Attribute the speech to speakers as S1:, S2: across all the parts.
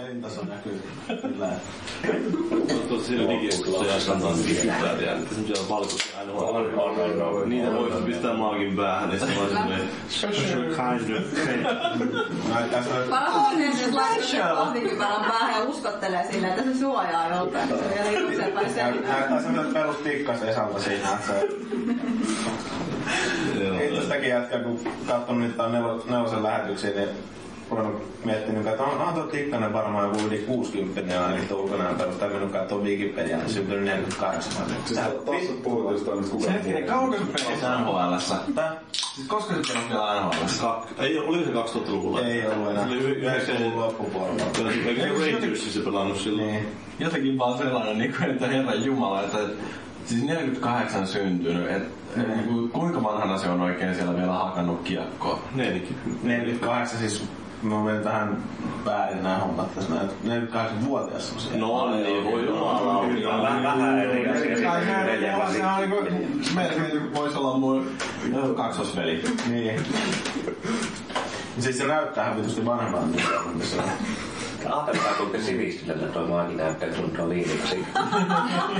S1: Elintaso näkyy. Kyllä.
S2: Tuossa siellä digiekussa ja digittää, tiedätkö, semmoisia valkoisia aina vaan. Niitä voisi pistää maakin päähän, niin se vaan semmoinen special kind of thing.
S1: Näyttää sitä
S3: Pahoinen nyt laittaa kahvikipalan päähän ja uskottelee sillä, että se suojaa joltain. Ja liikutsen päin
S1: Näyttää semmoinen perus pikkas Esalta siinä. että se- Itse sitäkin jätkä, kun katsonut niitä nel- nelosen lähetyksiä, niin ruvennut miettinyt, että on, on tuo Tikkanen varmaan joku yli 60 ainakin tuo ulkonäön perusteella mennyt katsoa Wikipediaan, syntynyt Niin. 48.
S2: Siis
S1: Sä-
S4: Tuossa puhuttiin jostain nyt kukaan.
S5: Hetkinen, kauanko se pelasi NHLssä?
S1: Tää?
S5: Siis koska se pelasi vielä NHLssä?
S2: Ei, oliko se 2000-luvulla?
S1: Ei ollut enää.
S2: Se oli yh- yhdeksän-
S1: 90-luvun loppupuolella.
S2: Eikö se Rangersissä pelannut silloin?
S1: Niin.
S5: Jotenkin vaan sellainen, niin kuin, että herran jumala, että siis 48 syntynyt, että niin kuin, kuinka vanhana se on oikein siellä vielä hakannut kiekkoa?
S2: Neljäkin.
S1: 48 siis Mä menen tähän väärin nämä hommat tässä näin. 48-vuotias semmosia.
S2: No niin, voi jumala.
S6: Vähän eri
S5: Ai,
S6: asia.
S5: mä en tiedä, se on niinku, se voisi olla mun kaksosveli.
S1: Niin. Siis se näyttää ihan vitusti vanhemmalta. mitä se on.
S6: Ahdetaan kuinka sivistyneellä tuo maaki näyttää, kun tuo viimeksi.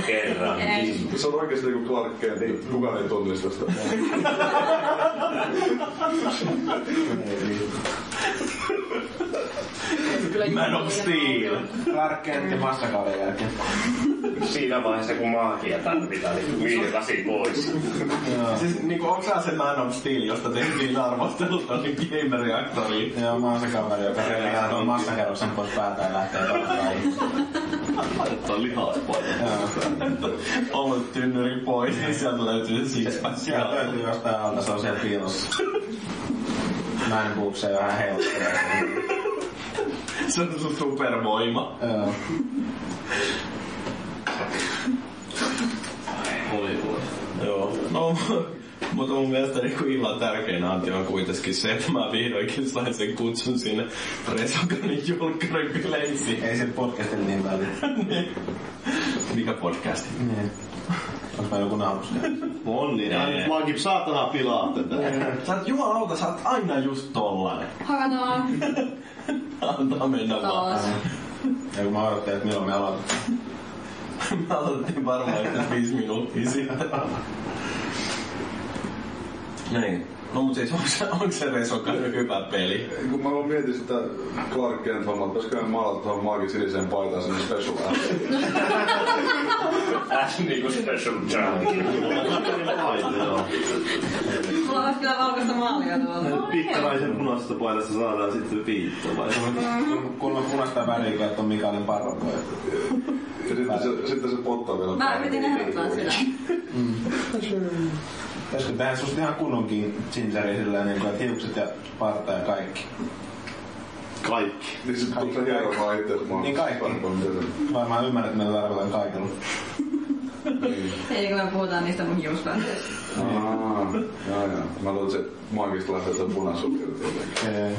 S6: Kerran.
S3: Ei.
S4: Se on oikeesti niinku Clark Kent, kukaan ei tunnista sitä.
S2: Man of Steel.
S1: Clark Kent ja massakauden jälkeen.
S6: Siinä vaiheessa, kun maakia tarvitaan, niin viilasi pois.
S1: Joo.
S5: Siis niinku onks sä se Man of Steel, josta tehtiin niin arvostelu tonne Gamer-reaktoriin?
S1: Joo, mä oon se kaveri, joka reviää tuon massakerroksen pois päältä ja lähtee torppaan.
S2: Laitetaan lihaa paikalla.
S5: Ollut tynnyri pois, niin sieltä löytyy se sixpack.
S1: Sieltä löytyy jostain alta, se on siellä piilossa. Mä en puukseen vähän heiluttelee.
S5: Se on sun supervoima.
S1: Joo.
S2: Voi voi.
S5: Joo. No, mutta mun mielestä niinku illan tärkein anti on kuitenkin se, että mä vihdoinkin sain sen kutsun sinne Resokanin julkkaribileisiin.
S1: Ei se podcastille niin väliä.
S5: Mikä podcast?
S1: Niin. Onks mä joku naapus?
S2: On niin.
S5: Ei.
S2: Maakin saatana pilaa tätä.
S5: Sä oot jumalauta, sä oot aina just tollanen.
S3: Hakataan
S5: Antaa mennä vaan.
S3: taas.
S1: Ja kun mä odottelin, että milloin me aloitetaan.
S5: Mä aloitin varmaan joku viisi minuuttia sitten. Niin. No mut siis onks, onks se Resokan hyvä peli?
S4: Kun mä vaan mietin sitä Clark Kent hommaa, että pitäisikö mä maalata tuohon maakin siniseen paitaan sinne special ääni.
S6: As niinku special drunk.
S3: Mulla olisi kyllä valkoista maalia tuolla.
S2: Pikkaraisen punaisesta paidasta saadaan sitten viitto vai?
S1: Kuulemma punaista väriä, kun et on Mikaelin parrokoja.
S4: Ja sitten se, sitten se pottaa vielä.
S3: Mä yritin ehdottaa sitä.
S1: Pitäisikö tehdä susta ihan kunnonkin ginseri silleen, niin kuin, että hiukset ja parta ja kaikki.
S2: Kaikki.
S4: Niin sit tulet sä hieromaan itse, että mä oon
S1: Niin kaikki.
S4: tarkoin tietenkin.
S1: Varmaan ymmärrät, mitä tarkoitan kaikilla.
S3: Ei kun me puhutaan niistä mun hiuspäätöistä.
S4: Aa, jaa, jaa. Mä luulen, että se maagista lähtee tuon punasukkeet tietenkin.
S1: Ee,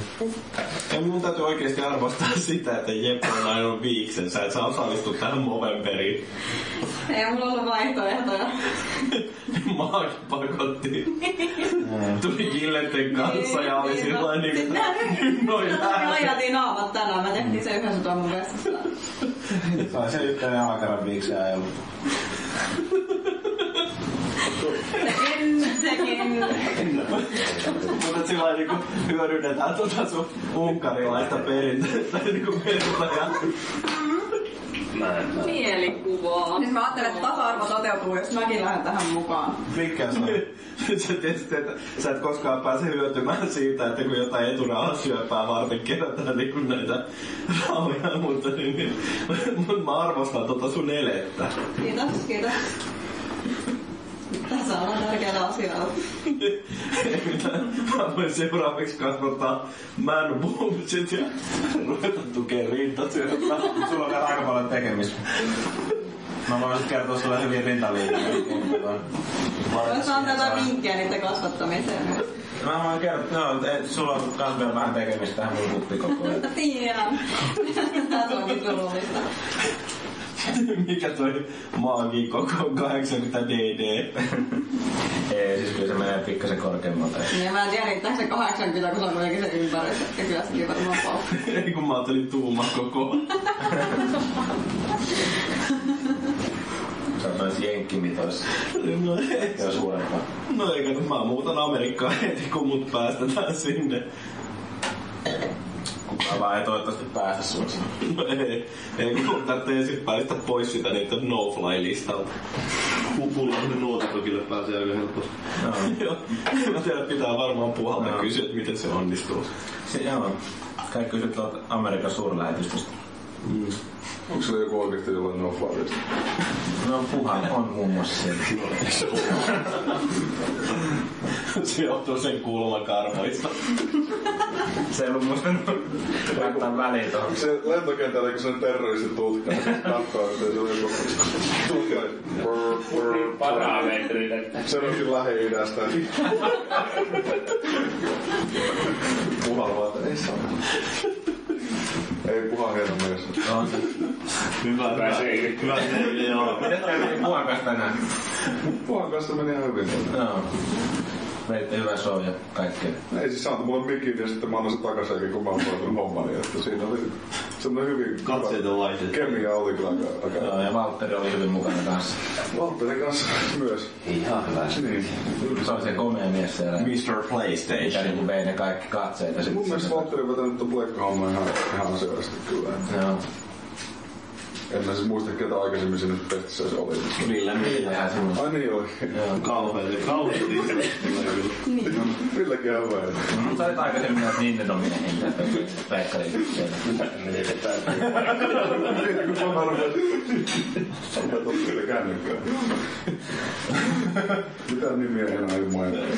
S5: Ja mun täytyy oikeesti arvostaa sitä, että Jeppe on ainoa viiksensä, että sä osallistut tähän Movemberiin.
S3: Ei mulla ollut vaihtoehtoja.
S5: Maaki pakotti.
S1: ee.
S5: Tuli Gilletten kanssa ja oli
S3: Niin,
S5: sillä
S3: no,
S5: niin
S3: sitten-
S5: noin
S3: Me
S5: lähes.
S3: ajatiin naamat tänään, mä tehtiin se yhdessä tuon mun vessassa.
S1: Sai se yhteinen alkaran viikseä ei ollut.
S3: Sekin, sekin.
S5: Mutta sillä lailla niinku hyödynnetään tota sun unkarilaista perinteistä niinku perua ja
S6: Mä en mä.
S3: Mielikuvaa. Siis mä ajattelen, että tasa-arvo toteutuu, jos mäkin lähden tähän mukaan.
S1: Mikä se on?
S5: sä tietysti, että sä et koskaan pääse hyötymään siitä, että kun jotain eturauhasyöpää varten kerätään niinku näitä rauhoja, mutta niin, niin, mut mä arvostan tota sun elettä.
S3: Kiitos, kiitos. Tässä on tärkeää asiaa.
S5: Mitä? Mä voin seuraavaksi kasvattaa man boobsit ja ruveta tukee rintatyötä.
S1: Sulla on vielä aika paljon tekemistä. Mä voin sit kertoa sulle hyvin rintaliikkeitä.
S3: Jos mä antaa jotain vinkkejä niiden kasvattamiseen.
S1: Mä voin kertoa, joo, että et, sulla on kans vielä vähän tekemistä tähän mun kuttikokoon.
S3: Mutta tiedän. Tässä on kyllä surullista.
S5: Mikä toi maagi koko 80 DD?
S1: Ei, siis kyllä se menee pikkasen korkeammalta.
S3: Niin, mä en tiedä, riittääkö se 80, kun se on kuitenkin se ympäri. Ja kyllä sekin varmaan paukku.
S5: Ei kun mä ajattelin tuuma koko.
S1: Se on noissa jenkkimitoissa,
S5: No, ei.
S1: jos suurempaa.
S5: no ei kato, mä muutan Amerikkaan heti kun mut päästetään sinne.
S1: Kukaan vaan ei toivottavasti pääse sun sinne.
S5: No ei, ei kun tarvitsee ensin päästä pois sitä niitä no-fly-listalta.
S2: Mulla on se nuotokokille pääsee aika helposti.
S5: Joo, mä tiedän, että pitää varmaan puhalta no. kysyä, että miten se onnistuu.
S1: Se, joo. Kai kysyt tuolta Amerikan suurlähetystöstä.
S4: Onko se joku oikeesti jollain no flyerista?
S1: No puhan on muun muassa siellä.
S5: Se johtuu sen kulmakarvoista.
S1: Se ei ollut muistanut laittaa väliin tuohon.
S4: Se lentokentällä, kun se on terroristit tutka, se katsoo, että se on joku tutka. Brr, brr.
S6: Parametrinen.
S4: Se on kyllä lähi-idästä. Puhalvaa, että ei saa. Ei puha hieno mies.
S1: No, se-
S2: Hyvä, hyvä.
S6: Pääsee.
S2: Hyvä, se joo.
S1: Miten teillä meni puhakas tänään?
S4: Puhan kanssa meni ihan hyvin.
S1: Joo. Veitte hyvä show ja kaikkea.
S4: Ei siis saatu mulle mikin ja sitten mä annan sen takaisin, eikä kun mä oon hoitanut hommani. Että siinä oli semmonen hyvin...
S2: Katseita vaihdetaan.
S4: Kemia oli kyllä aika... aika
S1: Joo, ja Valtteri oli hyvin mukana kanssa.
S4: Valtterin kanssa myös.
S6: Ihan hyvä.
S4: Niin.
S1: Se oli se komea mies siellä.
S5: Mr.
S1: Mikä
S5: PlayStation.
S1: niinku vei ne kaikki katseita sitten.
S4: Mun mielestä Valtteri on vetänyt tuon plekkahomman ihan, ihan asiallisesti kyllä.
S1: Joo.
S4: En mä siis muista, ketä aikaisemmin sinne pestissä se oli.
S5: Millä
S1: Vähän semmoista.
S4: Ai niin oli.
S2: Kauheita, kauheita.
S4: No, Villäkin on hyvä.
S1: Mut sä olit aikaisemmin näitä Nintendo miehen hintaa. Peikkari.
S4: Niin, kun mä rupean... Rupean tottuille kännykkään. Mitä nimiä enää ei mainita?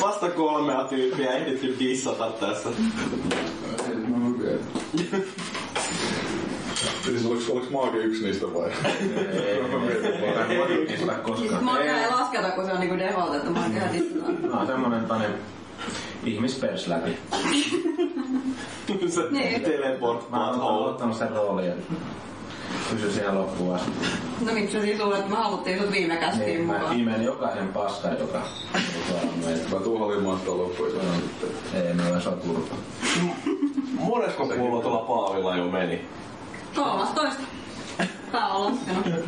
S5: Vasta kolmea tyyppiä ehditty dissata tässä.
S4: Ei, mä en vielä. Siis oliks, oliks maagi yksi niistä vai? Mä mietin vaan.
S1: Ei
S3: Siis
S1: koskaan.
S3: magia ei lasketa, kun se on niinku default, että magia dissataan.
S1: Mä oon tämmönen tänne ihmispers läpi.
S5: Se
S3: Niin.
S5: teleport
S1: Mä oon
S5: hole.
S1: ottanut sen roolin ja pysy siihen loppuun asti.
S3: No miksi siis luulet, että me haluttiin sut viime kästiin
S1: Niin, mä
S3: mukaan?
S1: imen jokaisen paskan, joka joka on meitä.
S4: Mä tuun halimaattaa loppuun sen sitten.
S1: Ei, me ollaan soturpa.
S5: Monesko kuulo tuolla Paavilla jo meni?
S3: 13. Tää on laskenut.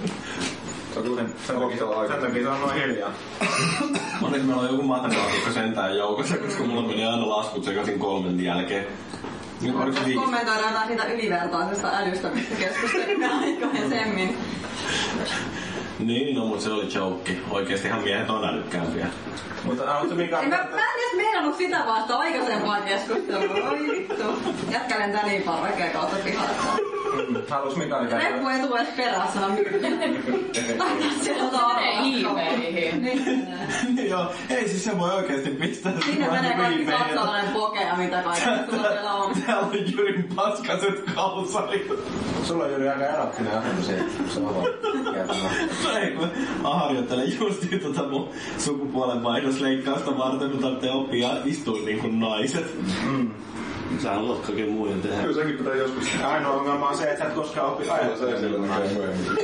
S4: Sä tulet aloittaa
S1: Sen
S4: aikaa.
S1: takia se on noin hiljaa.
S5: Onneksi meillä on joku matemaatikko sentään joukossa, koska mulla meni aina laskut sekaisin kolmen jälkeen. Niin oliko se viisi?
S3: Kommentoidaan jotain siitä ylivertaisesta älystä, mistä keskustelimme aikaisemmin.
S5: Niin, no mut se oli joke. Oikeestihan miehet on älykkäämpiä.
S1: Mutta haluatko Mika?
S3: Ei, Mä, mä en edes meinannut sitä vaan sitä aikaisempaa keskustelua. Oi vittu. Jätkä lentää niin parvekkeen kautta pihalta.
S1: Haluatko Mika?
S3: Reppu ei tule edes perässä, vaan Aina siellä
S7: Menee
S3: taaralla.
S7: hiimeihin.
S3: Niin.
S5: Joo, ei siis se voi oikeesti pistää
S3: Siinä menee kaikki
S5: viimein, että-
S3: saksalainen poke ja mitä kaikkea sulla siellä on.
S5: Täällä on Jyrin paskaset kalsarit.
S1: Sulla on Jyri aika erottinen asento se, se on
S5: Ei, kun mä harjoittelen justiin tota mun sukupuolen vaihdosleikkausta varten, kun tarvitsee oppia istua niin kuin naiset.
S2: Sähän luot kaiken muiden tehdä.
S4: Kyllä sekin pitää joskus.
S1: Ainoa ongelma on se, että sä et koskaan oppi
S4: Kyllä se esille näkee myöhemmin.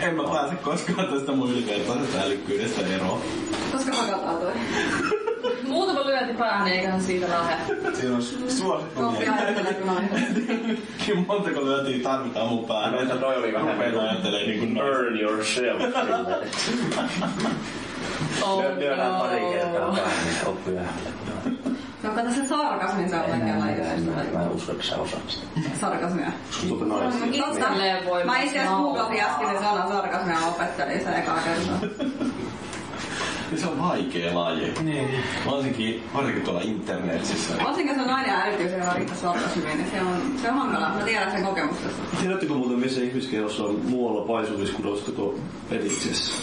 S5: En mä pääse koskaan tästä mun ylivertaisesta älykkyydestä eroon.
S3: Koska hakataan toi.
S7: Muutama lyönti päähän, eiköhän siitä lähde.
S1: Siinä on
S5: Suosittu
S3: Koppi ajattelee, kun on ihan.
S5: Niin montako lyöntiä tarvitaan mun päähän.
S6: Noita toi oli vähän
S5: Rupean ajattelee niin kuin naiset.
S6: Burn yourself.
S7: Oh,
S6: Lyödään pari
S7: no.
S6: kertaa päähän, niin oppii vähän.
S3: No kato se sarkasmi, se on oikein
S6: Mä
S3: laitoista.
S6: en usko, että sä osaat sitä.
S3: Sarkasmia.
S2: Tuota naisia.
S3: Totta.
S7: Itselleen voi
S3: Mä itse asiassa
S7: nauraa.
S3: googlasin äsken sen sanan sarkasmia ja opettelin sen ekaa kertaa.
S5: Se on vaikea laji. Niin. Varsinkin, varsinkin tuolla internetissä.
S3: Varsinkin se on nainen älytys, joka riittää sarkasmia, niin se on, se on hankalaa. Mä tiedän sen kokemuksesta.
S2: Tiedättekö muuten, missä ihmiskehossa on muualla paisumiskudosta kuin pediksessä?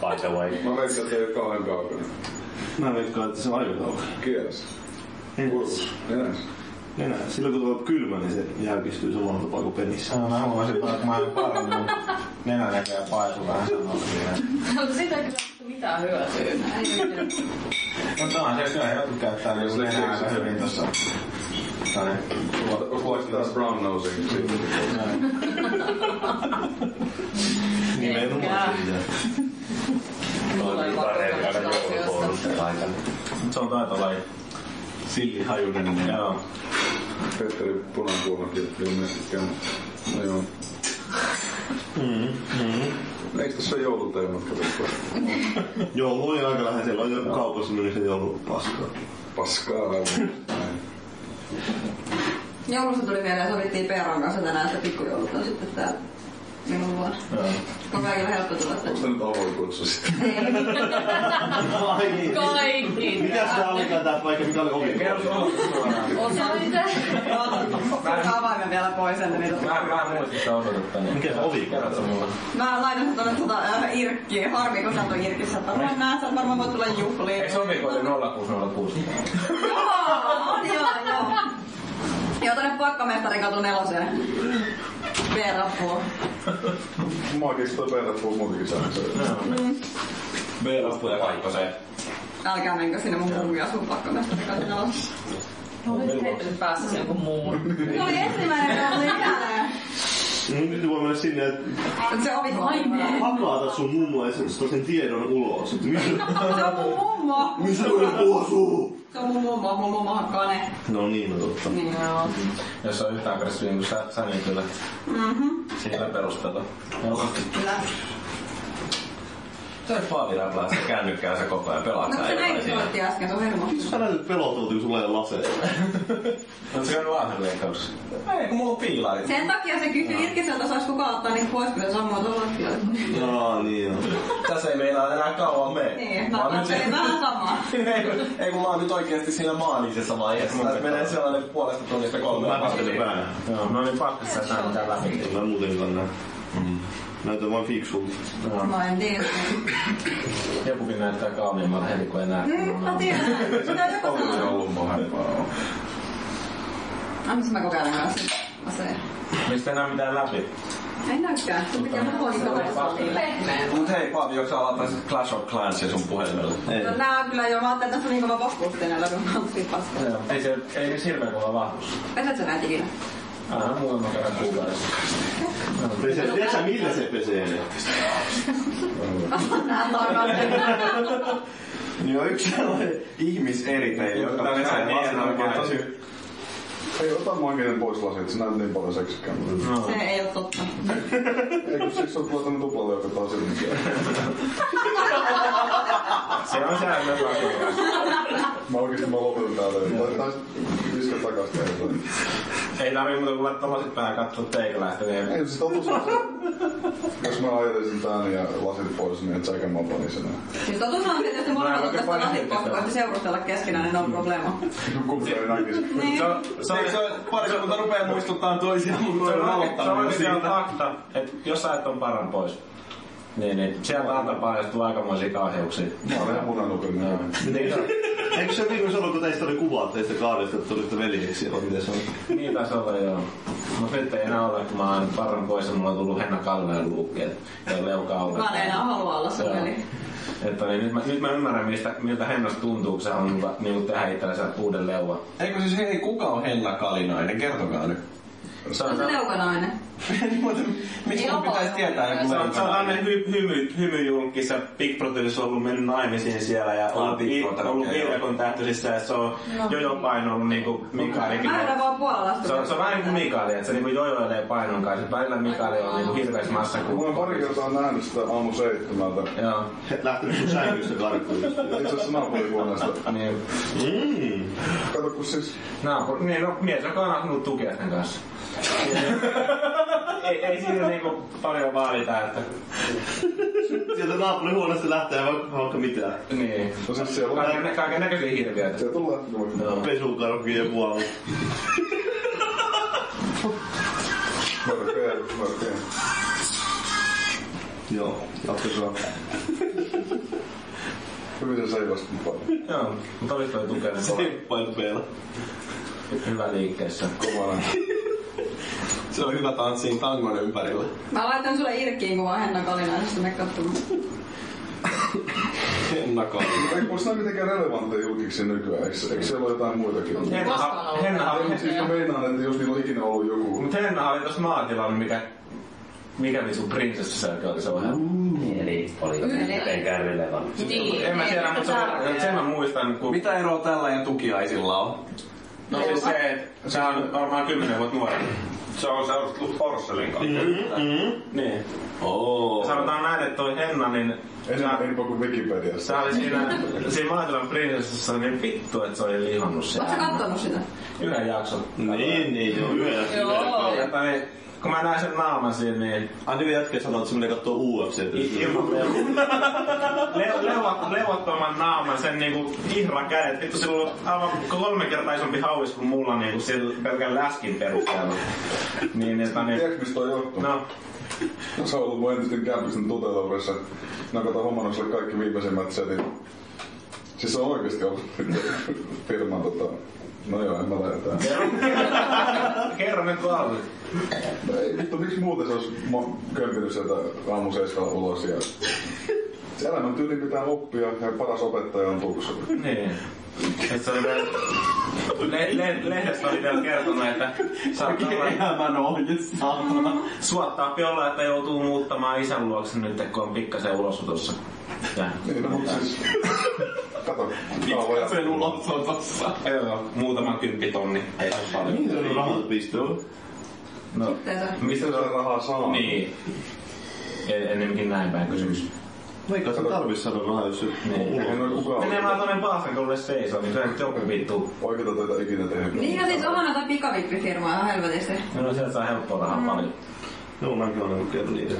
S6: By the way.
S4: Mä veikkaan, että ei ole kauhean kaukana.
S2: Mä veikkaan, että se on aika kaukana.
S4: Kielessä. Kurkussa. Nenässä.
S2: Enää. Silloin kun tulee kylmä, niin se jäykistyy samalla tapaa kuin penissä.
S1: Mä huomasin vaan, että mä oon paljon, niin mun nenä näkee paisu vähän samalla siinä.
S7: Onko siitä kyllä niinku mitään hyötyä?
S1: Mutta No, on se kyllä, jotkut käyttää niin
S4: Jos
S1: kuin nenää
S4: se-
S1: aika hyvin tossa Tai
S4: What's that brown nosing?
S2: Nimenomaan
S7: Ehkä.
S2: siitä.
S7: Mulla ei
S6: Parempi
S7: varmaan
S6: aina
S7: tästä asiasta.
S6: joulukoulussa aikana.
S5: Se on taitava sillihajunen. Joo.
S4: Petteri punakulma kirjoitti ilmeisestikään. No joo. Eikö tässä ole jouluteemat katsottu?
S2: Joulu oli aika lähellä. Siellä on kaupassa meni se joulupaskaa.
S4: Paskaa aivan.
S3: Joulusta tuli mieleen, sovittiin Peeron kanssa tänään, että pikkujoulut on sitten täällä minun luona. On kaikille helppo tulla
S4: Onko
S3: tänne.
S4: tää nyt avoin kutsu sitten?
S2: Ai niin.
S7: Kaikki.
S2: Mikäs tää olikaan tää paikka, mikä oli ovi?
S7: Osa niitä.
S3: Otan avaimen vielä pois ennen niitä.
S6: Mä, mä muistin sitä osoitetta. Niin.
S2: Mikä se ovi?
S3: Mä lainasin tuonne tuota äh, Irkkiin. Harmi, kun sä oot Irkissä. Varmaan näet, sä et varmaan voi tulla juhliin.
S6: Eikö se omikoinen 0606?
S3: Joo, on joo, joo. Joo, tonne pakkamestarin katu neloseen. Verrappuu.
S4: Mua kestää perä puu muutenkin säännössä.
S5: B-lappuja kaikko se.
S3: Älkää menkö sinne mun mummi asuu pakkamestarin katu nelosessa.
S7: Olisit heittänyt päässä sen jonkun muun.
S3: Se oli ensimmäinen, joka oli ikäinen.
S2: Niin, Nyt voi mennä sinne, että
S3: Mut se ovi
S5: niin.
S7: Ai,
S2: hakata sun mummo ja sen, sen tiedon ulos. Missä,
S3: Se on mun mummo.
S5: Niin
S2: missä kun puu asuu?
S3: Se on mun mummo. Mun mummo hakkaa ne.
S2: No niin, no totta.
S3: Niin joo.
S5: Jos on yhtään aggressiivinen kuin sä, sä niin kyllä. Sillä perusteella.
S3: Mm-hmm. Kyllä.
S5: Sä et vaan läplää sitä kännykkää sä koko ajan pelaat
S3: No kun
S5: sä
S3: se näin
S5: jotain siinä.
S3: soitti äsken, se on hermostunut.
S2: Sä näytät pelotulta, kun sulla ei ole laseja.
S5: Oletko sä käynyt laahanleikkauksessa? Ei, kun mulla on piilari.
S3: Sen takia se kysyi Irkiseltä, sais kukaan ottaa niitä pois, kun se sammuu tuolla lattioilla.
S2: Jaa, niin joo.
S5: Tässä ei meinaa enää kauan mene.
S3: Niin,
S5: Mä
S3: mä
S5: oon nyt
S3: ajattelin
S5: siinä-
S3: vähän samaa.
S5: Ei, kun- ei kun mä oon nyt oikeesti siinä maanisessa vaiheessa. Tästä menee sellainen puolesta tunnista kolme.
S2: Mä pistelin päähän.
S5: Joo, no niin pakko sä näin mitä läpi.
S2: Mä muutenkaan näen. Näytän vaan fiksulta.
S3: Mä en tiedä.
S5: Jokukin näyttää kauniimmalta heti kun enää.
S3: Mm, Mä tiedän. Sitä on joku
S4: Onko se
S3: sanonut.
S4: ollut pahempaa?
S3: Annas Ah, mä kokeilen myös aseen.
S5: Mistä enää mitään läpi?
S3: Ei näykään. Se pitää mä voin
S7: Pehmeä.
S5: Mut hei Paavi, jos sä alat Clash of Clansia sun puhelimella?
S2: Ei.
S3: No nää on kyllä jo. Mä ajattelin, että tässä on niin kova vahvuus tänne, kun mä oon siinä paskaa.
S5: Joo. Ei se, ei se hirveä kova vahvuus.
S3: Pesät sä näitä ikinä?
S5: Aina muutama kerran kuukaudessa.
S2: Pesee. Tiedätkö sä, millä se pesee ne?
S3: Nää tarvitsee.
S5: Joo, yksi sellainen ihmiseri teille, joka
S4: Tää
S5: pesee
S4: näin
S5: lasin
S4: hieno
S5: oikein
S4: maa.
S5: tosi...
S4: Ei, ota maaginen pois lasit, sä näet niin paljon seksikään.
S3: Se ei oo totta.
S4: Eikö siksi oot laittanut tuplalle joka taas ilmiä?
S5: Se on säännöt laki.
S4: Mä oikeesti mä lopetan täällä. Tai taas iskä takas teille.
S5: Ei tarvii muuta kuin laittaa lasit päähän katsoa teikäläistä. niin-
S4: Ei, siis totuus on se. Jos mä ajelisin tän ja lasit pois, niin et säkään mä panin sen.
S3: Siis totuus on, että jos te
S5: Mä en
S3: molemmat
S5: oikein Mm.
S3: ottaa
S5: paljon
S3: lasit pakkoon, että seurustella keskenään, niin on probleema.
S4: Kumpi ei näkisi.
S3: Niin.
S5: Se on, se on, se on pariskunta rupeaa muistuttaa toisiaan, mutta se on aloittanut se on fakta, että jos sä et on paran pois, niin, niin sieltä alta paljastuu aikamoisia kauheuksia. Niin
S4: Mä olen ihan munanupin.
S2: Eikö se viime sanoa, kun teistä oli kuvat teistä kahdesta, että tulitte veljeksi? Vai miten se on?
S5: Niin taisi olla joo. Mutta nyt ei enää ole, kun mä oon parran pois ja mulla on tullut Henna Kalleen luukkeet ja Leuka Aulet.
S3: Mä en enää halua olla sun
S5: Joo.
S3: veli.
S5: Että niin, nyt, mä, nyt mä ymmärrän, mistä, miltä Hennasta tuntuu, kun sä haluat niin tehdä itsellensä uuden leua.
S8: Eikö siis hei, kuka on Henna Kalinainen? Kertokaa nyt.
S5: Se
S3: On
S5: on,
S3: se leukanainen.
S8: Miksi
S7: Ei
S8: mun
S7: ole
S8: pitäisi
S7: ollut.
S8: tietää joku
S1: Se on
S8: Henna
S1: sellainen hy, hymy, hymyjulkis ja Big Brotherissa on ollut mennyt naimisiin siellä ja ollut,
S8: Big
S1: i-
S8: Brother,
S1: ollut
S8: okei, joo.
S1: virkakontähtisissä ja se on jojo painonut niinku Mikaelikin.
S3: Mä yritän vaan puolalaista.
S5: se on, se on vähän niin kuin Mikaeli, että se niinku jojoilee painon kanssa. Välillä Mikaeli on niinku hirveässä massa
S4: Mä oon pari kertaa nähnyt sitä aamu seitsemältä.
S5: Joo.
S2: Lähtenyt sun sängystä karkuun.
S4: Itse asiassa naapurihuoneesta.
S5: Niin.
S2: Mm.
S4: Kato kun siis
S5: Naapuri, niin no mies, joka on asunut tukea sen kanssa. ei, ei siinä niinku paljon vaadita, että...
S2: Sieltä naapurihuoneesta lähtee vaikka, vaikka mitään.
S5: Niin.
S4: No siis siellä on...
S5: Kaiken, kaiken näköisiä hirviöitä.
S4: Sieltä on lähtenyt vaikka...
S2: Pesukarkki ja puolet.
S4: Mörköjä, mörköjä.
S2: Joo, jatketaan.
S4: Hyvin se seivas kun paljon.
S5: Joo, mutta olis toi tukea niin kova-
S2: Vain meillä.
S5: hyvä liikkeessä.
S4: Kovana.
S8: Se on hyvä tanssiin tangon ympärillä.
S3: Mä laitan sulle Irkkiin kuvan Henna Kalinaisesta, me katsomaan.
S8: Nakaan.
S4: Onko nämä mitenkään relevantteja julkiksi nykyään? Eikö, eikö siellä ole jotain muitakin?
S7: Ei koskaan ollut.
S5: Henna
S4: Ei, mutta siis mä meinaan, että jos niillä on ikinä ollut joku...
S5: Mutta Henna oli tossa maatilalla, mikä... Mikä vitsu prinsessa se oli se vähän?
S7: Mm.
S6: Eli oli mitenkään relevantti.
S7: Niin,
S5: En mä
S7: ei
S5: tiedä,
S7: ole
S5: mutta se-
S7: tärkeää.
S5: sen mä muistan, kun...
S8: Mitä eroa tällä ja tukiaisilla on?
S5: No siis se, että se on varmaan kymmenen vuotta nuorempi.
S9: Se on se Porselin kanssa.
S2: Mm-hmm.
S5: Niin.
S8: Oo.
S5: Sanotaan näin, että toi Henna, niin...
S4: Ei se
S5: sä-
S4: enempää kuin Wikipediassa.
S5: Se oli siinä, siinä maatilan prinsessassa, niin vittu, että se oli lihonnut siellä.
S3: Oletko kattonut sitä?
S5: Yhden jakson.
S2: Niin, niin, joo. Yhdessä.
S7: Joo.
S5: Ja tai, kun mä näin sen naaman siinä, niin
S2: Aina vielä jätkä sanoo, että se menee kattoo UFC.
S5: ilman le- leuvat, leuvottoman naaman, sen niinku ihra kädet. Vittu, sillä on aivan kolme kertaa isompi hauis kuin mulla niinku sillä pelkän läskin perusteella. Niin, että niin,
S4: Tiedätkö, mistä toi johtuu?
S5: no,
S4: Se on ollut mun entisten kämpisten tutelaurissa. Mä katson homonokselle kaikki viimeisimmät setit. Siis se on oikeesti ollut firman tota... No joo, en mä lähetään.
S5: kerro nyt vaan.
S4: No ei vittu, miksi muuten se olisi mo- kömpinyt sieltä aamu seiskalla ulos ja... Se Elämän tyyli pitää oppia ja paras opettaja on tuksu.
S5: Niin. Et se oli vielä... Le- le- lehdestä oli vielä kertonut, että saattaa olla
S8: Elämän ohje, saatana.
S5: Suottaa olla, että joutuu muuttamaan isän luokse nyt, kun on pikkasen ulosotossa. Ja.
S4: Niin, no, mutta siis... Kato,
S5: Niin,
S4: kauan
S8: Sen ulosotossa.
S5: Joo, muutama kymppitonni. Ei se ole paljon.
S2: Niin, se on rahat pistoon.
S5: No,
S3: Tätä.
S5: mistä
S4: Miten
S5: se
S4: sä
S5: on?
S4: rahaa saa?
S5: Niin. En- Ennemminkin näin päin kysymys.
S2: Eikä se tarvii saada rahaa, jos se
S5: Niin.
S4: Ei noin kukaan
S5: Menee vaan tonne Paasankolle seisoo, niin se on joku vittu.
S4: oikeita töitä ikinä tehnyt.
S3: Niin, ja siis onhan noita pikavippifirmoja ihan helvetisti.
S5: No sieltä saa helppoa rahaa paljon.
S2: Joo, mäkin olen kokeillut niitä.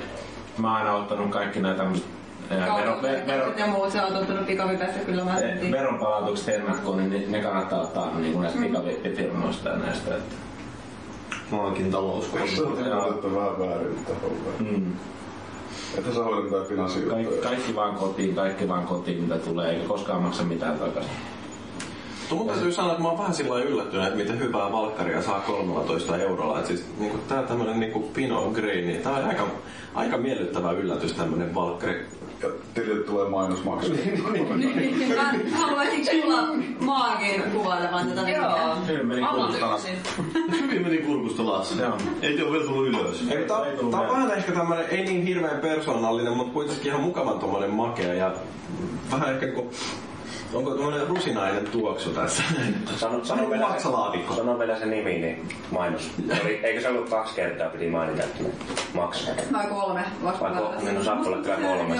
S5: Mä oon aina ottanut kaikki nämä tämmöset ää, vero, ve, vero,
S3: Kaupat ja muut, se on tottunut pikavipestä kyllä mä
S5: eh,
S3: sen
S5: veronpalautukset ennakkoon, niin ne- ne kannattaa ottaa niin kuin näistä pikavippifirmoista ja näistä. Että.
S2: Mä olenkin
S4: Se on
S2: talouskoulu.
S4: tehnyt niin vähän väärin tavallaan.
S5: Mm.
S4: Että sä hoidat mitään
S5: Kaikki,
S4: finanssijuttuja.
S5: kaikki vaan kotiin, kaikki vaan kotiin mitä tulee, eikä koskaan maksa mitään takaisin.
S8: No Mun täytyy sanoa, että mä oon vähän sillä lailla yllättynyt, että miten hyvää valkkaria saa 13 eurolla. Et siis niinku, tää tämmönen niinku Pinot Grey, niin tää on aika, aika miellyttävä yllätys tämmönen valkkari.
S4: Ja tilille tulee mainosmaksu.
S5: Niin.
S3: Mä haluaisin kuulla maagin kuvailevan tätä.
S7: Joo.
S5: Hyvin meni
S7: Aivan
S5: kuluttaa.
S7: yksin.
S2: Hyvin meni kurkusta alas.
S5: Joo.
S2: Ei te ole vielä tullut ylös.
S8: Eli tää,
S5: Ei tullut
S8: tää on
S5: vielä.
S8: vähän ehkä tämmönen, ei niin hirveän persoonallinen, mutta kuitenkin ihan mukavan tommonen makea ja vähän ehkä kun Onko tämmönen rusinainen tuoksu tässä?
S6: Sano, sano, vielä
S8: Maksalaatikko.
S6: se, sano vielä se nimi, niin mainos. Oli, eikö se ollut kaksi kertaa, piti mainita, että ne maksaa.
S3: Vai kolme,
S6: Vai kolme,
S5: Niin,
S6: no saattaa olla kyllä kolme.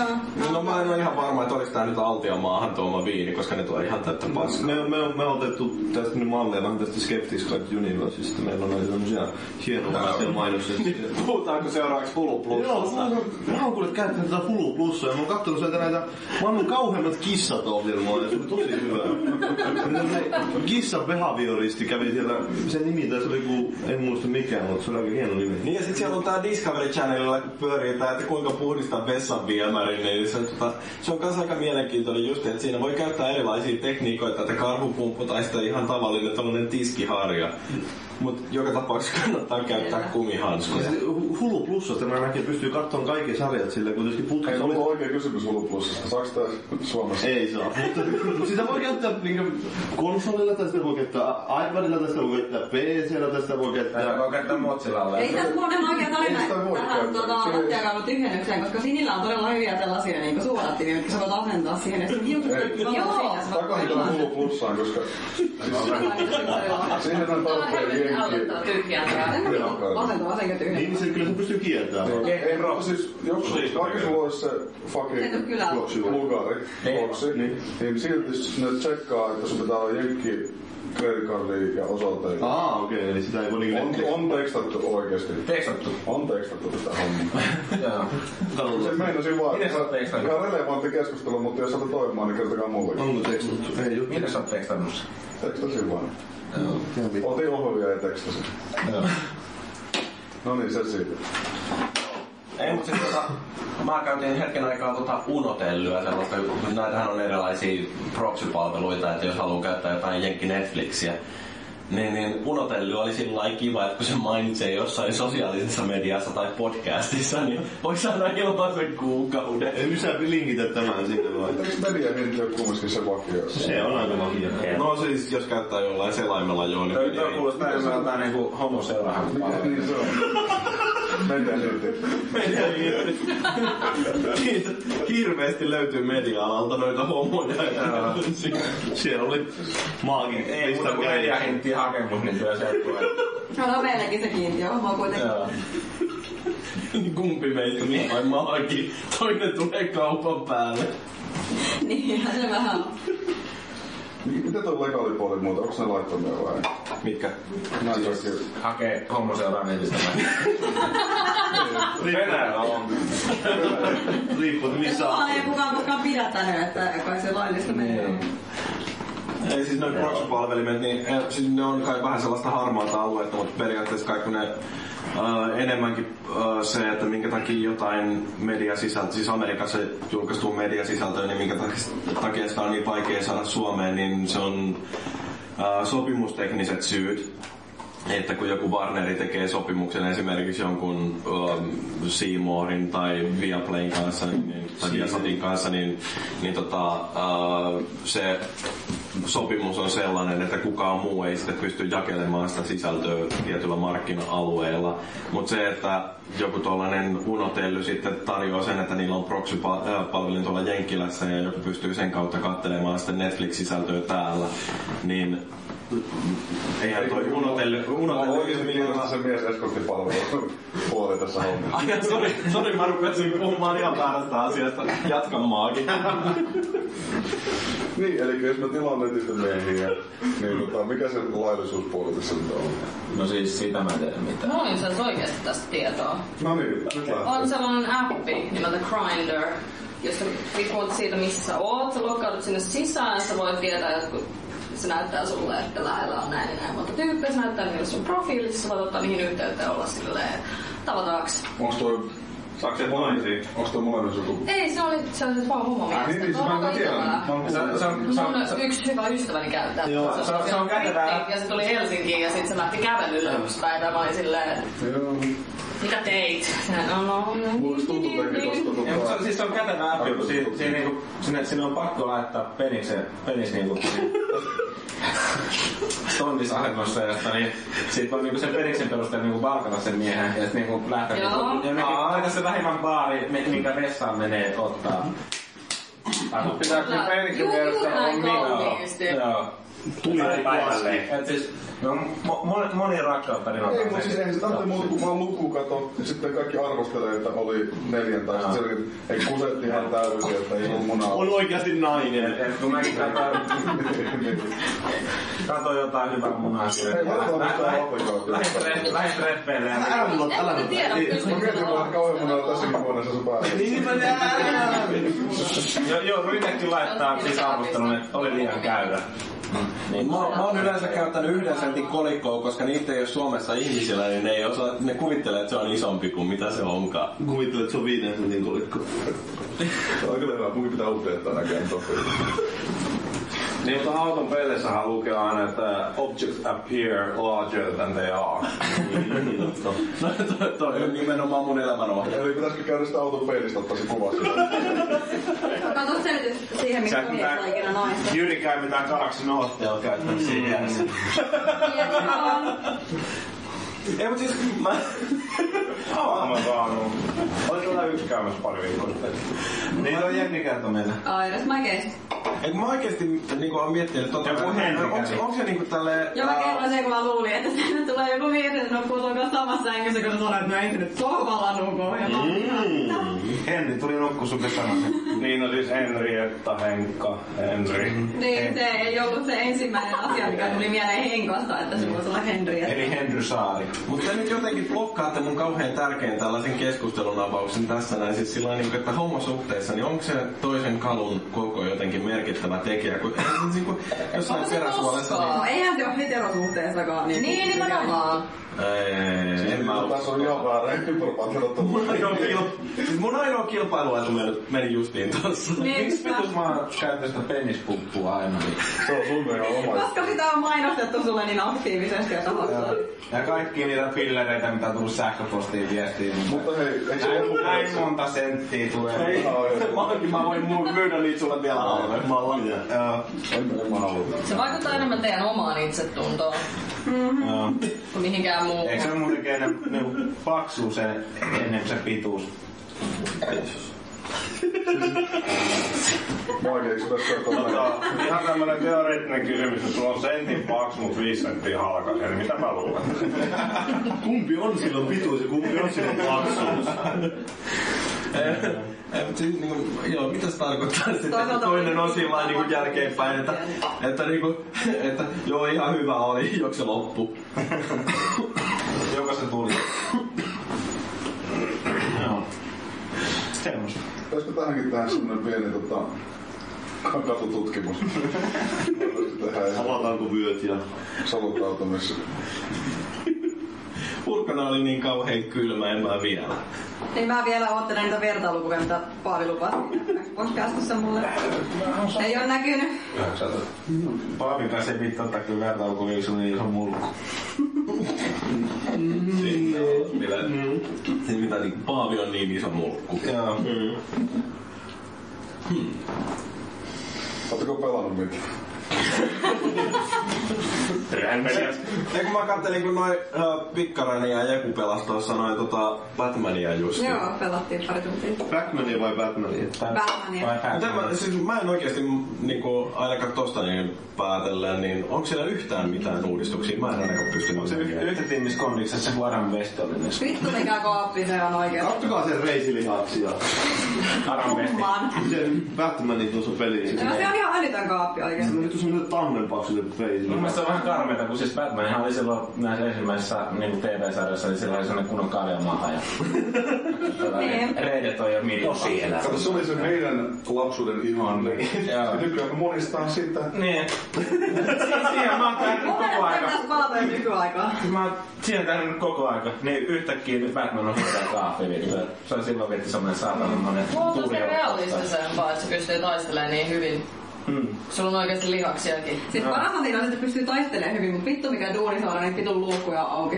S8: No mä en ole ihan varma, että oliko tää nyt Altion maahan tuoma viini, koska ne tulee ihan täyttä paskaa.
S2: Me, me, me on otettu tästä nyt malleja vähän tästä Skeptics Club Universista. siis, Meillä on näitä tämmöisiä hienomaisia mainoksia.
S8: Puhutaanko seuraavaksi Hulu
S2: Joo,
S8: Plusasta?
S2: mä oon- mä oon kuule käyttänyt tätä Hulu Plussaa ja mä oon kattonut sieltä näitä maailman kauheimmat kissat ohjelmaa ja se oli tosi hyvä. Kissa behavioristi kävi siellä, se nimi tässä oli ku, en muista mikään, mutta se oli aika hieno nimi.
S8: Niin ja sit siellä on tää Discovery Channelilla kun pyörii tää, että kuinka puhdistaa vessan viemäri, niin se, tota, se on kans aika mielenkiintoinen just, että siinä voi käyttää erilaisia tekniikoita, että karhupumppu tai sitten ihan tavallinen tämmönen tiskiharja. Mut joka tapauksessa kannattaa käyttää kumihanskoja.
S2: Hulu Plusasta mä näkin, että pystyy katsomaan kaikki sarjat sillä kuitenkin
S4: Ei,
S2: putkassa
S4: mulla
S2: oli.
S4: on oikea kysymys Hulu Plusasta. Saaks tää Suomessa?
S2: Ei saa, mutta sitä voi käyttää niinku konsolilla, tai sitä voi käyttää iPadilla, tai sitä voi käyttää PCllä, tai sitä voi
S5: Tää
S2: käyttää...
S5: voi käyttää motsilalle.
S3: Ei tässä muuten oikein tarina
S4: Ei sitä voi
S3: tähän
S4: käyttää.
S3: tuota,
S4: Se on-
S3: lattiakaulun tyhjennykseen, koska sinillä on todella hyviä tällaisia niin suodattimia, jotka sä voit asentaa siihen. Ja sitten hiukset
S4: Ei.
S3: on siinä, sä voit
S4: Takaisin
S3: pelata
S4: tähän Hulu Plussaan, koska
S3: sitä.
S4: siihen on
S7: Tää on
S4: tarpeen
S7: helvetin
S4: jenkiä.
S7: auttaa tyhjää.
S3: Asentaa sen
S2: Niin
S3: tyhjennyksen.
S2: se kyllä se pystyy kiertämään.
S4: Ei, no siis, jos vaikka sulla olisi se
S3: Ei tuu
S4: fucking
S3: kylään.
S4: lugari, boksi, niin silti ne tsekkaa, että sun pitää olla jenkki credit cardia ja osoite.
S2: Aa, okei, eli sitä ei voi niinku...
S4: On, on tekstattu oikeesti.
S5: Teksattu.
S4: On tekstattu tätä hommaa.
S5: Joo.
S4: Se meinasin vaan,
S5: Miten sä oot
S4: että
S5: tekstannut?
S4: ihan relevantti keskustelu, mutta jos saatte toimimaan, niin kertokaa mullekin.
S2: Onko tekstattu? Ei juttu.
S5: Mitä sä oot tekstannut sen?
S4: Tekstasin vaan. Otin ohjelmia ja tekstasin. No niin, se siitä.
S8: Ei, mutta sitten tota, mä käytin hetken aikaa tota unotellyä sellaista, kun näitähän on erilaisia proxy-palveluita, että jos haluaa käyttää jotain jenkki Netflixiä,
S5: niin, niin punotelly oli sillä lailla kiva, että kun se mainitsee jossain sosiaalisessa mediassa tai podcastissa, niin voi saada ilmaisen kuukauden.
S2: Ei missään linkitä tämän sinne vaan.
S4: Eikö media niin ole kumminkin se vakio?
S2: Se on aika magia.
S5: No siis, jos käyttää jollain selaimella joo, niin...
S1: Toi, toi kuulostaa enemmän niinku homoseurahan paljon.
S4: Niin se on. Media niin.
S5: Siitä hirveästi löytyy media-alalta noita homoja.
S2: Se oli maagin.
S1: Ei muuta kuin neljä hinttiä hakemus, niin kyllä se tulee.
S3: No meilläkin se kiintiö homma kuitenkin.
S5: Niin Kumpi meistä minä vai maagi? Toinen tulee kaupan päälle.
S3: Niinhän Niin, se vähän on.
S4: Mitä tuo legaalipuoli muuta? Onko ne laittomia vai?
S5: Mitkä?
S4: Mä en oikein.
S1: Hakee homoseuraa netistä. Venäjällä on.
S2: Riippuu, että missä on.
S3: Kukaan ei kukaan koskaan pidättänyt, että kai se laillista
S4: Niin.
S3: menee.
S5: Ei siis noin proxy-palvelimet, niin eh, siis ne on kai vähän sellaista harmaata aluetta, mutta periaatteessa kai kun ne äh, enemmänkin äh, se, että minkä takia jotain mediasisältöä, siis Amerikassa julkaistuu mediasisältöä, niin minkä tak- takia sitä on niin vaikea saada Suomeen, niin se on äh, sopimustekniset syyt. Että kun joku Warneri tekee sopimuksen esimerkiksi jonkun ähm, Seymourin tai Viaplayn kanssa niin, tai Viasatin kanssa, niin, niin tota, äh, se sopimus on sellainen, että kukaan muu ei sitä pysty jakelemaan sitä sisältöä tietyllä markkina-alueella. Mutta se, että joku tuollainen unotelly sitten tarjoaa sen, että niillä on proxy-palvelin tuolla Jenkkilässä ja joku pystyy sen kautta katselemaan sitten Netflix-sisältöä täällä, niin eihän toi unotelly...
S4: Mä
S5: unotelly
S4: oikein miljoonaa se mies eskortti palvelu puoli tässä hommassa.
S5: Ai, sori, sori, mä rupesin
S4: niinku
S5: puhumaan ihan väärästä asiasta. Jatka maakin.
S4: Niin, eli jos mä tilaan netistä miehiä, niin tota, mikä se laillisuuspuoli tässä nyt on?
S1: No siis sitä mä en tiedä mitään.
S7: Mulla on saisi oikeasti tästä tietoa.
S4: No niin, nyt lähtee.
S7: On sellainen appi nimeltä Grindr, jossa riippuu siitä, missä sä oot, sä lokkaudut sinne sisään ja sä voit tietää jotkut se näyttää sulle, että lähellä on näin ja näin monta tyyppiä, se näyttää niille sun profiilissa, sä voit ottaa niihin yhteyttä ja olla silleen, tavataanks?
S4: Onks toi,
S9: Saako se naisia?
S4: onks toi molemmin suku?
S7: Ei, se oli, se oli siis vaan homomiestä.
S4: Niin, niin, siis
S7: Tuo
S4: mä
S7: on
S4: mä
S7: aika
S4: tiedän.
S7: ikävää.
S4: Mä oon
S1: Sä,
S4: kuullut.
S1: sä, sä,
S7: Mun
S1: sä,
S7: yksi hyvä ystäväni käyttää.
S1: Joo, se on- se on kätevää.
S7: Ja se tuli Helsinkiin ja sitten se lähti kävelylle yksi päivä. Mä olin silleen,
S4: Joo,
S7: mitä teit? No, no, niin,
S4: mulla tuntuu teki
S3: Niin,
S4: tosta
S1: Ei, mut se on,
S4: tota...
S1: siis se on kätevä appi, kun siinä, siinä, niinku, sinne, sinne on pakko laittaa penis, penis niinku tontisahennossa, jotta niin, sit voi niinku sen peniksen perusteella niinku palkata sen miehen ja sit niinku lähteä niinku,
S7: Joo.
S1: ja niinku, aina se lähimmän baari, mi- minkä vessaan menee ottaa. Tai mut pitää kyllä
S7: Kyllä.
S1: peniksen
S7: Juu,
S1: perusteella
S7: näin kauniisti.
S1: Joo. Joo.
S2: Tuli
S1: Tai päivälle.
S2: kuvaasti.
S1: Et siis, no, mo- moni, moni rakkautta niin on
S4: Ei, mutta siis eihän se tarvitse muuta kuin vaan luku kato. Sitten kaikki arvostelee, että oli neljän tai sitten se oli, ei kusetti ihan täysin, että ei ollut munaa.
S2: On oikeasti nainen.
S1: Et kun mäkin katsoin, katsoin jotain hyvää munaa siellä.
S4: Ei, mä katson
S1: Lä-
S4: mitään
S1: lä-
S4: applikaatiota.
S1: lähdin tre- Lähdin treffeille ja
S2: Älä mulla,
S7: niin." En
S2: älä
S7: mä tiedä,
S4: Mä
S7: pystyykö
S4: mietin vaan kauan munaa tässäkin huoneessa sun päällä.
S2: Niin mä
S1: Joo, joo, yritettiin laittaa siis arvostelun, että oli liian käydä.
S5: Mä, mä oon yleensä käyttänyt yhden sentin kolikkoa, koska niitä ei ole Suomessa ihmisillä, niin ne, ei osaa, ne kuvittelee, että se on isompi kuin mitä se onkaan.
S2: Kuvittelet, että se on viiden sentin kolikko.
S4: Tää on kyllä hyvä, munkin pitää updeittaa näkään tosi.
S9: Niin, mutta auton peleissähän lukee aina, että objects appear larger than they are.
S5: No toi, toi on nimenomaan mun elämän ohje.
S4: Eli pitäisikö käydä sitä auton peilistä ottaa se kuva siitä?
S3: Kato selitys siihen, miksi
S1: Sä et
S3: mies on ikinä naista.
S1: Jyri käy mitään kaksi nootteella käyttänyt siinä jäässä.
S5: Ei mut siis mä...
S9: Mä oon saanut. Oli tuolla yksi käymässä pari viikkoa sitten.
S1: Niitä on Jenni kertoi meille.
S3: Aidas mäkeistä.
S5: Et mä oikeesti niinku oon miettinyt, että totta
S1: Joku
S5: kai...
S1: Henri
S5: Onks,
S1: kävi.
S5: onks se niinku tälleen...
S3: Ja mä
S5: ää,
S3: kerron sen, kun mä luulin, että sinne tulee joku virhe, että nukkuu sun kanssa samassa sängyssä, kun sä sanoit, että no ei se nyt sohvalla nuku. Ja mä
S1: Henri tuli nukku sulle sanoa.
S9: Niin, no siis Henrietta, Henkka, Henri.
S3: Niin, se ei ollut se ensimmäinen asia, mikä tuli mieleen Henkosta, että se voisi olla Henri.
S1: Eli Henry Saari.
S5: Mutta te nyt jotenkin blokkaatte mun kauhean tärkeän tällaisen keskustelun avauksen tässä näin. Siis sillä lailla, niinku, että homosuhteessa, niin onko se toisen kalun koko jotenkin merkittävä tekijä? Kun, siis, niinku, jossain
S7: Onko se
S5: peräsuolessa... niin-
S7: koskaan?
S3: No eihän se ole hetero parasuhteestakaan. Niin,
S7: Niin, nimenomaan.
S5: Ei, ei, ei, en mä ollut.
S4: Tässä on ihan väärä informaatio.
S5: Mun ainoa kilp- siis Mun ainoa kilpailuetu meni- meni justiin tossa.
S3: Niin,
S1: Miksi
S7: Niinpä.
S1: vitus mä käytän sitä penispuppua aina? Niin?
S4: Se on sun meidän oma.
S3: Koska sitä on mainostettu sulle niin aktiivisesti ja tahallaan.
S1: Ja kaikki niitä pillereitä, mitä on tullut sähköpostiin viestiin. niin-
S4: Mutta hei, eikö se
S1: Näin,
S4: ollut
S1: näin monta senttiä tulee.
S5: Ei, mä, oonkin- mä voin mu- myydä niitä sulle vielä halvemmalla.
S1: Joo.
S4: En, en mä halua.
S7: Se vaikuttaa enemmän teidän omaan itsetuntoon
S1: Joo.
S7: kuin mihinkään muuhun.
S1: Eikö se ole muutenkin ennen, niinku, paksuus en- ennen kuin se pituus?
S4: Vaikeeksi tässä
S9: Tota,
S4: kertoa.
S9: ihan tämmönen teoreettinen kysymys, että sulla on sentin paksu, mut viisi senttiä halkas, eli mitä mä luulen?
S2: Kumpi on silloin pituus ja kumpi on silloin paksuus?
S5: Ei, mut siis, niinku, joo, mitä se tarkoittaa sitten, kun
S3: Toisaalta-
S5: toinen on sillä lailla niinku jälkeenpäin, että, että, niinku, että joo ihan hyvä oli, joko se loppu.
S1: Joka se tuli. Joo. Semmosta.
S4: Olisiko tähänkin tähän semmonen pieni tota, katututkimus? Voitaisiin tehdä ihan
S2: Avataanko vyöt ja...
S4: soluttautumis.
S5: Ulkona oli niin kauhean kylmä, en mä vielä.
S3: Niin mä vielä oottelen niitä vertailukuvia, mitä Paavi lupasi podcastissa mulle. Ei oo näkynyt.
S1: Paavin kanssa ei pitää ottaa kyllä vertailukuvia, kun se on niin iso mulkku.
S5: Siinä on, millä, se mitä niinku Paavi on niin iso mulkku.
S1: Joo.
S4: Oletteko pelannut mitään?
S5: Ja kun mä kattelin, kun noin uh, Pikkarainen ja Jeku pelas tuossa noin tota Batmania just.
S3: Joo, pelattiin pari tuntia.
S2: Batmania vai Batmania?
S1: Tai-
S3: Batmania.
S1: vai
S5: Mut en
S1: Batman.
S5: mä, siis mä en oikeesti niinku, ainakaan tosta niin päätellen, niin onko siellä yhtään mitään uudistuksia? Mä en ainakaan pystynyt
S1: Se yh-
S5: tekemään.
S1: yhtä tiimissä kondiksessa se Warren West oli niissä.
S3: Vittu mikä kooppi se on oikeesti.
S2: Kattokaa sen reisilihaksia.
S1: Warren West.
S3: Kumman.
S2: Se Batmanin tuossa pelissä.
S3: No, se on ihan älytön kaappi
S2: Se
S3: oikeesti.
S2: on vittu semmonen tannenpaksuiset
S1: Mun
S2: reisilihaksia.
S1: mielestä se on vähän karmeita, kun siis Batman oli silloin näissä ensimmäisissä niin TV-sarjoissa, niin sillä oli sellainen kunnon karjamaha ja tota, niin, reidet on jo miljoona.
S6: Tosi elämä.
S4: Kato, se oli se meidän lapsuuden ihanne.
S1: Joo.
S4: Nykyään kun monistaa sitä.
S1: Niin. Siihen mä oon tärnyt
S3: Mun
S1: koko
S3: mielestä
S1: aika.
S3: pitäis palata jo nykyaikaan.
S1: Mä oon siihen tärnyt koko aika. Niin yhtäkkiä nyt Batman on hirveä kaafi vittu. Se oli silloin vittu semmonen saatanamonen
S7: Mutta se
S1: turja.
S7: realistisempaa, niinku että se pystyy taistelemaan niin hyvin.
S1: Mm.
S7: Sulla on oikeasti lihaksiakin.
S3: Siis parasta siinä on, että pystyy taistelemaan hyvin, mut vittu mikä duuni se on, niin vitun luukkuja on auki.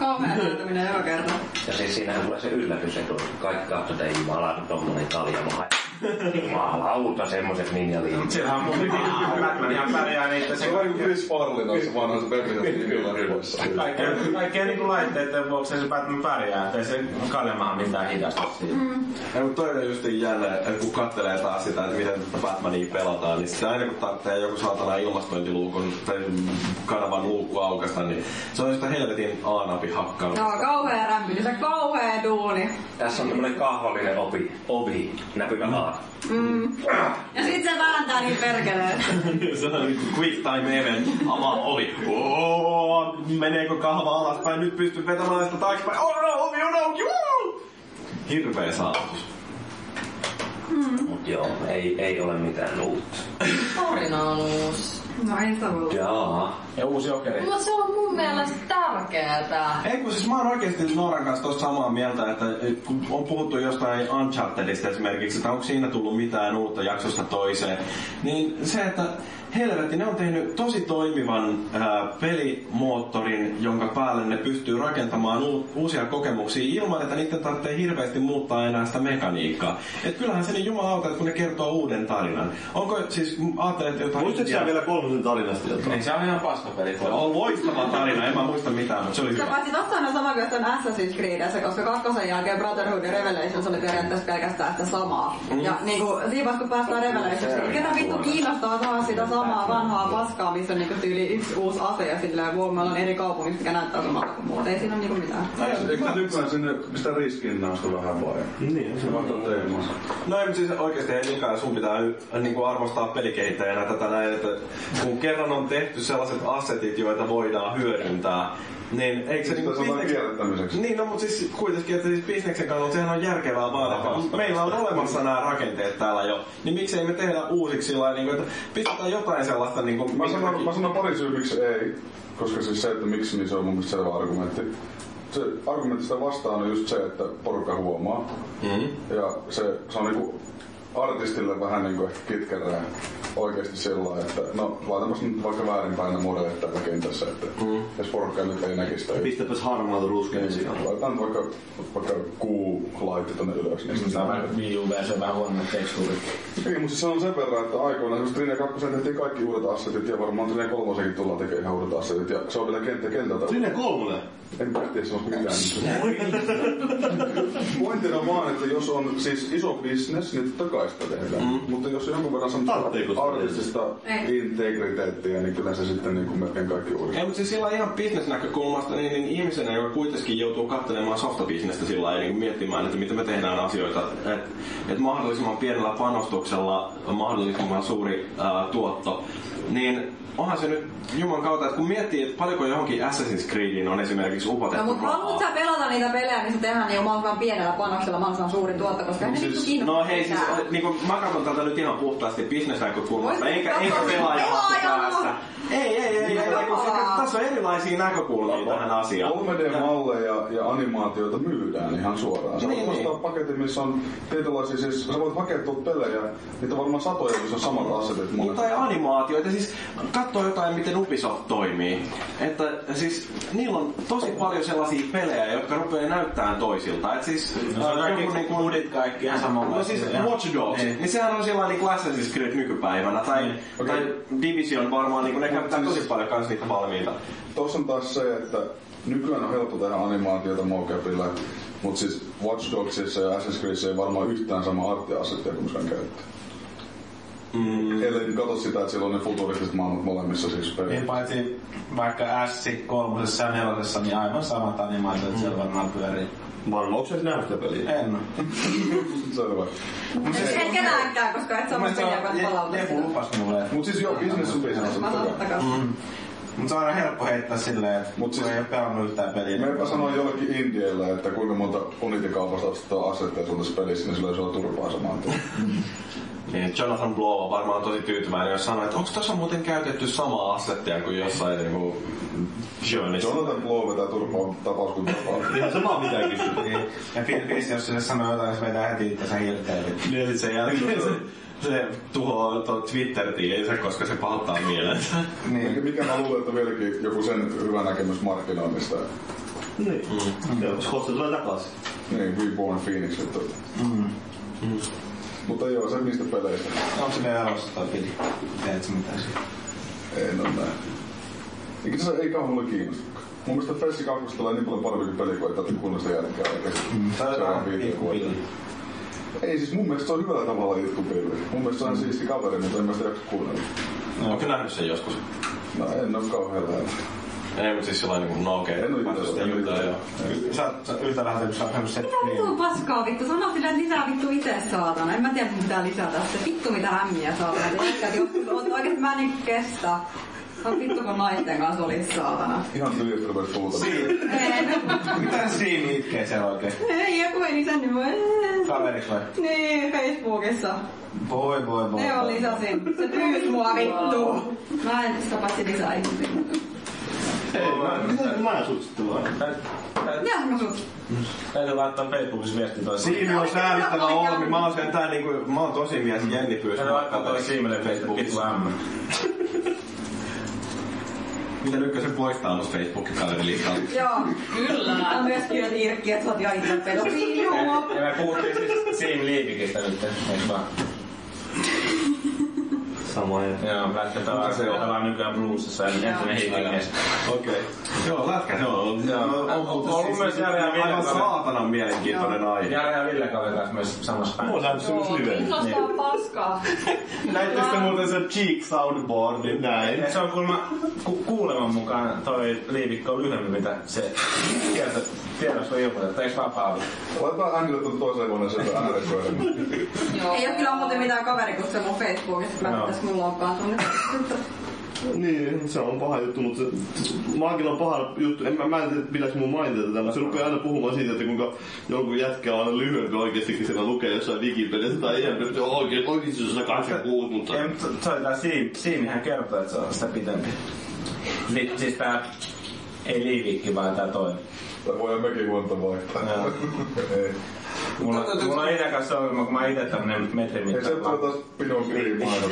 S3: Kauhea näyttäminen joka kerta.
S6: Ja siis siinähän tulee se yllätys, että kaikki katsoo, että ei jumala, tommonen kaljamaha. Jumalauta, semmoset ninjaliinit.
S1: Siellähän on mun Batman ihan pärjää niitä. Se
S4: Se on vähän kuin Chris Farley noissa vanhoissa Batman-filmarivoissa.
S1: Kaikkea, kaikkea niinku laitteiden vuoksi se Batman pärjää, ettei se kaljamaha mitään hidasta siitä.
S5: Ja kun toinen just jälleen, että kun kattelee taas sitä, että miten tätä Batmania pelataan, niin sitten aina kun tarvitsee joku saatana ilmastointiluukun tai kanavan luukku aukasta, niin se on sitä helvetin aanapi hakkaamista.
S3: No kauhea rämpi, se kauhea duuni.
S6: Tässä on tämmönen kahvallinen ovi, ovi näkyvä laatu.
S3: Mm. Ja sit se vääntää niin perkeleen.
S5: se on niinku quick time event, avaa ovi. Oo, meneekö kahva alaspäin, nyt pystyy vetämään sitä taaksepäin. Oh no, ovi on auki, woo! Hirveä saavutus.
S6: Mut joo, ei, ei ole mitään uutta.
S7: Tarina on uusi.
S3: No ei sitä voi olla.
S6: Jaa.
S1: Ja uusi jokeri.
S7: Mutta se on mun mielestä tärkeää.
S5: Ei kun siis mä oon oikeesti Nooran kanssa tosta samaa mieltä, että et kun on puhuttu jostain Unchartedista esimerkiksi, että onko siinä tullut mitään uutta jaksosta toiseen, niin se, että helvetti, ne on tehnyt tosi toimivan ää, pelimoottorin, jonka päälle ne pystyy rakentamaan u- uusia kokemuksia ilman, että niiden tarvitsee hirveästi muuttaa enää sitä mekaniikkaa. Et kyllähän se niin jumalauta, että kun ne kertoo uuden tarinan. Onko siis, ajattelet että jotain...
S2: Muistatko sä vielä kolmosen tarinasta jotain?
S1: Niin se on ihan paskapeli.
S5: Se on loistava tarina, en mä muista mitään, mutta se oli
S3: Sitä
S5: hyvä.
S3: paitsi tossa on sama kuin jossain Assassin's Creedissä, koska kakkosen jälkeen Brotherhood ja Revelations oli periaatteessa pelkästään sitä samaa. Ja niinku siinä vaiheessa kun päästään Revelationsiin, niin ketä vittu kiinnostaa saada sitä samaa vanhaa paskaa, missä on niinku tyyli yksi uusi ase ja silleen vuonna on eri kaupungissa, mikä näyttää samalta kuin muut. Ei siinä ole niinku mitään.
S4: Eikö tää nykyään sinne sitä riskiinnausta vähän vai?
S2: Niin,
S4: Se vaihtaa teemaa.
S5: No ei, mutta siis oikeasti ei Mika, sun pitää y- niinku arvostaa pelikehittäjänä tätä näin, että kun kerran on tehty sellaiset assetit, joita voidaan hyödyntää, niin eikö se
S4: Sitä
S5: niinku
S4: sanotaan
S5: bisneksen-
S4: kierrättämiseksi.
S5: Niin, no, mutta siis kuitenkin, että siis bisneksen kannalta sehän on järkevää vaan, että meillä on olemassa nämä rakenteet täällä jo, niin miksei me tehdä uusiksi sillä lailla, niinku, että pistetään jotain sellaista niinku...
S4: Mä sanon, mä sanon pari syy, miksi ei, koska siis se, että miksi, niin se on mun mielestä selvä argumentti. Se argumentti sitä vastaan on just se, että porukka huomaa. Mm-hmm. Ja se, se on niinku artistille vähän niinku ehkä kitkerää oikeasti sillä lailla, että no laitapas nyt vaikka väärinpäin ne modelit täällä kentässä, että mm-hmm. jos porukka nyt ei näkisi sitä.
S2: Pistäpäs harmaata ruskeen sijaan.
S4: Laitetaan nyt vaikka, vaikka kuu laitti tonne ylös. Niin
S1: Tämä on vähän Wii U-versio, vähän huonommat tekstuurit.
S4: Ei, mutta se on sen verran, että aikoinaan just Trine 2 tehtiin kaikki uudet assetit ja varmaan Trine 3 tullaan tekemään ihan uudet assetit ja se on vielä kenttä kentältä.
S2: Sinne kolmonen.
S4: En mä tiedä, se on mitään. Pointtina vaan, että jos on siis iso bisnes, niin totta kai sitä tehdään. Mm. Mutta jos jonkun verran
S2: Tarttiiko sitä
S4: sanotaan artistista
S3: Ei.
S4: integriteettiä, niin kyllä se sitten niin kuin melkein kaikki uudet.
S5: Ei, mutta siis sillä ihan bisnesnäkökulmasta, niin, niin ihmisenä, joka kuitenkin joutuu katselemaan softabisnestä sillä lailla, niin miettimään, että miten me tehdään asioita, että et mahdollisimman pienellä panostuksella mahdollisimman suuri ää, tuotto, niin onhan se nyt juman kautta, että kun miettii, että paljonko johonkin Assassin's Creediin on esimerkiksi
S3: No
S5: upotettu
S3: mut haluut sä pelata niitä pelejä, niin se tehdään niin mahdollisimman pienellä panoksella mahdollisimman suuri tuotto, koska hän siis, ei
S5: No hei, siis niin kuin, mä katson tätä nyt ihan puhtaasti bisnesnäkökulmasta,
S3: Voisit
S5: enkä, enkä
S3: katsoa
S5: pelaaja
S3: pelaajana.
S5: päästä. Ei, ei, ei, ei, ei, kun se-
S3: Pelaa.
S5: tässä on erilaisia näkökulmia tähän asiaan.
S4: 3D-malleja ja animaatioita myydään ihan suoraan. Sä voit
S5: Niin,
S4: ostaa paketin, missä on tietynlaisia, siis sä voit hakea tuolta pelejä, niitä on varmaan satoja, missä on samat assetit
S5: Niin,
S4: monet.
S5: tai animaatioita, siis katso jotain, miten Ubisoft toimii. Että siis niillä on tosi paljon sellaisia pelejä, jotka rupeaa näyttämään toisilta. Et siis,
S1: No, se on
S5: äh,
S1: kaikki
S5: joku niinku-
S1: kudit kaikki ihan samanlaisia.
S5: No siis
S1: Ja-
S5: Watch Dogs,
S1: Ei.
S5: niin sehän on sellainen niin Assassin's Creed nykypäivänä. Tai,
S4: Okei.
S5: tai Division varmaan, niin ne käyttää
S4: siis-
S5: tosi paljon kans niitä valmiita.
S4: Tuossa on taas se, että nykyään on helppo tehdä animaatiota mocapilla, mutta siis Watch Dogsissa ja Assassin's Creedissä ei varmaan yhtään sama arttiasettia kuin sen käyttää. Mm. Ellei nyt kato sitä, että siellä on ne futuristiset maailmat molemmissa siis
S1: Niin
S4: peleissä.
S1: paitsi vaikka S kolmosessa ja nelosessa, niin aivan samat animaatiot siellä varmaan pyörii.
S2: Varmaan onko se näystä peliä?
S1: En oo.
S4: Selvä. siis-
S3: Ei kenäänkään, koska et saa mun
S1: Mun se on,
S3: peliä
S1: Je-
S3: palauttaa
S1: Jepu
S3: sitä.
S1: lupas mulle.
S4: Mut siis joo, business on business. totta
S3: Mä sanon
S4: kai.
S3: takas.
S1: Mut se on aina helppo heittää silleen, että
S4: Mut
S1: mut
S4: siis-
S1: ei oo pelannut yhtään peliä.
S4: Meipä sanoin jollekin Indielle, että kuinka monta unitikaupasta ostetaan asetteja sun tässä pelissä, niin sillä ei saa turpaa samaan tien.
S5: Niin Jonathan Blow on varmaan tosi tyytyväinen, jos sanoo, että onko tässä muuten käytetty samaa assettia kuin jossain niinku... Journeyssa.
S4: Jonathan Blow vetää turpaa tapaus kuin tapaus.
S2: Ihan sama mitä kysyt.
S1: Niin. Ja Phil Fish, jos sille sanoo jotain, se vetää heti itsensä hirteelle.
S5: Ja sit Niin, sen jälkeen se, se tuhoaa tuon Twitter-tiilinsä, koska se pahoittaa mielensä.
S4: Mikä-
S1: Niin.
S4: Mikä mä luulen, että vieläkin joku sen hyvä näkemys markkinoinnista.
S2: Niin.
S9: Mm.
S2: Joo, se kohta tulee takaisin.
S4: Niin, Reborn Phoenix. Että... Mm. Mutta joo, se niistä peleistä.
S1: Onks se vielä elossa toi peli? Teet sä mitään siitä?
S4: En ole näin. no Eikä se ei kauan mulle kiinnosta. Mun mielestä Fessi 2 tulee niin paljon parempi peli, kun ei tarvitse kunnosta jälkeen oikeesti.
S1: Se on
S4: Se on viiteen vuoteen.
S1: pikkupilli.
S4: Ei siis mun mielestä se on hyvällä tavalla itkupilvi. Mun mielestä se on siisti kaveri, mutta en mä sitä jaksa kuunnella.
S5: Onko nähnyt sen joskus?
S4: No en oo kauhean lähellä.
S5: Ei, mutta siis sillä niinku, no okei.
S4: En oo itse
S5: Sitä
S4: asiassa.
S5: jutellaan, joo.
S1: Sä oot sä oot yhtä läheltä, kun sä oot nähnyt se Niin.
S3: Mitä vittu paskaa vittu? Sano sillä että lisää vittu itse saatana. En mä tiedä mitä lisätä. Se vittu mitä hämmiä saatana. Tiedätkö, joskus on oikeesti mä en niin kestä. Se on vittu kun naisten kanssa olis saatana.
S4: Ihan tylystä rupes tuulta.
S3: Ei,
S1: Mitä siinä itkee siellä oikein?
S3: ei, joku ei lisännyt voi.
S1: Kaverit vai?
S3: Niin, Facebookissa.
S1: Voi voi voi.
S3: Ne on lisäsin. Se pyys mua vittu. Mä en sitä paitsi lisää ihmisiä.
S2: Ei, mä en mitä mä en suosittele vaan.
S3: Mitäs mä sut?
S1: Täytyy laittaa Facebookissa viesti toi.
S5: Siimi on säällittävä Olmi. Mä oon sentään niinku, mä oon tosi mies Jenni pyysi.
S1: Täytyy laittaa toi Siimelle Facebookissa. Vittu ämmä.
S5: Miten ykkösen poistaa mut Facebookin kaverilistalta?
S3: Joo.
S7: Kyllä.
S3: Mä myös kirjoitin Irkki, että sä oot ihan itse pedofiili. homo.
S1: Ja me puhuttiin siis Siim Liipikistä nyt, eiks vaan?
S2: Sama ja.
S1: Joo, lätkä pelaa, se on pelaa nykyään bluesissa, eli ensimmäinen hiitikes.
S5: Okei. Joo, lätkä se on.
S1: Joo.
S5: On- on- on-
S1: Ollut
S5: siis-
S1: myös Jari ja Ville
S5: Aivan
S1: kaveri.
S5: saatanan mielenkiintoinen aihe.
S1: Jare ja Ville kaveri taas myös samassa
S2: Mulla on
S1: päin.
S2: saanut semmoista liveä.
S7: Kiinnostaa paskaa.
S2: Näittekö te muuten sen cheek soundboardin näin?
S1: Ja se on kuulemma, ku, kuuleman mukaan toi liivikko on lyhyempi, mitä se tiedot, tiedosto ilmoitettu. Eiks vaan Pauli?
S4: Laitetaan äänille tuon toiseen huoneeseen tää äärekoihin.
S7: Joo.
S3: Ei oo kyllä muuten mitään kaverikutsuja mun Facebookissa. Mä
S1: Joo.
S3: tässä mulla onkaan tunne.
S10: Niin, se on paha juttu, mutta se, maakin on paha juttu. En, mä, mä en tiedä, pitäis mun mainita tätä, mutta se rupeaa aina puhumaan siitä, että kuinka joku jätkä on aina lyhyempi oikeastikin siellä lukee jossain Wikipediassa tai ihan, että oikein, oikeasti se on 186, mutta...
S1: Ei, mutta se oli tää Siim, Siimihän kertoo, että se on sitä pitempi. Li, siis tää, ei liivikki vaan tää toinen.
S4: Tai voidaan mekin huonta vaihtaa.
S1: Joo.
S4: Ei.
S11: Mulla, mulla on itse kanssa ongelma, kun mä ite tämmönen metrin
S4: Ei se
S11: mittainen.
S4: tule taas pidon ylimainos.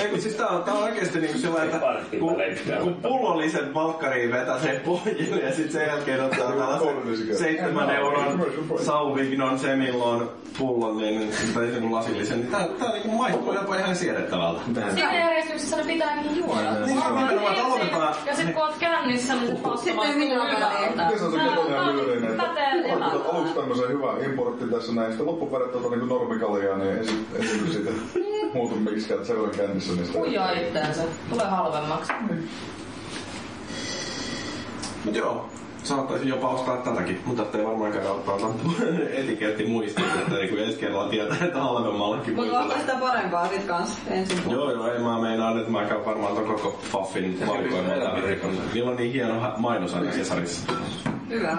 S1: Ei kun siis tää on, tää on oikeesti niinku sillä että kun, kun pullollisen valkkariin vetäsee pohjille ja sit sen jälkeen ottaa tällaisen seitsemän euron sauvignon semillon pullon niin, tai sen lasillisen, niin tää, tää niinku maistuu jopa ihan siedettävältä.
S7: Siinä järjestyksessä ne pitääkin juoda.
S1: Varmaan
S7: Niin,
S1: nimenomaan aloitetaan.
S7: Ja sit kun oot kännissä, niin vasta
S3: Sitten ei
S7: maistuu
S3: millään
S7: hyvältä.
S4: Miten se on se
S7: Tää
S4: ketonian
S7: on
S4: lyyrinen?
S7: pätee elämä.
S4: Aluksi tämmösen hyvä importti tässä näin, sitten loppupäivät tuota niinku normikaljaa, niin ei sit- ei se siitä muutu miksikään, että se on kännissä niistä.
S7: Huijaa itteensä. Tulee halvemmaksi.
S1: Mut joo, saattaisin jopa ostaa tätäkin, mutta ettei varmaan käydä ottaa etiketti muistiin, että niinku ensi kerralla tietää, että halvemmallakin
S3: Mutta onko sitä parempaa sit kans ensin?
S1: Joo, joo, ei mä meinaan, että mä käyn varmaan ton koko Faffin valikoimaan läpi. Niillä on niin hieno hä- mainos aina Kesarissa.
S3: Hyvä.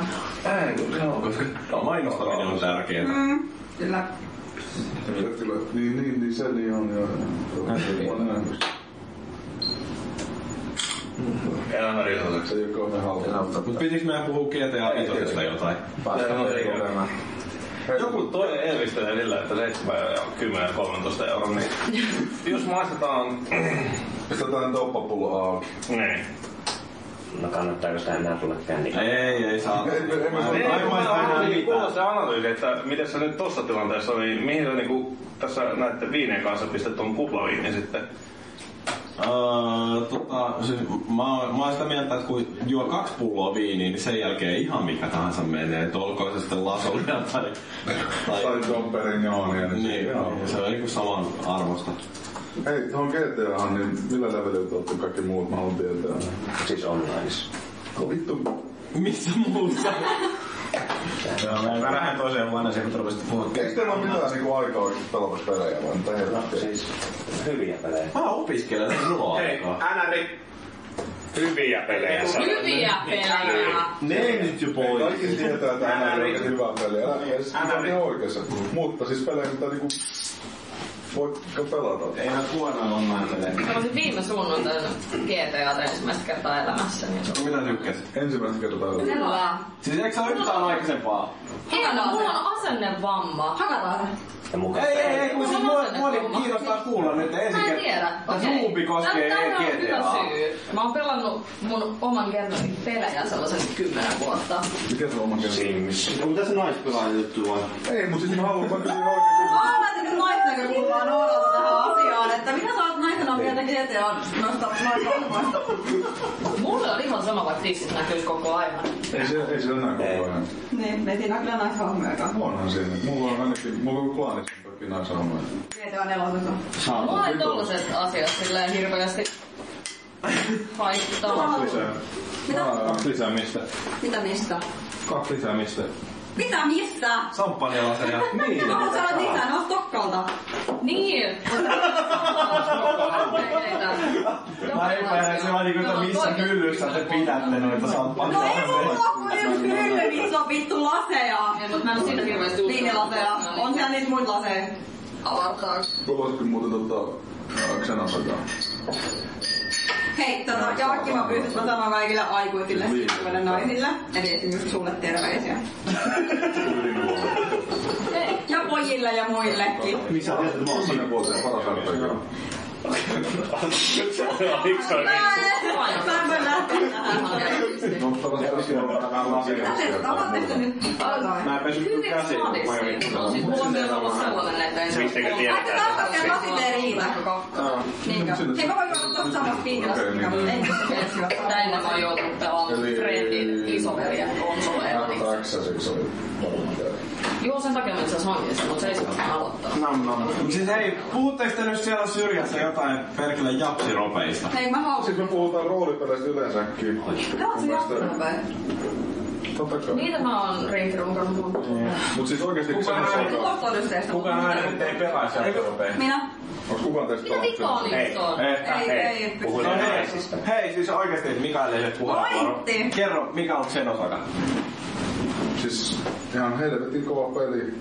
S2: Ei, kun se on, koska...
S1: Mainostaminen on tärkeää.
S3: Mm, kyllä.
S4: Se kyllä- Niin, niin, niin se niin on, joo. Joo, on näin.
S2: Elämä riisotaksi.
S4: Se ei oo kauhean halpa.
S1: Mut
S2: Siis
S1: pitikö meidän puhua GTA Vitosesta jotain?
S2: Joku toinen elvistelee niillä, että 7 ja 10 ja 13 euroa, niin jos maistetaan...
S4: Pistetään toppapullo auki.
S2: niin.
S6: No kannattaako sitä enää tulla kännille?
S1: Ei, ei saa.
S4: Ei, me- emme saa-
S1: Ei,
S2: Ei,
S1: ei maista
S2: mutta
S1: enää
S2: niin, kuulla
S1: mitään.
S2: se analyysi, että miten sä nyt tossa tilanteessa, niin mihin sä niinku tässä näette viineen kanssa pistät ton kuplaviinin sitten?
S1: Öö, tota, siis mä, oon- mä oon sitä mieltä, että kun juo kaksi pulloa viiniä, niin sen jälkeen ihan mikä tahansa menee, että olkoon se sitten lasolia tai... tai
S4: Tai Dom Perignonia, niin se-
S1: niin,
S4: joo.
S1: se on niinku saman arvosta.
S4: Hei, tuohon GTAhan, niin millä levelillä te ootte kaikki muut? Mä haluan tietää.
S6: Siis onlineissa.
S4: No vittu,
S1: Missä muussa?
S11: Joo, mä mä lähden toiseen huoneeseen, kun rupesit puhua.
S4: Eikö teillä ole mitään niinku aikaa oikeesti pelata pelejä vai mitä helvettiä?
S6: Siis hyviä pelejä.
S1: Mä opiskelen ruoaa.
S2: älä nyt! Hyviä pelejä sä.
S7: Hyviä pelejä.
S10: Ne nyt jo pois.
S4: Kaikki tietää, että hän on oikeesti hyvä peli. Älä siis edes mitä ne oikeassa. Mutta siis pelejä, mitä niinku voi pelata.
S11: Ei ole huonoa omaa pelejä.
S7: Mä olisin viime sunnuntaina GTA ensimmäistä kertaa elämässä. Niin se
S1: Mitä tykkäsit?
S4: Ensimmäistä kertaa.
S3: Hyvä.
S1: Siis eikö sä ole yhtään aikaisempaa?
S7: Hienoa, mulla on asennevamma.
S3: Hakataan se.
S6: Ja mukaan
S1: Ei, ei, ei, kun siis mua, mua
S7: Mä en
S1: kiinnostaa kuulla nyt ensi
S7: Mä en
S1: kertaa.
S7: tiedä.
S1: Tää
S7: Okei.
S1: suupi koskee E
S7: Tää- tää on
S1: GTA.
S7: hyvä syy. Mä oon pelannut mun oman kertani pelejä sellaisen kymmenen vuotta.
S4: Mikä se on oma kerta?
S6: Sims.
S10: No, Mitä se naispelaajan juttu vai?
S4: Ei, mut siis mä haluan mä kysyn oikein.
S3: Mä olen nyt naisnäkökulmaa noudata tähän asiaan, että mitä sä oot naisena mieltä GTA noista naisvalkoista?
S7: Mulle on ihan sama, vaikka tissit näkyis koko ajan.
S4: Ei se, ei se enää koko ajan.
S3: Niin, me ei siinä kyllä naishahmojakaan.
S4: Onhan siinä. Mulla on ainakin, mulla on klaanissa kaikki naisahmoja.
S3: GTA nelosessa.
S7: Mulla ei tollaset asiat silleen hirveästi haittaa.
S3: Mitä?
S4: Kaksi lisää mistä?
S3: Mitä mistä?
S4: Kaksi lisää mistä?
S3: Mitä mistä?
S1: Samppanialaseja.
S3: Mitä
S1: Niin.
S3: mä haluan saada lisää? Ne on Stokkalta.
S7: Niin!
S1: Mä en pääse se vaan niinku, että missä hyllyssä te pidätte noita
S3: No ei
S1: samppanialaseja.
S3: mulla oo kuin yksi hylly, missä on vittu laseja.
S7: Ei, mut mä en oo siitä hirveästi uskon.
S3: Liinilaseja. On siellä niitä muita laseja.
S7: Avartaa.
S4: Kuulositko muuten tota Xenosagaa?
S3: Hei, tota, Jaakki, mä pyysin sua sanoa kaikille aikuisille
S1: Niin.
S3: siirtyville naisille. Eli esim. just sulle terveisiä. Ja pojille ja muillekin.
S10: Missä tiedät, että mä oon siinä?
S4: Sinä puolestaan paras RPG.
S2: Miksi on
S3: Mä en- mä en voi lähteä tähän.
S4: No, paras RPG on vähän
S3: Mitä te tapaatte te nyt jotain?
S1: Mä en pesy kyllä
S7: Hyvin
S1: käsiä. kun mä en
S7: sadissi.
S1: vittu
S7: No
S1: saa.
S7: siis mulla on myös ollut sellainen, että ei se
S2: Mistäkö
S7: ole-
S2: tiedät?
S3: Ai, te tarkoitte, että lasit ei riitä. Niinkö? Hei, mä voin olla tuossa samassa piikilössä, mikä mun
S1: niin.
S4: niin.
S3: ei
S7: Näin mä oon joutunut pelaamaan
S4: Eli-
S7: Fredin isoveljen konsoleilla. niin-
S4: Taksasiksi oli.
S7: Joo, sen takia mä itse asiassa hankin sen, mutta se ei se vasta aloittaa.
S1: Nam, nam. Mut Siis hei, puhutteko te nyt siellä syrjässä jotain perkele japsiropeista?
S3: Hei, mä hausin.
S4: Siis me puhutaan roolipeleistä yleensäkin.
S3: Tää on se jaksonen vai?
S4: Totta kai.
S3: Niin
S7: Niitä mä oon rinkinut mukana muuta.
S4: Mut siis oikeesti
S9: Kuka
S4: semmosia-
S9: näin?
S3: Tulostodisteista.
S9: Kukaan aina nyt ei pelaa sieltä rupeaa.
S3: Minä?
S4: Onks kukaan teistä
S7: Mitä vikaa
S4: pelannut?
S7: niistä on?
S9: ehkä,
S3: Ei, ei.
S6: Puhuin
S5: No hei,
S6: naisista.
S5: hei, siis oikeesti Mikael ei puheenvuoro.
S3: Pointti!
S5: Kerro, mikä on Xenofaka?
S4: Siis ihan helvetin kova peli.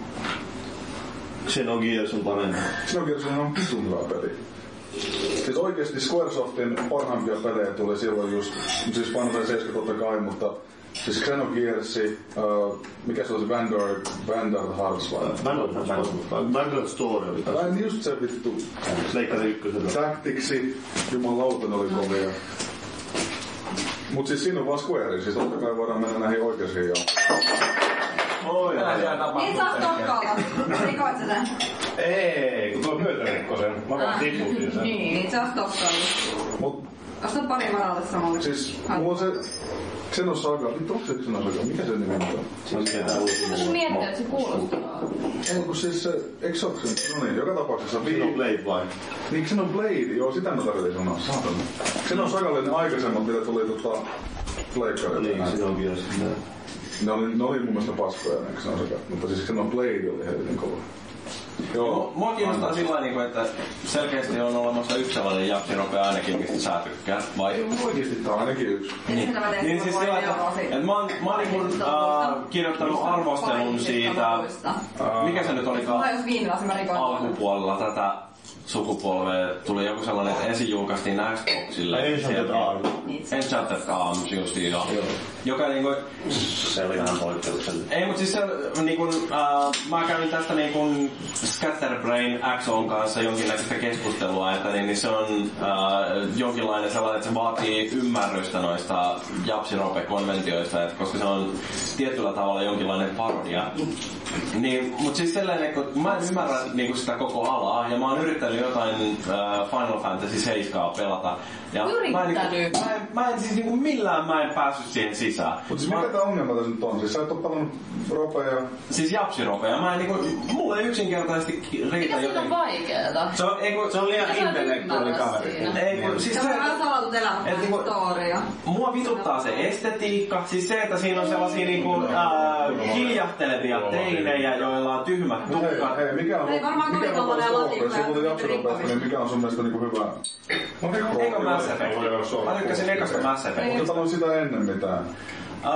S2: Xenogears on parempi.
S4: Xenogears on ihan vitun hyvä peli. Siis oikeesti Squaresoftin parhaimpia pelejä tuli silloin just, siis Final Fantasy 7 totta kai, mutta siis Xenogears, uh, mikä se oli se Vanguard, Vanguard Hearts vai?
S2: Vanguard- Vanguard- Vanguard Story oli tässä.
S4: Ai just se vittu.
S2: Leikkari ykkösellä.
S4: Tacticsi, jumalauta ne oli kovia. Mut siis siinä on vaan Square, siis totta kai voidaan mennä näihin oikeisiin ja...
S9: Oi,
S3: Niin saa tokkailla. Rikoit sä sen?
S9: Ei, kun tuo myötä rikko sen. Mä vaan tiputin sen.
S3: Ah. Niin saa tokkailla.
S4: Mut
S3: Osta pari varalle samalle.
S4: siis mulla on se Xenosaga, vittu onko se Xenosaga, mikä se nimi on?
S7: Pitäis miettiä, että se kuulostaa.
S4: Ei kun siis se, eikö se ole Xen- No niin, joka tapauksessa Xenoblade.
S2: Xenoblade vai?
S4: Niin Xenoblade, joo sitä mä tarvitsin sanoa, saatana. Xenosaga oli ne aikaisemmat, mitä tuli tota... Pleikkarit
S2: Niin,
S4: niin,
S2: Xenogears.
S4: ne, oli, ne oli mun mielestä paskoja ne Xenosaga, mutta siis Xenoblade oli helvetin kova. Joo,
S5: Mua kiinnostaa sillä tavalla, että selkeästi on olemassa yksi sellainen japsirope ainakin, mistä sä tykkää. Vai
S4: oikeesti tää on ainakin yksi.
S3: Niin.
S5: Niin siis sillä, että, että mä oon, mä oon niinku, äh, kirjoittanut arvostelun siitä, äh, mikä se nyt olikaan
S3: Tai jos viinillä se mä rikoin.
S5: alkupuolella tätä sukupolvea, tuli joku sellainen, että ensin julkaistiin Xboxille.
S2: Ancient Arms.
S3: Niin se.
S5: Enchanted Arms, justiin joo. Joka niinku,
S6: Se oli vähän poikkeuksellinen.
S5: ei mut siis se, niinku, äh, mä kävin tästä niinku Scatterbrain XOn kanssa jonkinnäköistä keskustelua, että niin, niin se on äh, jonkinlainen sellainen, että se vaatii ymmärrystä noista japsirope-konventioista, että koska se on tietyllä tavalla jonkinlainen parodia. Niin, mut siis sellainen, kun mä en ymmärrä niinku sitä koko alaa, ja mä oon yrittänyt jotain äh, Final Fantasy 7 pelata. Ja Mä en, niinku,
S7: Yrittänyt?
S5: mä, en, mä en siis niinku millään mä en päässyt siihen sisään.
S4: Mut siis
S5: Mä-
S4: mikä tää ongelma tässä nyt on? Siis sä et oo pelannut ropeja.
S5: Siis japsiropeja. Mä en niinku, mulle ei yksinkertaisesti ki- riitä
S7: Mikä siitä on
S5: jotenkin.
S7: vaikeeta?
S5: Se on, ei kun, se on liian
S7: Mikä sä et ymmärrä siinä?
S5: Ei kun, siis
S3: Ja
S5: se,
S3: mä vähän salatut
S5: Et
S3: elämän
S5: niinku-
S3: historia.
S5: mua vituttaa se estetiikka. Siis se, että siinä on sellaisia niinku,
S4: Mm.
S5: ää, hiljahtelevia teinejä, joilla on tyhmät
S4: No hei,
S5: tukkat.
S4: hei, mikä on...
S3: Ei varmaan
S4: mikä
S3: kovin
S4: on
S3: tommonen
S4: tuosta
S3: latikko,
S4: ropeista? Kun
S3: ja
S4: japsi ropeista, niin mikä on sun mielestä niinku hyvä? No niin,
S5: Eikö Mass
S4: rope-
S5: Effect?
S4: voi olla suora
S5: Mä tykkäsin
S4: puhe.
S5: ekasta Mass Effect.
S4: Onko täällä sitä ennen mitään?
S5: Ää,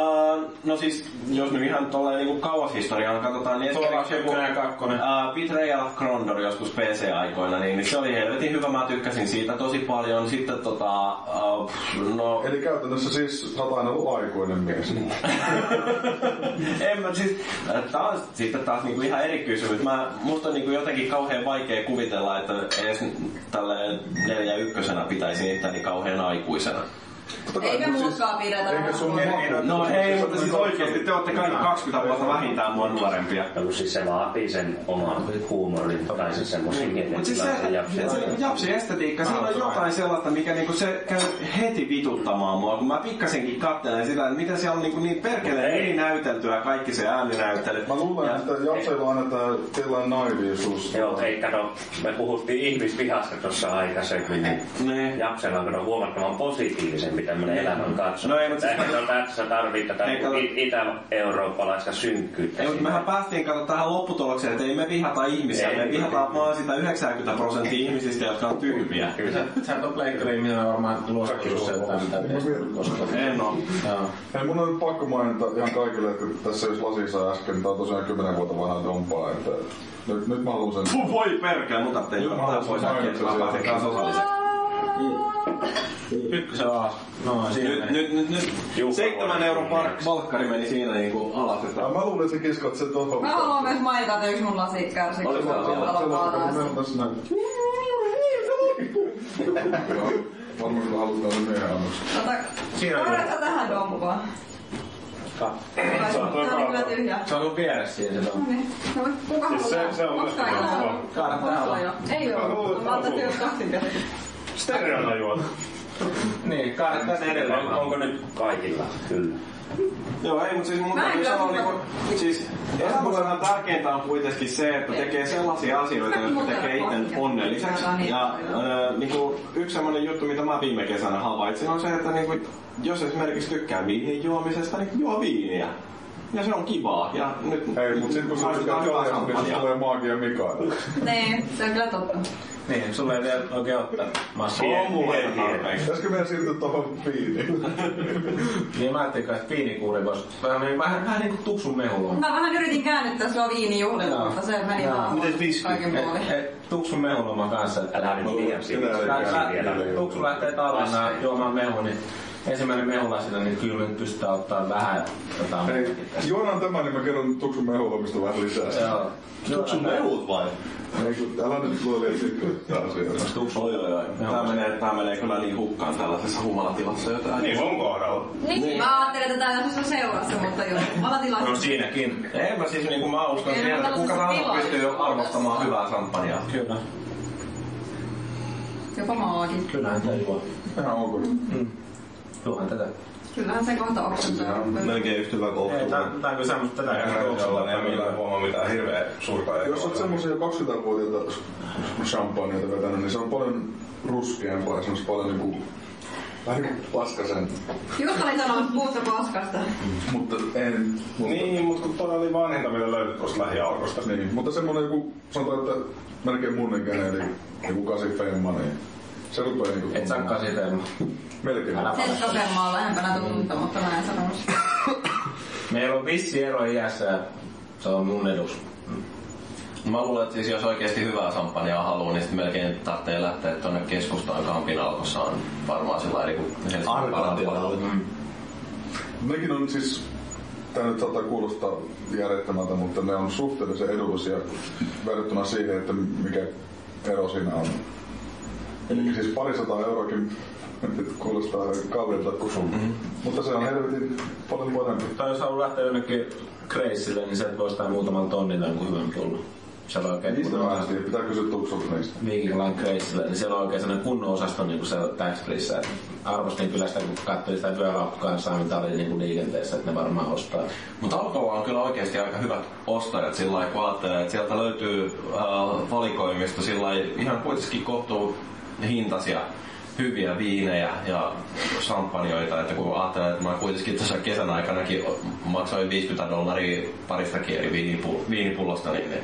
S5: no siis, jos nyt ihan tolleen niinku kauas historiaan katsotaan, niin esimerkiksi joku
S9: ykkönen ja kakkonen.
S5: ää, Betrayal of Krondor joskus PC-aikoina, niin se oli helvetin hyvä, mä tykkäsin siitä tosi paljon. Sitten tota, ää, pff, no
S4: Eli käytännössä siis sä oot aina ollut aikuinen mies.
S5: Niin. en mä siis, tää on sitten taas niinku ihan eri kysymys. Mä, musta on niinku jotenkin kauhean vaikea kuvitella, että edes tälle neljä ykkösenä pitäisi itteni kauhean aikuisena.
S4: Totta kai,
S3: Eikä
S4: mut siis-
S3: muutkaan pidetä.
S4: Eikä sun
S5: No ei, mutta siis oikeesti te olette kaikki 20 vuotta vähintään mua nuorempia.
S6: Ollut siis se vaatii sen oman huumorin, tai siis semmoisen
S5: Mutta siis se,
S6: mielenkilaisen
S5: se, se
S6: japsin.
S5: japsi estetiikka, siinä on jotain sellaista, mikä niinku se käy heti vituttamaan mua, kun mä pikkasenkin katselen sitä, että mitä siellä on niinku niin perkeleen
S6: Ei.
S5: eri näyteltyä, kaikki se ääninäyttely.
S4: Mä luulen,
S5: Ja-
S4: että japseilla on aina tää tilanne naiviisuus.
S6: Joo, ei kato, me puhuttiin ihmisvihasta tuossa aikaisemmin, niin
S5: Niin.
S6: Japsella on kato huomattavan positiivisempi tämmönen elämän katso.
S5: No ei, mut siis-
S6: Eihän on tässä tarvitse tätä
S5: Ei, kato-
S6: i- itä-eurooppalaista synkkyyttä.
S5: Ei, mutta
S6: siinä.
S5: mehän päästiin kato tähän lopputulokseen, että ei me vihata ihmisiä,
S6: Ei,
S5: me
S6: ei.
S5: vihataan vaan sitä 90 prosenttia ihmisistä, jotka on tyhmiä.
S6: Kyllä.
S1: Sä et oo pleikkariin, minä olen varmaan luostakin se, että mitä teistä koska...
S5: En oo.
S1: Joo.
S4: Hei, mun on nyt pakko mainita ihan kaikille, että tässä jos lasi saa äsken, tää on tosiaan 10 vuotta vanha dompaa, että nyt, nyt mä haluan sen...
S5: Puh, Voi perkele, mutta te ei
S4: Joo,
S5: ottaa pois äkkiä, että mä pääsen kanssa osalliseksi.
S1: Ykkösen alas. No, siinä
S5: Nyt,
S1: meni.
S5: nyt, nyt, nyt.
S6: Juu,
S5: Seitsemän
S6: voi.
S5: euron park- valkkari meni siinä niinku alas. että-
S4: Ja mä luulen, että sä kiskot sen tohon.
S3: Mä haluan myös mainita, että yksi mun lasi kärsi. kun
S5: Oliko
S3: mä
S5: täällä
S3: oon
S5: vielä?
S3: ollut
S4: Sellaista, kun
S3: vaarassa.
S4: meillä on tässä näin. Joo, Varmaan kyllä halutaan sen meidän annos.
S3: Tota,
S1: Siinä on
S3: Korjata tähän dompaan. Se on kyllä tyhjä.
S1: Se on ollut vieressä siinä se
S3: No
S1: on.
S3: niin. No, kuka
S9: Siis se-
S3: haluaa?
S9: se on
S3: Onks
S9: kyllä
S3: kaikilla?
S9: dompaa.
S3: Onks kaikilla jo?
S7: Ei oo.
S3: Mä otan sieltä kaksin käsin.
S9: Stereona juota.
S1: Niin, kahdeksan edelleen. Onko nyt
S6: Kaikilla, kyllä.
S8: Joo, ei, mutta siis mun
S3: Mä en
S8: täytyy
S3: kyllä
S8: sanoa,
S3: muista-
S8: niinku, siis elämässähän tärkeintä on kuitenkin se, että tekee sellaisia asioita, jotka tekee itse onnelliseksi. Ja äh, niinku, yksi semmoinen juttu, mitä mä viime kesänä havaitsin, on se, että niinku, jos esimerkiksi tykkää viinin juomisesta, niin juo viiniä. Ja se on kivaa. Ja nyt
S4: Ei, mutta sitten kun sä
S8: Maistetaan
S4: tykkää
S8: hyvää
S4: jollain, niin se
S8: champagnea.
S4: tulee maagia Mikael.
S3: Niin, se on kyllä totta.
S1: Niin, sulla ei vielä oikein ottaa massa.
S8: on mulla aina tarpeeksi.
S4: Pitäisikö meidän siirtyä tuohon viiniin?
S1: Niin mä ajattelin, että piinikuuli voisi vähän, vähän, vähän, vähän niinku tuksun mehulla.
S3: Mä vähän yritin käännyttää sua viinijuhlilla,
S1: Joo.
S3: mutta se meni
S1: Joo.
S3: vaan
S2: Miten viski?
S3: kaiken puolin.
S1: Et, et, tuksun mehuloman kanssa. että-
S6: Älä nyt liian siitä.
S4: Kyllä,
S1: Lä-
S4: kyllä,
S1: lä-
S4: kyllä.
S1: Tuksu lähtee talvena juomaan mehu, niin ensimmäinen mehulla sitä, niin kyllä nyt pystytään ottaa vähän tota- jotain.
S4: Ei, juodaan tämä, niin mä kerron Tuksun mehuomista vähän lisää.
S1: Joo.
S2: Tuksun mehut vai?
S4: Ei, kun- Älä nyt luo liian sikkuutta asioita.
S8: Oi, oi, oi. Tää menee, tää menee kyllä niin hukkaan tällaisessa humalatilassa jotain.
S9: Niin mun kohdalla.
S7: Niin.
S3: Mä ajattelin, että täällä on seurassa, mutta joo, valatilaisuus.
S1: No siinäkin.
S8: En mä siis niinku mä uskon
S7: Ei,
S8: siihen, että kuka
S7: tällaisessa
S8: tahansa pystyy
S7: tilaisuudessa.
S8: arvostamaan hyvää samppania.
S1: Kyllä.
S3: Jopa maakin.
S1: Kyllähän tää juo.
S4: Ihan ok.
S1: Juohan tätä.
S3: Kyllähän se kohta option
S2: Melkein yhtä hyvä kuin
S1: Ei,
S2: Oktober.
S1: tää tää on kyllä semmoista tätä.
S9: Eihän
S1: ei tuksulla,
S9: sellainen,
S1: että
S9: ei millään huomaa mitään hirveä suurta eroa.
S4: Jos oot semmoisia 20-vuotiaita champagneita vetänyt, niin se on paljon ruskeampaa ja se on paljon niinku vähän niinku paskasen.
S3: Just olin sanonut puusta paskasta.
S4: Mutta en... Mutta,
S9: Niin, mutta kun tuolla oli vanhinta, mitä löytyi tuosta lähialkosta.
S4: niin. Mutta semmonen joku, sanotaan, että melkein mun ikäinen, eli joku kasi femma, niin se rupeaa niinku...
S1: Et sakkaa siitä.
S4: Melkein.
S1: Älä
S3: Sen Kopenmaa on lähempänä tuntunutta, mutta mä en sanonut sitä.
S1: Meillä on vissi ero iässä ja se on mun edus.
S5: Mä luulen, että siis jos oikeasti hyvää samppanjaa haluaa, niin sitten melkein tarvitsee lähteä tuonne keskustaan kampin alkossa on varmaan sillä lailla niin Helsingin Mm. parantilla.
S4: Nekin on siis, tämä nyt saattaa kuulostaa järjettömältä, mutta ne on suhteellisen edullisia verrattuna siihen, että mikä ero siinä on.
S1: Mm.
S4: Eli siis parisataa euroakin nyt kuulostaa kalliilta, mm-hmm. mutta se on helvetin paljon parempi.
S1: Tai jos haluaa lähteä jonnekin kreissille, niin sieltä voisi tää muutaman tonnin tai jonkun hyvän tulla. Siellä on oikein
S4: Niistä
S1: kunnon-
S4: vähän siitä, pitää kysyä tuksulta niistä.
S1: Viikinkilan kreissillä, niin siellä on oikein sellainen kunnon osasto niin kuin siellä tax freeissä. Et Arvostin kyllä sitä, kun katsoin sitä työlaukkukansaa, mitä oli niin kuin liikenteessä, että ne varmaan ostaa.
S5: Mutta Alkolla on kyllä oikeasti aika hyvät ostajat sillä lailla, kun ajattelee, että sieltä löytyy äh, valikoimista sillä lailla ihan kuitenkin kohtuu hintaisia hyviä viinejä ja champanjoita, että kun ajattelee, että mä kuitenkin tässä kesän aikanakin maksoin 50 dollaria paristakin eri viinipu- viinipullosta, niin niin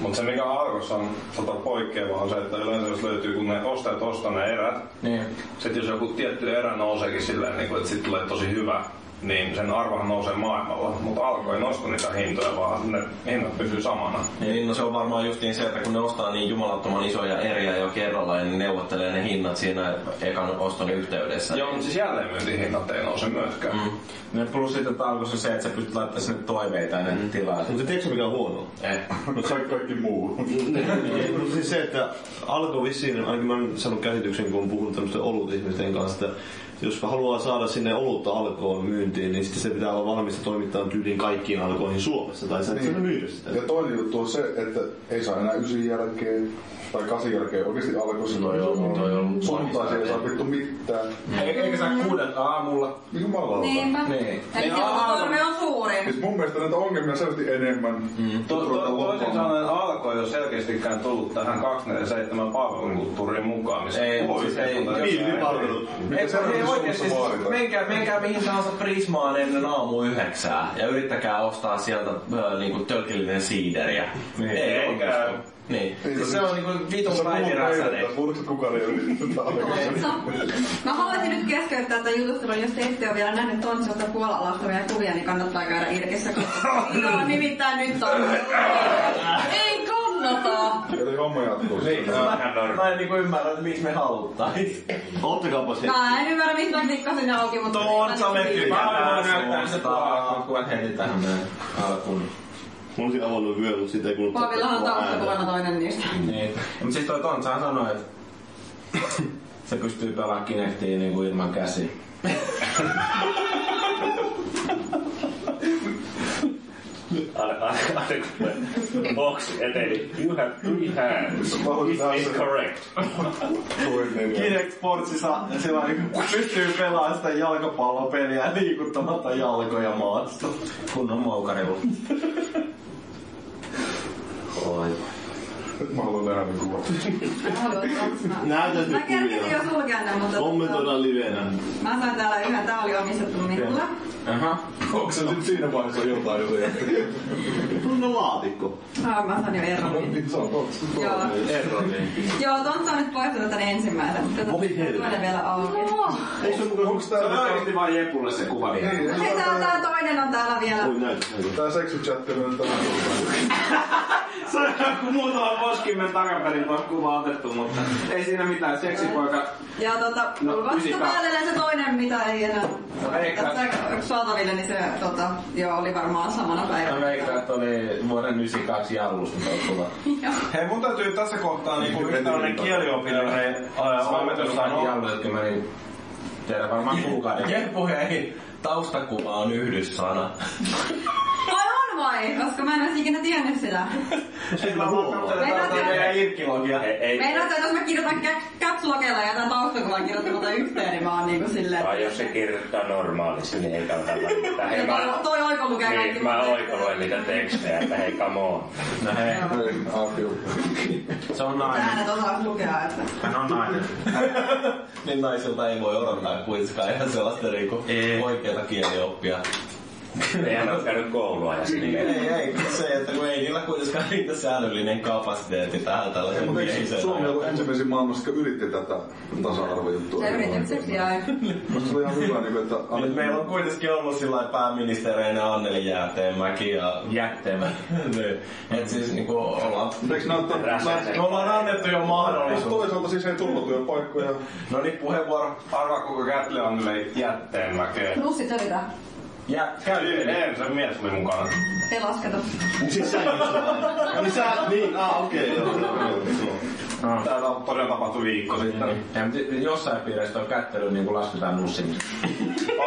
S9: Mutta se mikä arvossa on tota poikkeava on se, että yleensä jos löytyy, kun ne ostajat ostaa ne erät,
S1: Niin.
S9: sitten jos joku tietty erä nouseekin silleen, niin että sitten tulee tosi hyvä, niin sen arvohan nousee maailmalla. Mutta alkoi nosta niitä hintoja, vaan ne hinnat pysyy samana.
S5: Niin, no se on varmaan justiin se, että kun ne ostaa niin jumalattoman isoja eriä jo kerralla, niin ne neuvottelee ne hinnat siinä ekan oston yhteydessä.
S9: Joo, mutta siis jälleenmyyntihinnat ei nouse myöskään. Mm.
S1: No plus sitten talkossa se, että sä pystyt laittamaan sinne toiveita ennen mm. tilaa.
S2: Mutta tiedätkö mikä on huono?
S1: Eh.
S4: Mutta se on No kaikki muu.
S2: Ei, mutta siis se, että alkoi vissiin, ainakin mä oon saanut käsityksen, kun puhun tämmöisten olutihmisten kanssa, että jos haluaa saada sinne olutta alkoon myyntiin, niin sitten se pitää olla valmis toimittamaan tyyliin kaikkiin alkoihin Suomessa, tai sä et niin. myydä sitä.
S4: Ja toinen juttu on se, että ei saa enää ysin jälkeen tai kasin jälkeen oikeasti alkoi silloin.
S1: joo, toi on-
S4: Sunnuntaisin ei saa vittu mitään.
S1: E- eikä sä kuudet aamulla.
S4: Niin jumalauta.
S3: Niinpä.
S1: Niin.
S3: Eli silloin kun torvi on suurin.
S4: Siis mun mielestä näitä ongelmia on selvästi enemmän. Mm.
S9: To, to, toisin sanoen alkoi ei ole selkeästikään tullut tähän 247 palvelukulttuuriin mukaan, missä
S5: Ei,
S9: voi
S5: siis ei-
S9: sekoittaa
S5: niin,
S9: jotain.
S2: Niin, palvelut.
S5: Ei,
S4: se
S5: ei
S4: on
S5: oikeesti,
S4: oikeasti
S5: siis
S4: vaadita?
S5: menkää, menkää mihin tahansa Prismaan ennen aamu yhdeksää ja yrittäkää ostaa sieltä äh, niinku tölkillinen siideriä. Niin, ei
S9: eikä-
S5: onnistu. Niin. Siis se on niinku vitun
S4: Sä puhut
S5: päiviräsäne.
S4: meille, että kukaan ei yritetä
S3: Mä haluaisin nyt keskeyttää tämän jutustelun, jos te ette ole vielä nähnyt Tonsilta puolalastavia kuvia, niin kannattaa käydä Irkissä. koska Siinä on nimittäin nyt on. Ei kannata!
S4: Eli homma jatkuu.
S5: Niin, mä, mä en niinku ymmärrä, että miksi me haluttais.
S2: Ottakaapa se.
S3: Mä en ymmärrä, mistä mä tikkasin ne auki, mutta...
S5: Tontsa me kyllä.
S1: Mä haluan
S5: Älä
S1: näyttää se tuolla, kun kuulet heti tähän näin alkuun.
S2: Mä olisin avannut vyön, mutta siitä ei kuulu
S3: Paavillahan on taustakuvana toinen niistä.
S1: Niin. Mutta siis toi Tontsahan sanoi, että se pystyy pelaamaan Kinectiin niinku ilman käsiä.
S6: Arne box eteni. You have three hands. This is correct.
S5: Kinect Sportsi saa, se vaan niinku pystyy pelaamaan sitä jalkapallopeliä liikuttamatta jalkoja maasta.
S1: Kunnon moukarilla.
S4: Nyt mä haluan nähdä ne kuvat.
S2: Näytätte
S3: Mä kerkisin
S2: kuvia.
S3: jo sulkea ne, mutta... tota-
S2: Kommentoidaan livenä.
S3: Mä sain täällä yhden, tää oli omistettu minulle.
S1: Aha.
S4: Onko se nyt siinä vaiheessa jotain, jota jätti?
S2: Tunne laatikko.
S3: Ah, mä sain jo erronin.
S4: Niin se on totta.
S3: Joo. Joo, ton saa nyt poistaa tän ensimmäisen. Tätä
S2: Voi helvetti.
S3: toinen vielä auki.
S2: Ei se ole mukaan
S5: Se on oikeesti vaan Jepulle se kuva niin. vielä.
S4: Niin,
S3: No hei, tää, tää toinen on täällä vielä.
S2: Voi näytä. näytä.
S4: Tää seksychatti on nyt tämä.
S5: Se on joku muutama poskimen takaperin tuossa kuva otettu, mutta ei siinä mitään. Seksipoika
S3: Ja tota,
S5: No,
S3: no, vasta
S5: ylipä-
S3: päätelee se toinen, mitä ei enää
S4: No,
S5: eikä.
S3: tässä saataville, niin se tota, joo, oli varmaan samana
S1: Mä
S4: No,
S3: päivänä.
S1: veikkaan, että oli vuoden 92 jalusta tuolla.
S5: Hei, mun täytyy tässä
S1: Niin,
S5: kohtaa niinku yksi tämmönen kieliopinnollinen
S1: Mä
S5: opetus sanoa.
S1: jallut, että mä niin... Tiedän varmaan kuukauden. No
S8: Jeppu, hei! Taustakuva on yhdyssana.
S3: Ai on vai? Koska mä en olisi ikinä tiennyt sitä.
S5: Ei mä huomaa.
S3: Meidän
S5: Tätä
S3: täytyy-
S5: meidän irkkilogia.
S6: Ei, ei.
S3: Meinaat, että jos mä kirjoitan kä- capsulokella ja tämän taustakuvan kirjoittamatta yhteen, niin mä oon niinku silleen...
S6: Tai jos se kirjoittaa normaalisti, niin ei kannata laittaa. Hei,
S3: Niin,
S6: mä,
S3: toi- Toi oiko lukee kaikki.
S6: niin, mä
S3: mun-
S6: oikoloin niitä tekstejä, että hei, come on.
S1: No hei,
S4: Ei, afiu.
S1: se on nainen.
S3: Äänet osaa lukea, että...
S1: Hän on nainen.
S5: Niin naisilta ei voi odottaa kuitenkaan ihan sellaista niinku
S1: Ei.
S5: oikeeta kielioppia.
S6: Eihän ole käynyt koulua ja sinne.
S5: Ei, ei. Se, että kun ei niillä kuitenkaan riitä säännöllinen kapasiteetti tähän tällaisen
S4: Mutta eikö
S5: miehiseen.
S4: Suomi ollut ensimmäisen maailmassa, joka yritti tätä tasa-arvojuttua?
S3: Se yritit se jäi.
S4: Musta se oli ihan hyvä, niinku, että...
S5: Nyt meillä on kuitenkin ollut sillä lailla pääministereinä Anneli Jäätteenmäki ja... Jättemä. niin. Et siis niinku ollaan...
S4: Eikö nää ottaa-
S6: Räsänen.
S5: Me ollaan annettu jo
S4: Mutta
S5: mahdollisuus.
S4: toisaalta siis ei tullut työpaikkoja.
S9: No niin, puheenvuoro. Arvaa kuka kätli on meille jätteenmäkeen.
S3: Plussit selitä.
S5: Ja
S9: Ei,
S5: käy.
S9: ei, se mies oli mukana.
S3: Ei lasketa.
S2: Siis sä Niin sä, niin, ah okei joo.
S9: Täällä on todella tapahtu viikko sitten.
S1: Ja, mutta jossain piirissä tuo kättely niin kuin lasketaan nussin.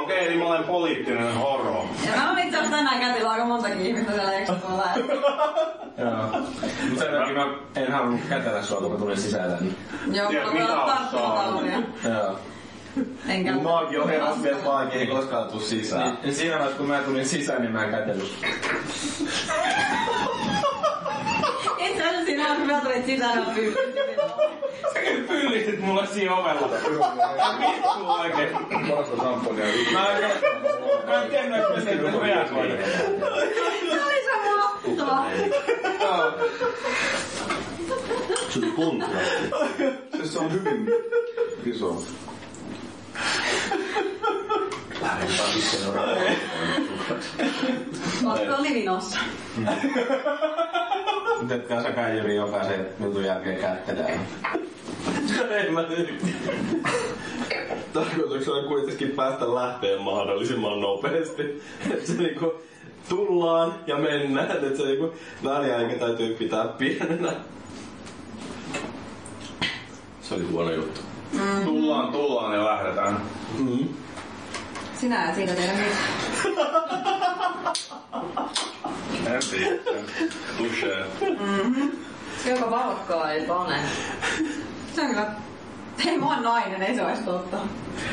S9: Okei, eli mä olen poliittinen horo.
S3: Ja mä olin itse asiassa tänään kätillä aika montakin ihmistä siellä eksotulla.
S1: Joo. Mutta sen takia mä en halunnut kätellä sua, kun mä tulin sisään tänne.
S3: Joo,
S9: Tiedät,
S3: mulla
S9: mitä
S3: on
S9: on
S3: tarttumatauluja.
S1: Joo.
S3: tuota Enkä...
S5: Mun maagi on herrasmies maagi, ei koskaan tuu sisään.
S1: Niin, siinä vaiheessa, kun mä tulin sisään, niin mä en kätellyt.
S3: Itse asiassa siinä on hyvä tulit sisään on
S9: Säkin pyllistit mulle siinä ovella. Vittu oikein.
S4: Parasta sampania.
S9: Mä en, mä en tiennyt, että mä sen nyt reagoin.
S3: Se oli se mahtava.
S2: Se oli kontrasti.
S4: Siis se on hyvin iso.
S3: Oletko livinossa?
S1: Mutta etkä sä kai Jyri jokaisen jutun jälkeen kättelee.
S5: Ei mä Tarkoituksena on kuitenkin päästä lähteen mahdollisimman nopeasti. Et se niinku tullaan ja mennään, et se niinku väliaika täytyy pitää pienenä. Se oli huono juttu.
S9: Tullaan, tullaan ja lähdetään.
S3: Sinä et siitä tiedä mitään.
S9: En tiedä. Touché.
S3: Mm-hmm.
S7: Joka valkkaa ei pane.
S3: Se on kyllä... Ei, mä oon nainen, ei se olisi totta.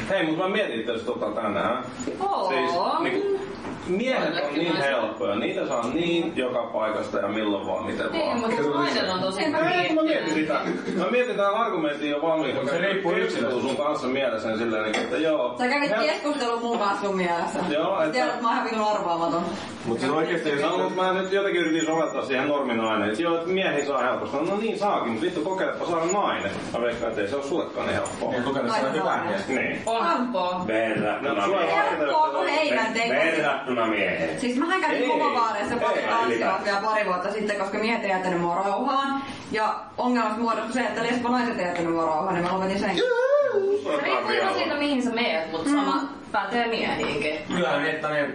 S9: Hei, mutta mä mietin itse asiassa tota tänään.
S7: Oo.
S9: Siis niinku, miehet on niin helppoja, niitä saa niin joka paikasta ja milloin vaan, miten
S7: Niin,
S9: vaan.
S7: mutta se nainen on tosi
S9: Ei, kun mä mietin sitä. Mä mietin tämän argumentin jo valmiin, koska se riippuu yksilöstä sun kanssa mielessä niin silleen, niinku, että joo.
S3: Sä kävit
S9: Hel-
S3: keskustelun mun kanssa sun mielessä.
S9: Joo, että-
S3: Tiedät, mä oon ihan vitun arvaamaton.
S5: Mutta se oikeesti jos...
S9: No, mutta mä nyt jotenkin yritin soveltaa siihen normin aina. Että joo, että miehi saa helposti. No niin saakin, mutta vittu kokeilepa saada nainen. Mä veikkaan, että ei se ole sullekaan niin helppoa.
S1: Ja kokeilla sitä
S3: Aina
S1: hyvää
S3: nainen.
S1: miestä.
S9: Niin.
S7: On helppoa.
S6: Verrattuna
S9: No, sulla on
S6: mieheen.
S3: Helppoa, kun heidän tekee.
S6: Verrattuna mieheen.
S3: Siis mähän kävin
S9: Ei,
S3: homobaareissa
S9: ei,
S3: paljon tanssivat
S6: ylipäätään.
S3: vielä pari vuotta sitten, koska miehet ei jättänyt mua rauhaan. Ja ongelmaksi muodostui se, että lesbonaiset ei jättänyt mua rauhaan, niin mä lopetin sen.
S9: Sulla on
S7: Riippuu
S9: tarvii
S7: ihan
S9: olla.
S7: siitä, mihinkin sä meet, mutta sama pätee miehiinkin.
S1: Kyllähän niin, että ne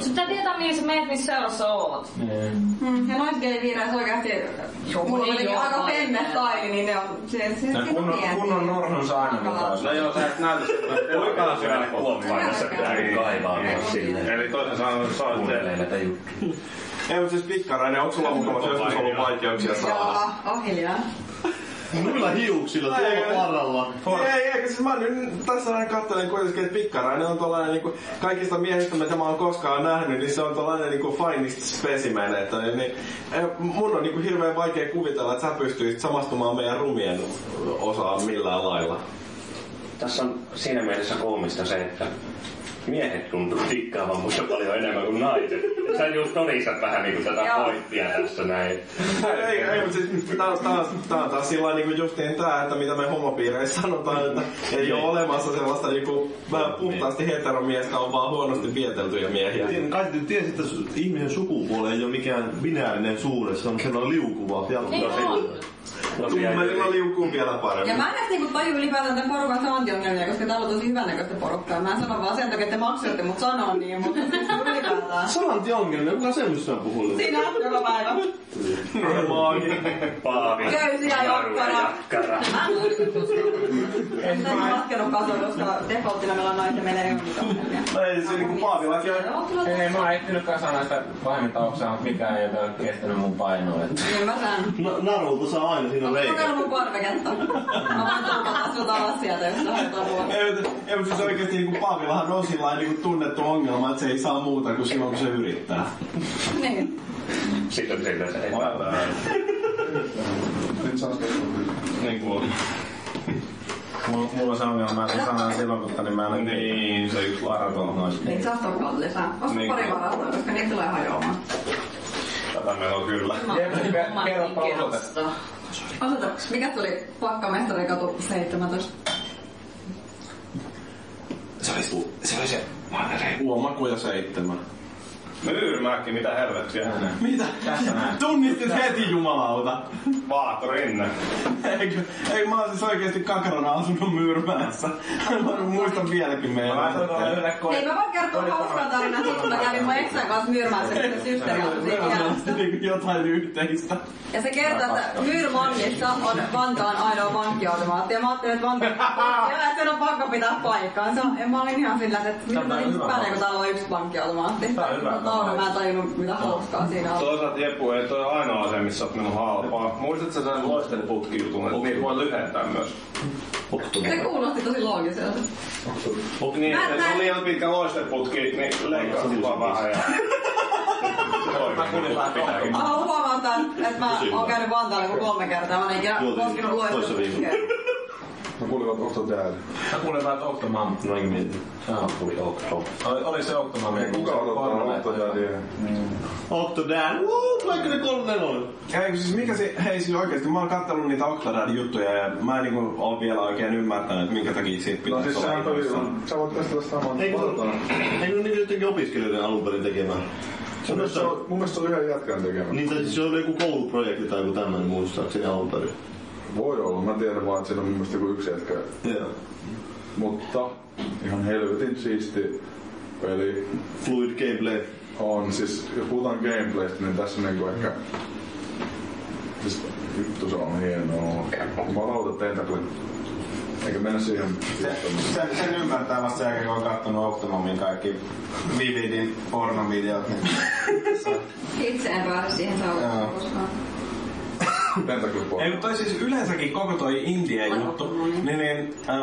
S7: Sun pitää tietää, mihin sä meet, missä seurassa oot.
S3: Mm, ja naisgeiviireissä oikeasti, mulla on
S7: ei
S3: jotenkin
S7: oo
S3: aika
S7: paljon.
S3: penne taili, niin ne on, se, se, se, se
S1: Kunnon, kunnon norhun saa aina mukaan.
S9: No joo, sä et näytä sitä. Oikea syöllä
S6: Kuoppainassa pitää kaivaa myös silleen.
S9: Eli toisen sanoen, sä oot
S6: Kuuntelee näitä juttuja.
S5: Ei, mutta siis pikkarainen, onko sulla mukamassa joskus ollut vaikeuksia saada?
S3: Joo, on hiljaa.
S2: Muilla hiuksilla, tuolla paralla.
S5: Ei, ei, siis mä nyt tässä näin katselen kuitenkin, että pikkarainen on tällainen niinku, kaikista miehistä, mitä mä oon koskaan nähnyt, niin se on tällainen niinku finest specimen, että niin, niin, ei, mun on niinku hirveän vaikea kuvitella, että sä pystyisit samastumaan meidän rumien osaan millään lailla.
S6: Tässä on siinä mielessä koomista se, että miehet tuntuu tikkaavan musta paljon enemmän kuin naiset. Et Sä just todistat vähän niinku tätä
S3: Joo.
S6: pointtia tässä näin.
S5: Ei, ei, mutta siis tää on taas, tää on taas sillä niinku justiin tää, että mitä me homopiireissä sanotaan, että ei ole olemassa sellaista niinku vähän puhtaasti heteromiestä, on vaan huonosti vieteltyjä miehiä.
S2: Kai te tiesitte, että ihmisen sukupuoli ei ole mikään binäärinen suure, se on sellainen liukuva.
S7: Niin
S2: jalka.
S7: on.
S5: Tummelilla liukuu vielä
S3: Ja
S5: paremmin.
S3: mä en edes niinku taju ylipäätään tämän porukan saantiongelmia, koska täällä on tosi hyvännäköistä porukkaa. Mä en sano vaan sen takia, että te maksatte mut sanoa niin, mutta siis ylipäätään.
S2: Salantiongelmia, kuka semmoista on puhunut?
S3: Sinä, joka päivä.
S6: Paavi,
S3: Köysiä
S6: Naru ja
S3: jokkara.
S6: Jakkara.
S3: Mä en muistu tuosta. En sitä ole laskenut kasvua, koska defaultilla meillä on naisten, meillä ei ole mitään ongelmia.
S5: Ei, se niinku paavilakin on
S1: Ei, mä oon ehtinyt kasaan näistä pahimmin tauksia, mutta mikään ei ole kestänyt mun painoa. että-
S3: Ymmärrän.
S2: Na- narulta saa aina siinä
S3: Onko kokeillut
S2: leikata.
S3: mun korviketta? Mä voin tuukata sut alas sieltä, jos sä haluat apua.
S5: Ei, mutta- ei, mutta siis oikeesti niinku Paavillahan on sillä niinku tunnettu ongelma, että se ei saa muuta kuin silloin, kun se yrittää.
S3: Niin.
S6: Sitten sillä se ei
S4: Nyt saa sitä.
S5: Niin kuin
S1: Mulla, mulla on se ongelma, että sanan silloin, mutta niin mä en
S5: Niin, se yksi
S1: varautunut noista.
S3: Ei saa tuukata lisää. Osta
S5: Niin.
S3: pari varastoa, koska niitä tulee hajoamaan.
S5: Tätä meillä on kyllä.
S7: Mä
S1: Jep,
S7: oon
S1: ke-
S7: oman
S1: kerropa
S7: ikinästä.
S3: Osoitaks, mikä tuli Pakkamestarin katu 17?
S5: Huomakuja seitsemän.
S9: Myyrmäki, mitä helvettiä.
S5: Mitä?
S1: Tässä näin.
S5: Tunnistit heti jumalauta.
S9: Vaahto rinne.
S5: Eikö, ei mä oon siis oikeesti kakarana asunut myyrmäessä. Mä muistan vieläkin meidän.
S1: Mä sanon tuolla yhdelle ko-
S3: Hei, mä voin kertoa hauskan tarinan siitä, kun mä kävin mun eksän kanssa myyrmässä, kun se systeri asui siinä
S5: Meillä on
S3: vieressä.
S5: niinku jotain yhteistä.
S3: Ja se kertoo, että Myyrmannissa on Vantaan ainoa pankkiautomaatti. Ja mä ajattelin, että Vantaan ja sen on pakko pitää paikkaansa. Ja mä olin ihan sillä, että mitä
S1: Tämä on hyvä
S3: päivä, kun
S1: paikka.
S3: täällä on yksi pankkiautomaatti.
S1: Tämä on hyvä
S3: Mutta
S1: paikka.
S3: mä en tajunnut, mitä hauskaa siinä on.
S9: Toisaalta Jepu ei toi ainoa asia, missä oot mennyt halpaa. Muistatko sä sen loistelputkijutun, että niitä voi lyhentää myös?
S3: Se kuulosti tosi loogiselta.
S9: Niin,
S3: Mä-
S9: että
S3: mä-
S9: se on liian pitkä loisteputki, niin leikkaat vaan vähän ja...
S3: Mä haluan huomata, että mä oon käynyt Vantaalla joku kolme kertaa. Mä en ikinä
S2: Joo, niin.
S3: koskenut
S2: Toissa viikolla.
S3: luesta.
S4: Mä kuulin, että Otto täällä.
S1: Mä kuulin vaan, että Octomam.
S2: Noinkin mietin.
S1: Joo.
S6: Tuli okto.
S1: No niin, Oli, oli se Octomam.
S4: Kuka odottaa Otto täällä? niin-
S2: Octodad, woo, Black and Gold Nelonen.
S5: Eikö siis mikä se, hei siis oikeesti, mä oon kattellut niitä Octodadin juttuja ja mä en niinku oo vielä oikein ymmärtänyt, että minkä takia siitä
S4: No
S5: pitäisi
S4: siis
S5: olla.
S4: sehän tuli, sä voit testata saman
S2: Eikö se ole
S4: valtaan.
S2: eikö niitä jotenkin opiskelijoiden alun perin tekemään? Se on
S4: Se on- Mun mielestä se oli yhden jätkän tekemä.
S2: Niin, tai siis se oli joku kouluprojekti tai joku tämmöinen muistaakseni alun perin.
S4: Voi olla, mä tiedän vaan, että siinä on mun mielestä joku yksi jätkä.
S2: Joo.
S4: Mutta ihan helvetin siisti peli
S2: Fluid gameplay.
S4: on. Siis jos puhutaan gameplaystä, niin tässä niinku ehkä... Siis vittu se on hienoa. Valauta tentakulit. Eikä mennä siihen.
S1: Sen, sen ymmärtää vasta sen jälkeen, kun on kattonut Octomamin kaikki Vividin pornovideot. Niin.
S3: Itse en pääse siihen
S1: Joo.
S3: saulaan koskaan.
S4: Tentakulit
S5: Ei, mutta toi siis yleensäkin koko toi India-juttu, niin, niin ää,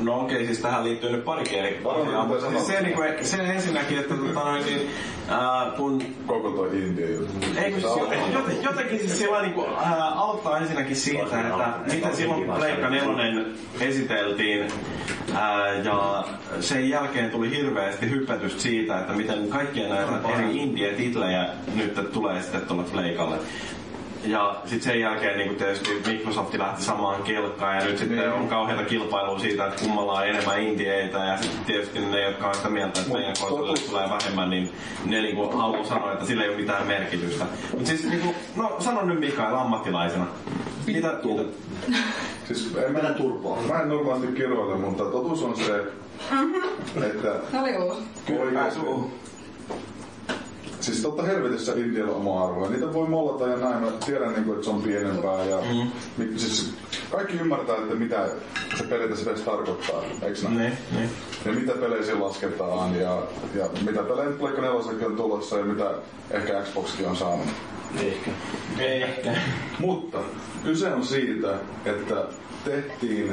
S5: no okei, siis tähän liittyy nyt pari eri asiaa, mutta siis se, niin kuin, se ensinnäkin, että tota, noin, niin, ää, kun
S4: Koko toi India juttu.
S5: ei, kun siis joten- joten, jotenkin siis sillä niin kuin, ää, auttaa ensinnäkin siitä, että mitä silloin kun Pleikka nelonen esiteltiin ää, ja sen jälkeen tuli hirveästi hypätystä siitä, että miten kaikkia näitä eri indie-titlejä nyt tulee sitten tuolle Pleikalle. Ja sitten sen jälkeen niin tietysti Microsoft lähti samaan kelkkaan ja nyt sitten niin. on kauheita kilpailua siitä, että kummalla on enemmän indieitä ja sitten tietysti ne, jotka on sitä mieltä, että meidän konsolille tulee vähemmän, niin ne niin haluaa sanoa, että sillä ei ole mitään merkitystä. Mutta siis niin kuin, no sano nyt Mikael ammattilaisena. Mitä tuota?
S4: Siis en mä,
S2: Mennään turpaan.
S4: mä en normaalisti kiroile, mutta totuus on se, että
S3: Se oli uusi.
S4: oikeasti Siis totta helvetissä Indialla on oma arvoja. Niitä voi mollata ja näin. Mä tiedän, niinku, että se on pienempää. Ja, mm. siis, kaikki ymmärtää, että mitä se periaatteessa edes tarkoittaa. Eiks näin?
S5: Niin, niin.
S4: ja mitä pelejä siinä lasketaan ja, ja mitä pelejä nyt Pleikka 4 on tulossa ja mitä ehkä Xboxkin on saanut.
S5: Ehkä. Ehkä.
S4: Mutta kyse on siitä, että tehtiin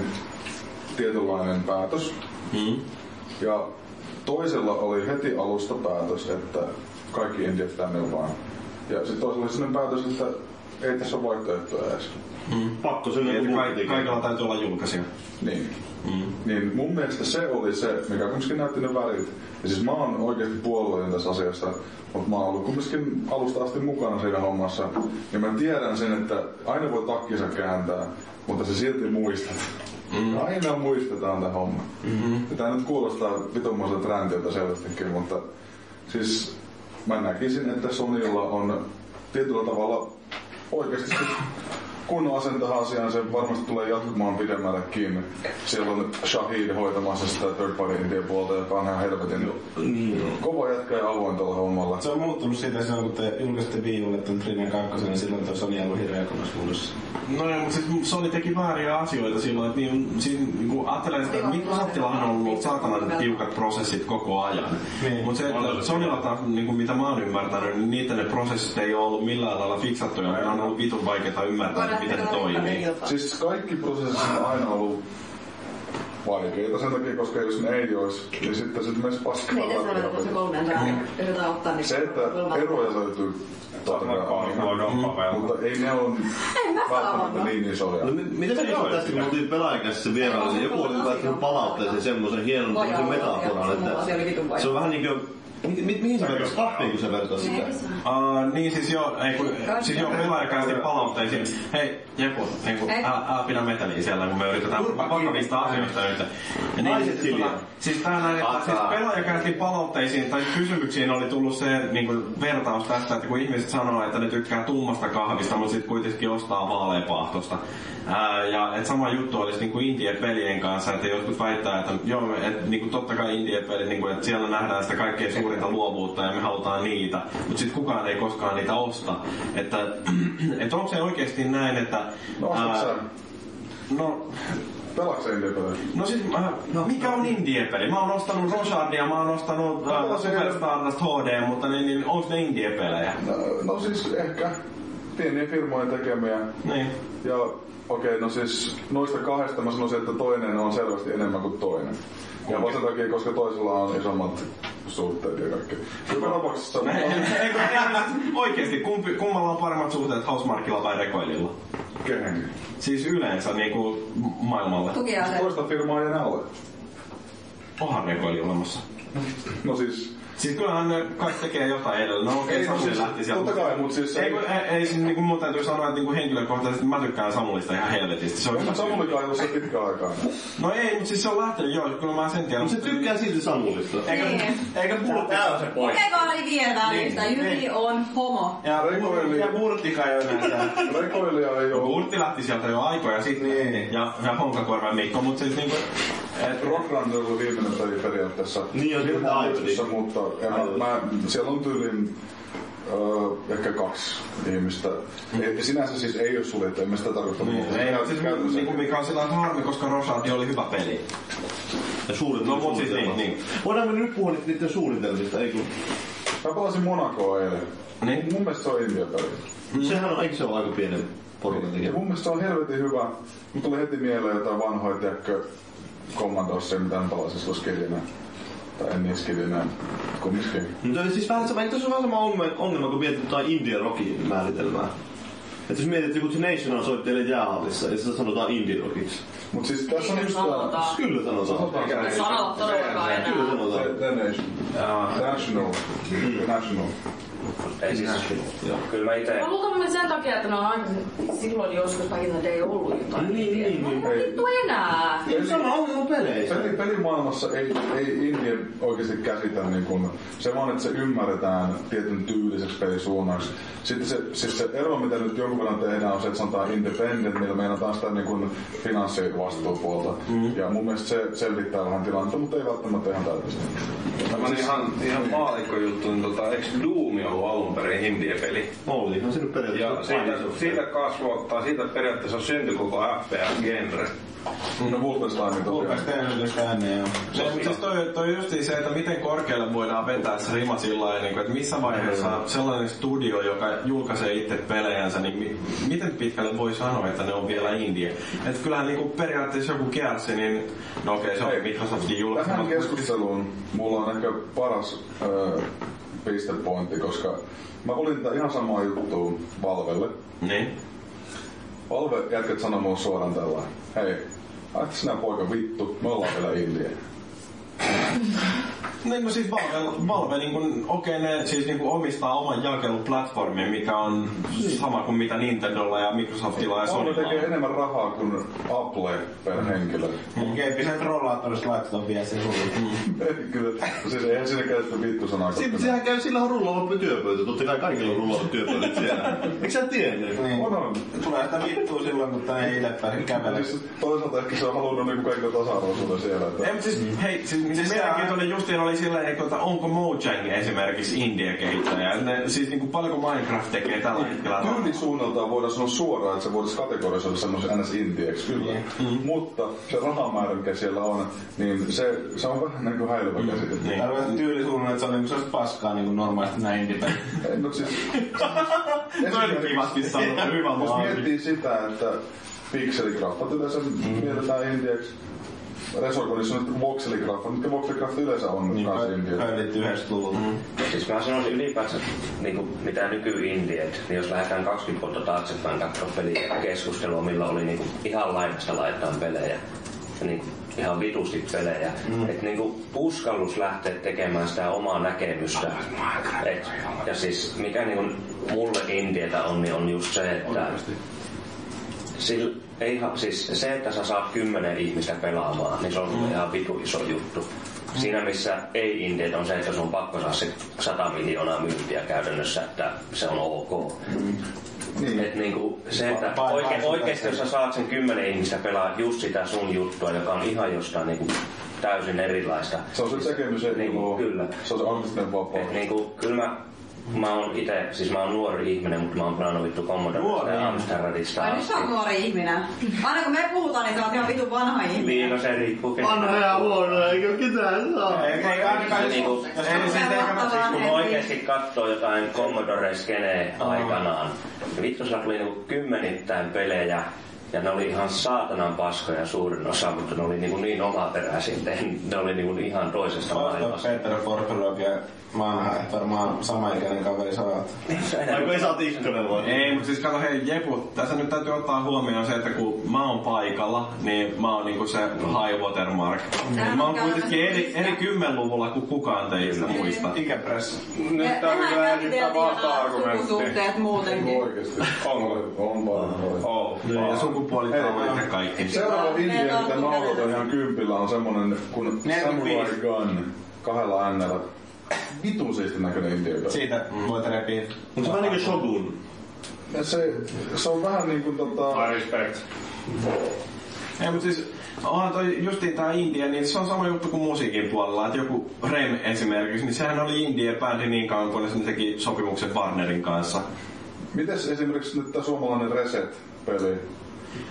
S4: tietynlainen päätös ja toisella oli heti alusta päätös, että kaikki indiat tänne vaan. Ja sitten toisella oli sellainen päätös, että ei tässä ole vaihtoehtoja edes.
S2: Pakko sen
S5: Eli
S2: joku muu
S5: ka-
S2: tekee.
S5: kaikilla täytyy olla julkaisija.
S4: Niin. Mm. Niin mun mielestä se oli se, mikä kumminkin näytti ne värit. Ja siis mä oon oikeasti puolueellinen tässä asiassa, mutta mä oon ollut kumminkin alusta asti mukana siinä hommassa. Ja mä tiedän sen, että aina voi takkinsa kääntää, mutta se silti muistat. Mm. Aina muistetaan tämä homma. Mm-hmm. Ja tää nyt kuulostaa vitumaiselta räntiltä selvästikin, mutta siis mä näkisin, että Sonilla on tietyllä tavalla oikeasti se kunnon asentaa asiaan, se varmasti tulee jatkumaan pidemmällekin. Siellä on Shahid hoitamassa sitä third party indian puolta, joka on ihan helvetin Niin kova jätkä ja avoin tuolla hommalla.
S1: Se on muuttunut siitä silloin, kun te julkaisitte Wii Ulle ton Trinen 2, niin silloin toi Sony ollut hirveä kunnossa
S5: No joo, mutta siis Sony teki vääriä asioita silloin, että niin, siinä, kun ajattelee sitä, että Microsoftilla on ollut saatanan tiukat prosessit koko ajan.
S1: Niin.
S5: Mutta se, että Sonylla taas, niin kuin mitä mä oon ymmärtänyt, niin niitä ne prosessit ei ole ollut millään lailla fiksattuja, ja ne on ollut vitun vaikeaa ymmärtää, että miten ne toimii.
S4: Siis kaikki prosessit on aina ollut vaikeita sen takia, koska jos ne ei olisi, niin sitten se menisi paskaa
S3: Miten se on
S4: läpi.
S3: se kolmeen tarve? Yritetään ottaa niin niitä.
S4: Se, että eroja löytyy totta kai aina,
S12: Mutta
S4: mutta ei ne ole välttämättä niin isoja.
S2: No, mi- mitä se on tästä, kun me oltiin pelaajakäsissä se vierailla, niin joku oli laittanut palautteeseen semmoisen hienon
S3: Voi
S2: tämmöisen
S3: olla,
S2: metaforan,
S3: joo, se oli vitun
S2: että
S3: vaikea.
S2: se on vähän niinkö... Mi- mi- mihin se vertaisi? Kahviin, kun se vertaisi sitä?
S5: Uh, niin siis joo, ei kun, siis joo, pelaajakäisesti palautteisiin. Hei, Jepu, niin kun,
S3: Ei.
S5: älä, älä pidä meteliä siellä, kun me yritetään vakavista asioista nyt. Ja niin,
S2: Naiset
S5: siis,
S2: hiljaa.
S5: tota, siis tänään, että siis pelaajakäisesti palautteisiin tai kysymyksiin oli tullut se niin kuin, vertaus tästä, että kun ihmiset sanoo, että ne tykkää tummasta kahvista, mutta sitten kuitenkin ostaa vaaleapahtosta. Ää, ja et sama juttu olisi niin kuin indien pelien kanssa, että jotkut väittää, että joo, et, niin kuin, totta kai indien pelit, niin kuin, että siellä nähdään sitä kaikkein suurinta luovuutta ja me halutaan niitä, mutta sitten kukaan ei koskaan niitä osta. Että, et onko se oikeasti näin, että...
S4: No ostatko
S5: ää,
S4: sä?
S5: no
S4: Pelaatko sä Indian pelejä?
S5: No siis, mä, no, mikä on indie-peli? Mä oon ostanut Rosardia, mä oon ostanut
S4: No,
S5: äh,
S4: se-
S5: Superstardust HD, mutta niin, niin onks ne indie-pelejä?
S4: No, no siis ehkä pieniä firmojen tekemiä.
S5: Niin.
S4: Ja okei, okay, no siis noista kahdesta mä sanoisin, että toinen on selvästi enemmän kuin toinen. Ja vaan sen takia, koska toisella on isommat suhteet ja kaikki. Joka tapauksessa sama.
S5: Eikö, oikeesti, kumpi, kummalla on paremmat suhteet Housemarkilla vai Rekoililla?
S4: Kehen?
S5: Siis yleensä niinku m- maailmalle.
S3: Tukea se.
S4: Toista firmaa ei enää ole.
S5: Onhan Rekoili olemassa.
S4: No siis,
S5: Siis kyllähän ne kaikki tekee jotain edellä. No okei,
S4: Ei, no
S5: okay, Samuli
S4: siis,
S5: lähti sieltä.
S4: totta kai, mut siis-
S5: Ei, kun- ei, ei siis niinku mun täytyy sanoa, että niinku henkilökohtaisesti mä tykkään Samulista ihan helvetisti. Se on
S4: onko
S5: hyvä tyyppi.
S4: Samulikaan ollut se pitkään aikaa?
S5: No ei, mut siis se on lähtenyt joo, kyllä mä sen tiedän.
S2: No se tykkää silti Samulista.
S3: Eikä,
S5: Eikä mulla
S13: Tää on se pointti.
S3: oli vielä välistä? Jyri on homo.
S4: No
S5: Ja,
S4: Rekoili.
S5: ja Burtika jo näitä.
S4: Rekoilija ei ole.
S5: Burtti lähti sieltä jo aikoja sitten. Niin. Ja, ja Honkakorven Mikko, mutta siis niinku... Et,
S4: Rockrand on ollut viimeinen peli periaatteessa.
S2: Niin, on
S4: Firma
S2: aivan.
S4: muistissa, mutta en, mä, siellä on tyylin öö, ehkä kaksi ihmistä. Ei, sinänsä siis ei ole suljettu, en mä sitä tarkoita.
S5: niin, ei,
S1: no,
S5: mut siis
S4: Käytännössä.
S5: niinku mikä on sillä harmi, koska Rosati oli hyvä peli.
S2: Ja suuret
S5: No, mut siis niin, niin.
S2: Voidaanko nyt puhua niitä- niiden suunnitelmista, eikö?
S4: Mä palasin Monacoa eilen.
S5: Niin.
S4: Mun mielestä se on India peli.
S2: Sehän on, eikö se ole aika pienen porukan
S4: Ja
S2: tekemä?
S4: mun mielestä se on helvetin hyvä. Mulla tuli heti mieleen jotain vanhoja, tiedätkö, Commodore, mitä en palasin silloin skidinä. Tai en niin skidinä, kumminkin.
S2: Mutta siis vähän, se- eikö tässä ole vähän sama ongelma, ongelma kun mietit jotain Indian rockin määritelmää? Että jos mietit, että kun National soi teille jäähallissa, ja sitä sanotaan indie rockiksi.
S4: Mut siis tässä on
S7: Niin,
S4: just
S7: sanotaan.
S4: tää...
S2: Kyllä sanotaan.
S7: Me sanoo todellakaan enää.
S2: Kyllä sanotaan.
S4: The, the Nation. National. The National.
S6: Mutta ei siis, kyllä mä ite...
S7: Mä luulen sen takia, että ne on aina silloin joskus kaikilla ne ei ollut jotain.
S2: Niin, niin, niin.
S7: Ei vittu enää.
S2: Ei sama ongelma peleissä.
S4: Peli, pelimaailmassa ei, ei indie oikeasti käsitä niin kun, se vaan, että se ymmärretään tietyn tyyliseksi pelisuunnaksi. Sitten se, siis se ero, mitä nyt jonkun verran tehdään, on se, että sanotaan independent, millä meinataan sitä niin kun finanssivastuupuolta. Mm. Ja mun mielestä se selvittää vähän tilannetta, mutta ei välttämättä ihan täydellisesti.
S9: Tämmönen ihan, ihan maalikko juttu, niin tota, eikö Doom ollut alun perin indie peli?
S2: Olihan se nyt
S9: Ja
S2: periaatteessa.
S9: siitä, siitä kasvoi, tai siitä periaatteessa syntyi koko FPS-genre.
S4: No Wolfenstein tosiaan.
S5: No, mutta siis toi, toi justiin se, että miten korkealle voidaan vetää se rima sillä lailla, niin kuin, että missä vaiheessa sellainen studio, joka julkaisee itse pelejänsä, niin mi- miten pitkälle voi sanoa, että ne on vielä indie? Että kyllähän niin kuin periaatteessa joku kiersi, niin no okei, se on
S4: Hei,
S5: Microsoftin
S4: Tähän
S5: julkaisema.
S4: keskusteluun mulla on ehkä paras öö, pistepointti, koska mä olin tätä ihan samaa juttua Valvelle.
S5: Niin.
S4: Valve jätkät sanoi mulle suoraan tällä Hei, ajattelin sinä poika vittu, me ollaan vielä India.
S5: Niin, no siis Valve, Valve niin kuin, okei, ne siis niin kuin omistaa oman jakeluplatformin, mikä on sama kuin mitä Nintendolla ja Microsoftilla ja
S4: Valve
S5: Sonylla
S4: tekee
S5: on.
S4: enemmän rahaa kuin Apple per henkilö.
S1: Kempi sen rollaattorista laitetaan viesti sulle. Niin.
S4: Kyllä, siis eihän siinä käytetä vittu sanaa.
S2: Si-
S4: koska-
S2: Sehän käy sillä on rullaava työpöytä, totta kai kaikilla on rullaava työpöytä siellä. Eikö sä tiennyt?
S1: Niin.
S4: On, on.
S1: Tulee sitä vittua silloin, kun tää ei itse pääse kävelemään.
S4: Siis toisaalta ehkä se on halunnut niinku kaikilla tasa-arvoisuuden siellä. Että...
S5: Ei, mutta siis,
S3: niin.
S5: hei, siis, siis mielenkiintoinen justiin oli silleen, niin kuin, että onko Mojang esimerkiksi India-kehittäjä? Ne, siis niin kuin, paljonko Minecraft tekee tällä hetkellä? rahaa?
S4: Tyylisuunnaltaan voidaan sanoa suoraan, että se voitaisiin kategorisoida semmoisen ns intieksi kyllä. Mm-hmm. Mutta se rahamäärä, mikä siellä on, niin se, se on vähän niin kuin häilyvä käsite. Mm-hmm.
S1: Tää on tyylisuunnan, että se on niinku sellaista paskaa niinku normaalisti näin indie
S4: No siis,
S5: Törkivästi sanottu, hyvä
S4: jos
S5: vaan.
S4: miettii sitä, että pikseligraffat yleensä mm-hmm. mielletään intieksi, Resorgonissa on nyt voxeligraffat, mitkä voxeligraffat yleensä on niin, kanssa intieksi.
S1: Pöydit niinku yhdessä tullut.
S6: Siis mä sanoisin ylipäänsä, niin kuin mitä nyky-indiet, niin jos lähdetään 20 vuotta taaksepäin katsoa peliä ja keskustelua, millä oli niin kuin ihan laidasta laitaan pelejä, ja niin kuin ihan vitusti pelejä. Mm. Että niin kuin uskallus lähteä tekemään sitä omaa näkemystä. Et, ja siis mikä niin kuin mulle indietä on, niin on just se, että... Sillä, ei, ha- siis se, että sä saat kymmenen ihmistä pelaamaan, niin se on mm. ihan vitu iso juttu. Siinä missä ei indiet on se, että sun on pakko saada se 100 miljoonaa myyntiä käytännössä, että se on ok. Mm.
S4: Niin.
S6: Et niinku se, että
S1: Vai- vai-
S6: oike,
S1: vai-
S6: oikeasti jos sä saat sen kymmenen ihmistä pelaa just sitä sun juttua, joka on ihan jostain niinku täysin erilaista.
S4: Se on se tekemisen
S6: Niin,
S4: ilo,
S6: kyllä.
S4: se on se artistinen vapaus.
S6: Et niinku, kyllä mä, mä oon ite, siis mä oon nuori ihminen, mutta mä oon pelannut vittu Commodore ja Amsterdamista
S3: Ai nyt sä oot nuori ihminen. Aina kun me puhutaan, niin sä oot ihan vitun vanha ihminen.
S6: Niin, no se riippuu kenestä.
S2: huono, eikä ketään saa.
S1: Ei, ei ainakaan
S6: Niin
S1: niinku...
S6: kuin-
S1: Ei siis eikä mä siis...
S6: Kun oikeesti katsoo jotain Commodore Skenee aikanaan, niin vittu sillä tuli niinku kymmenittäin pelejä, ja ne oli ihan saatanan paskoja suurin osa, mutta ne oli niinku niin omaperäisiä, että en- ne oli niinku ihan toisesta maailmasta.
S1: Peter Fortulog ja vanha, että varmaan samaikäinen kaveri sanoo, että
S2: Ai kun ei saa tikkanen vaan.
S5: Ei, mutta siis kato, hei Jepu, tässä nyt täytyy ottaa huomioon se, että kun mä oon paikalla, niin mä oon niinku se high watermark.
S3: Tää
S5: Mä
S3: on
S5: oon kuitenkin eri,
S3: käytännössä
S5: eri kymmenluvulla kuin kukaan teistä muista.
S1: ikäpress.
S9: Nyt
S3: Me- mehän
S9: täytyy
S3: käsiteltiin
S9: lähteä
S3: nämä
S9: vasta-argumentti.
S3: sukusuhteet muutenkin.
S4: Oikeesti. On, on paljon.
S9: Oh,
S5: Ja sukupuolitaulut ja
S4: Ei,
S5: kaikki.
S4: Seuraava
S3: Meillä
S4: India,
S3: on
S4: mitä mä
S3: tullut
S4: aloitan
S3: kädellä.
S4: ihan kympillä, on semmonen kun
S1: 45.
S4: Samurai Gun kahdella äänellä. Vitun siistin näköinen India.
S1: Siitä voit repiä.
S2: Mutta se on niinku Shogun.
S4: Ja Se, se on vähän niinku tota...
S9: My respect.
S5: Ei, mutta siis onhan toi justiin tää India, niin se on sama juttu kuin musiikin puolella, että joku Rem esimerkiksi, niin sehän oli India-bändi niin kauan, kunnes ne teki sopimuksen Warnerin kanssa.
S2: Niin,
S4: Mites esimerkiksi nyt tää suomalainen Reset-peli?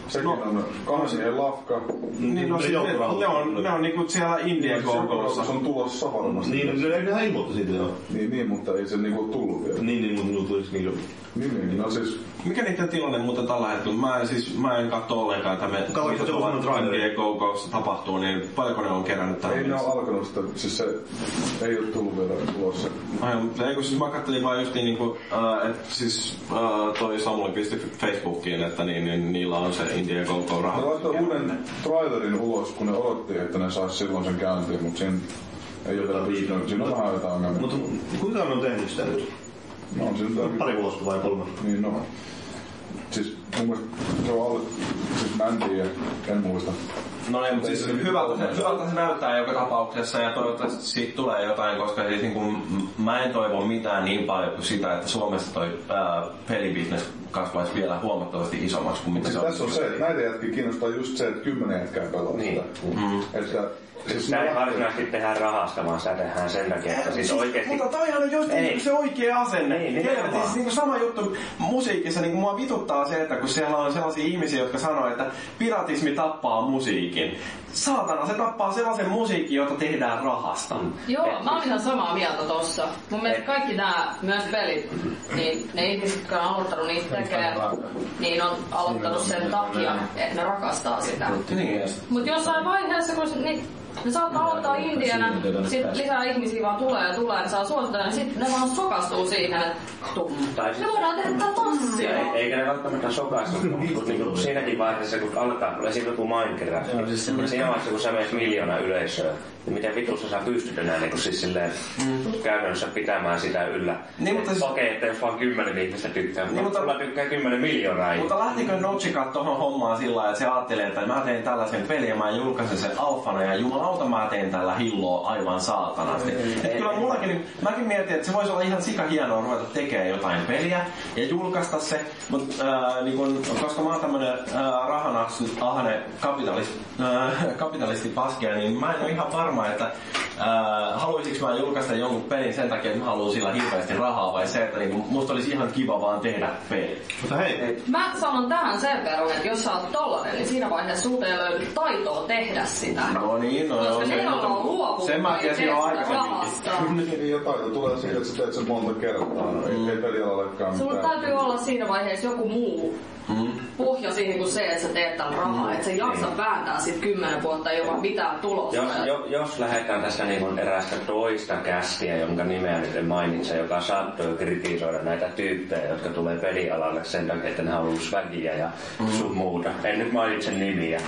S4: Sekin
S5: No,
S4: on kansien lafka.
S5: Niin no, siis ne, ne, on, ne on niinku siellä Indian
S4: Se
S5: koukossa.
S4: on tulossa varmasti.
S2: Niin, niin, niin, nehän ilmoitti siitä joo.
S4: niin, niin, mutta ei se niinku tullut vielä.
S2: Niin, niin, mutta tulisi niinku...
S4: Niin, niin, no siis...
S5: Mikä niiden tilanne muuten tällä hetkellä? Mä en, siis, mä en katso ollenkaan, että me,
S2: Katsoitko
S5: mitä
S2: te
S5: tuolla
S2: useamman trailerin?
S5: Indian koukossa tapahtuu, niin paljonko ne on kerännyt tähän
S4: Ei ne
S5: mennessä?
S4: ole alkanut sitä, siis se ei ole tullut vielä tulossa.
S5: Ai, mutta eikö siis mä kattelin vaan justiin niinku, äh, et siis äh, toi Samuli pisti Facebookiin, että niin, niin, niillä on se Indian koukon
S4: Ne
S5: raha.
S4: laittoi uuden trailerin ulos, kun ne odotti, että ne sais silloin sen käyntiin, mutta siinä ei ole vielä viikon. Siinä on vähän jotain ongelmia.
S2: Mutta kuinka kauan ne on tehnyt sitä nyt?
S4: No on siinä jotakin-
S2: Pari vuotta vai kolme.
S4: Niin no. Siis mun mielestä se on alle... Siis mä en tiedä, en muista.
S5: No niin, mutta siis hyvältä se, hyvältä se näyttää joka tapauksessa ja toivottavasti siitä tulee jotain, koska siis niin kuin, mä en toivo mitään niin paljon kuin sitä, että Suomessa toi ää, pelibisnes kasvaisi vielä huomattavasti isommaksi kuin mitä
S4: Siis
S5: se on.
S4: tässä on se, että näitä jätkiä kiinnostaa just se, että kymmenen jätkää pelaa
S6: Niin.
S4: sitä. Että siis
S6: Sitä ei
S4: ne-
S6: varsinaisesti tehdä rahasta, vaan sitä tehdään sen takia, että siis oikeesti...
S5: Mutta toihan on just
S6: Ei.
S5: niinku se oikea asenne.
S6: Niin,
S5: Niin,
S6: nimenomaan.
S5: siis niinku sama juttu musiikissa, niinku mua vituttaa se, että kun siellä on sellaisia ihmisiä, jotka sanoo, että piratismi tappaa musiikin. Saatana, se tappaa sellaisen musiikin, jota tehdään rahasta.
S7: Joo, mä oon ihan samaa mieltä tossa. Mun mielestä kaikki nämä, myös pelit, niin ne ihmiset, jotka on aloittanut niitä tekee, niin on aloittanut
S2: Niin,
S7: sen takia, että ne rakastaa sitä.
S5: Niin.
S7: Mut jossain vaiheessa, kun se- niin, ne saattaa aloittaa indiana, sit lisää ihmisiä vaan tulee ja tulee, ne saa suositella, niin sit ne vaan sokastuu siihen, että tum.
S6: Tai siis-
S7: Me voidaan tehdä tää tanssia.
S6: Ei- Eikä ne välttämättä sokaista,
S5: Niin.
S6: mutta niinku siinäkin vaiheessa, kun alkaa tulee siitä joku Minecraft,
S14: Joo, siis
S6: niin siinä vaiheessa, kun sä menet miljoona yleisöä, niin miten vitussa sä pystyt enää niinku siis silleen käytännössä pitämään sitä yllä.
S5: Mm. Niin, mutta
S6: Et
S5: siis- Niin,
S6: Okei, että jos vaan kymmenen ihmistä tykkää, mutta
S5: mutta-
S6: mulla tykkää kymmenen miljoonaa ihmistä.
S5: Mutta lähtikö Notchika tuohon hommaan sillä lailla, että se ajattelee, että mä teen tällaisen pelin ja mä julkaisen sen alfana ja jumalauta mä teen tällä hilloa aivan saatanasti. Et kyllä mullakin, niin- mäkin mietin, että se voisi olla ihan sika hienoa ruveta tekemään jotain peliä ja julkaista se, mutta äh, niin kun, koska mä oon tämmönen äh, rahanahne kapitalist, äh, kapitalisti paskia, niin mä en ole ihan varma, että äh, haluaisinko mä julkaista jonkun pelin sen takia, että mä haluan sillä hirveästi rahaa vai se, että niin kun, musta olisi ihan kiva vaan tehdä peli.
S2: Mutta hei,
S7: Mä sanon tähän sen verran, että jos sä oot tollanen, niin siinä vaiheessa sulta ei löydy taitoa tehdä sitä.
S5: No niin, no
S7: Koska
S5: joo.
S7: ne, joilla on luovuutta,
S5: sen mä
S7: ei
S5: tiesin
S7: tee
S5: jo
S7: sitä
S5: aikaisemminkin.
S7: rahasta.
S4: Niin, ja taito tulee siitä, että sä teet sen monta kertaa. Ei, ei pelialallakaan
S7: Sulla täytyy olla siinä vaiheessa joku muu pohja siihen kuin se, että sä teet tämän rahaa. Että sä jaksat vääntää sit kymmenen vuotta ilman mitään tulosta.
S6: Jos, jo, jos lähdetään tässä niin kuin eräästä toista kästiä, jonka nimeä nyt en mainitse, joka saattoi kritisoida näitä tyyppejä, jotka tulee pelialalle sen takia, että ne haluaa swagia ja
S5: Mm.
S6: sun muuta. En nyt mainitse nimiä.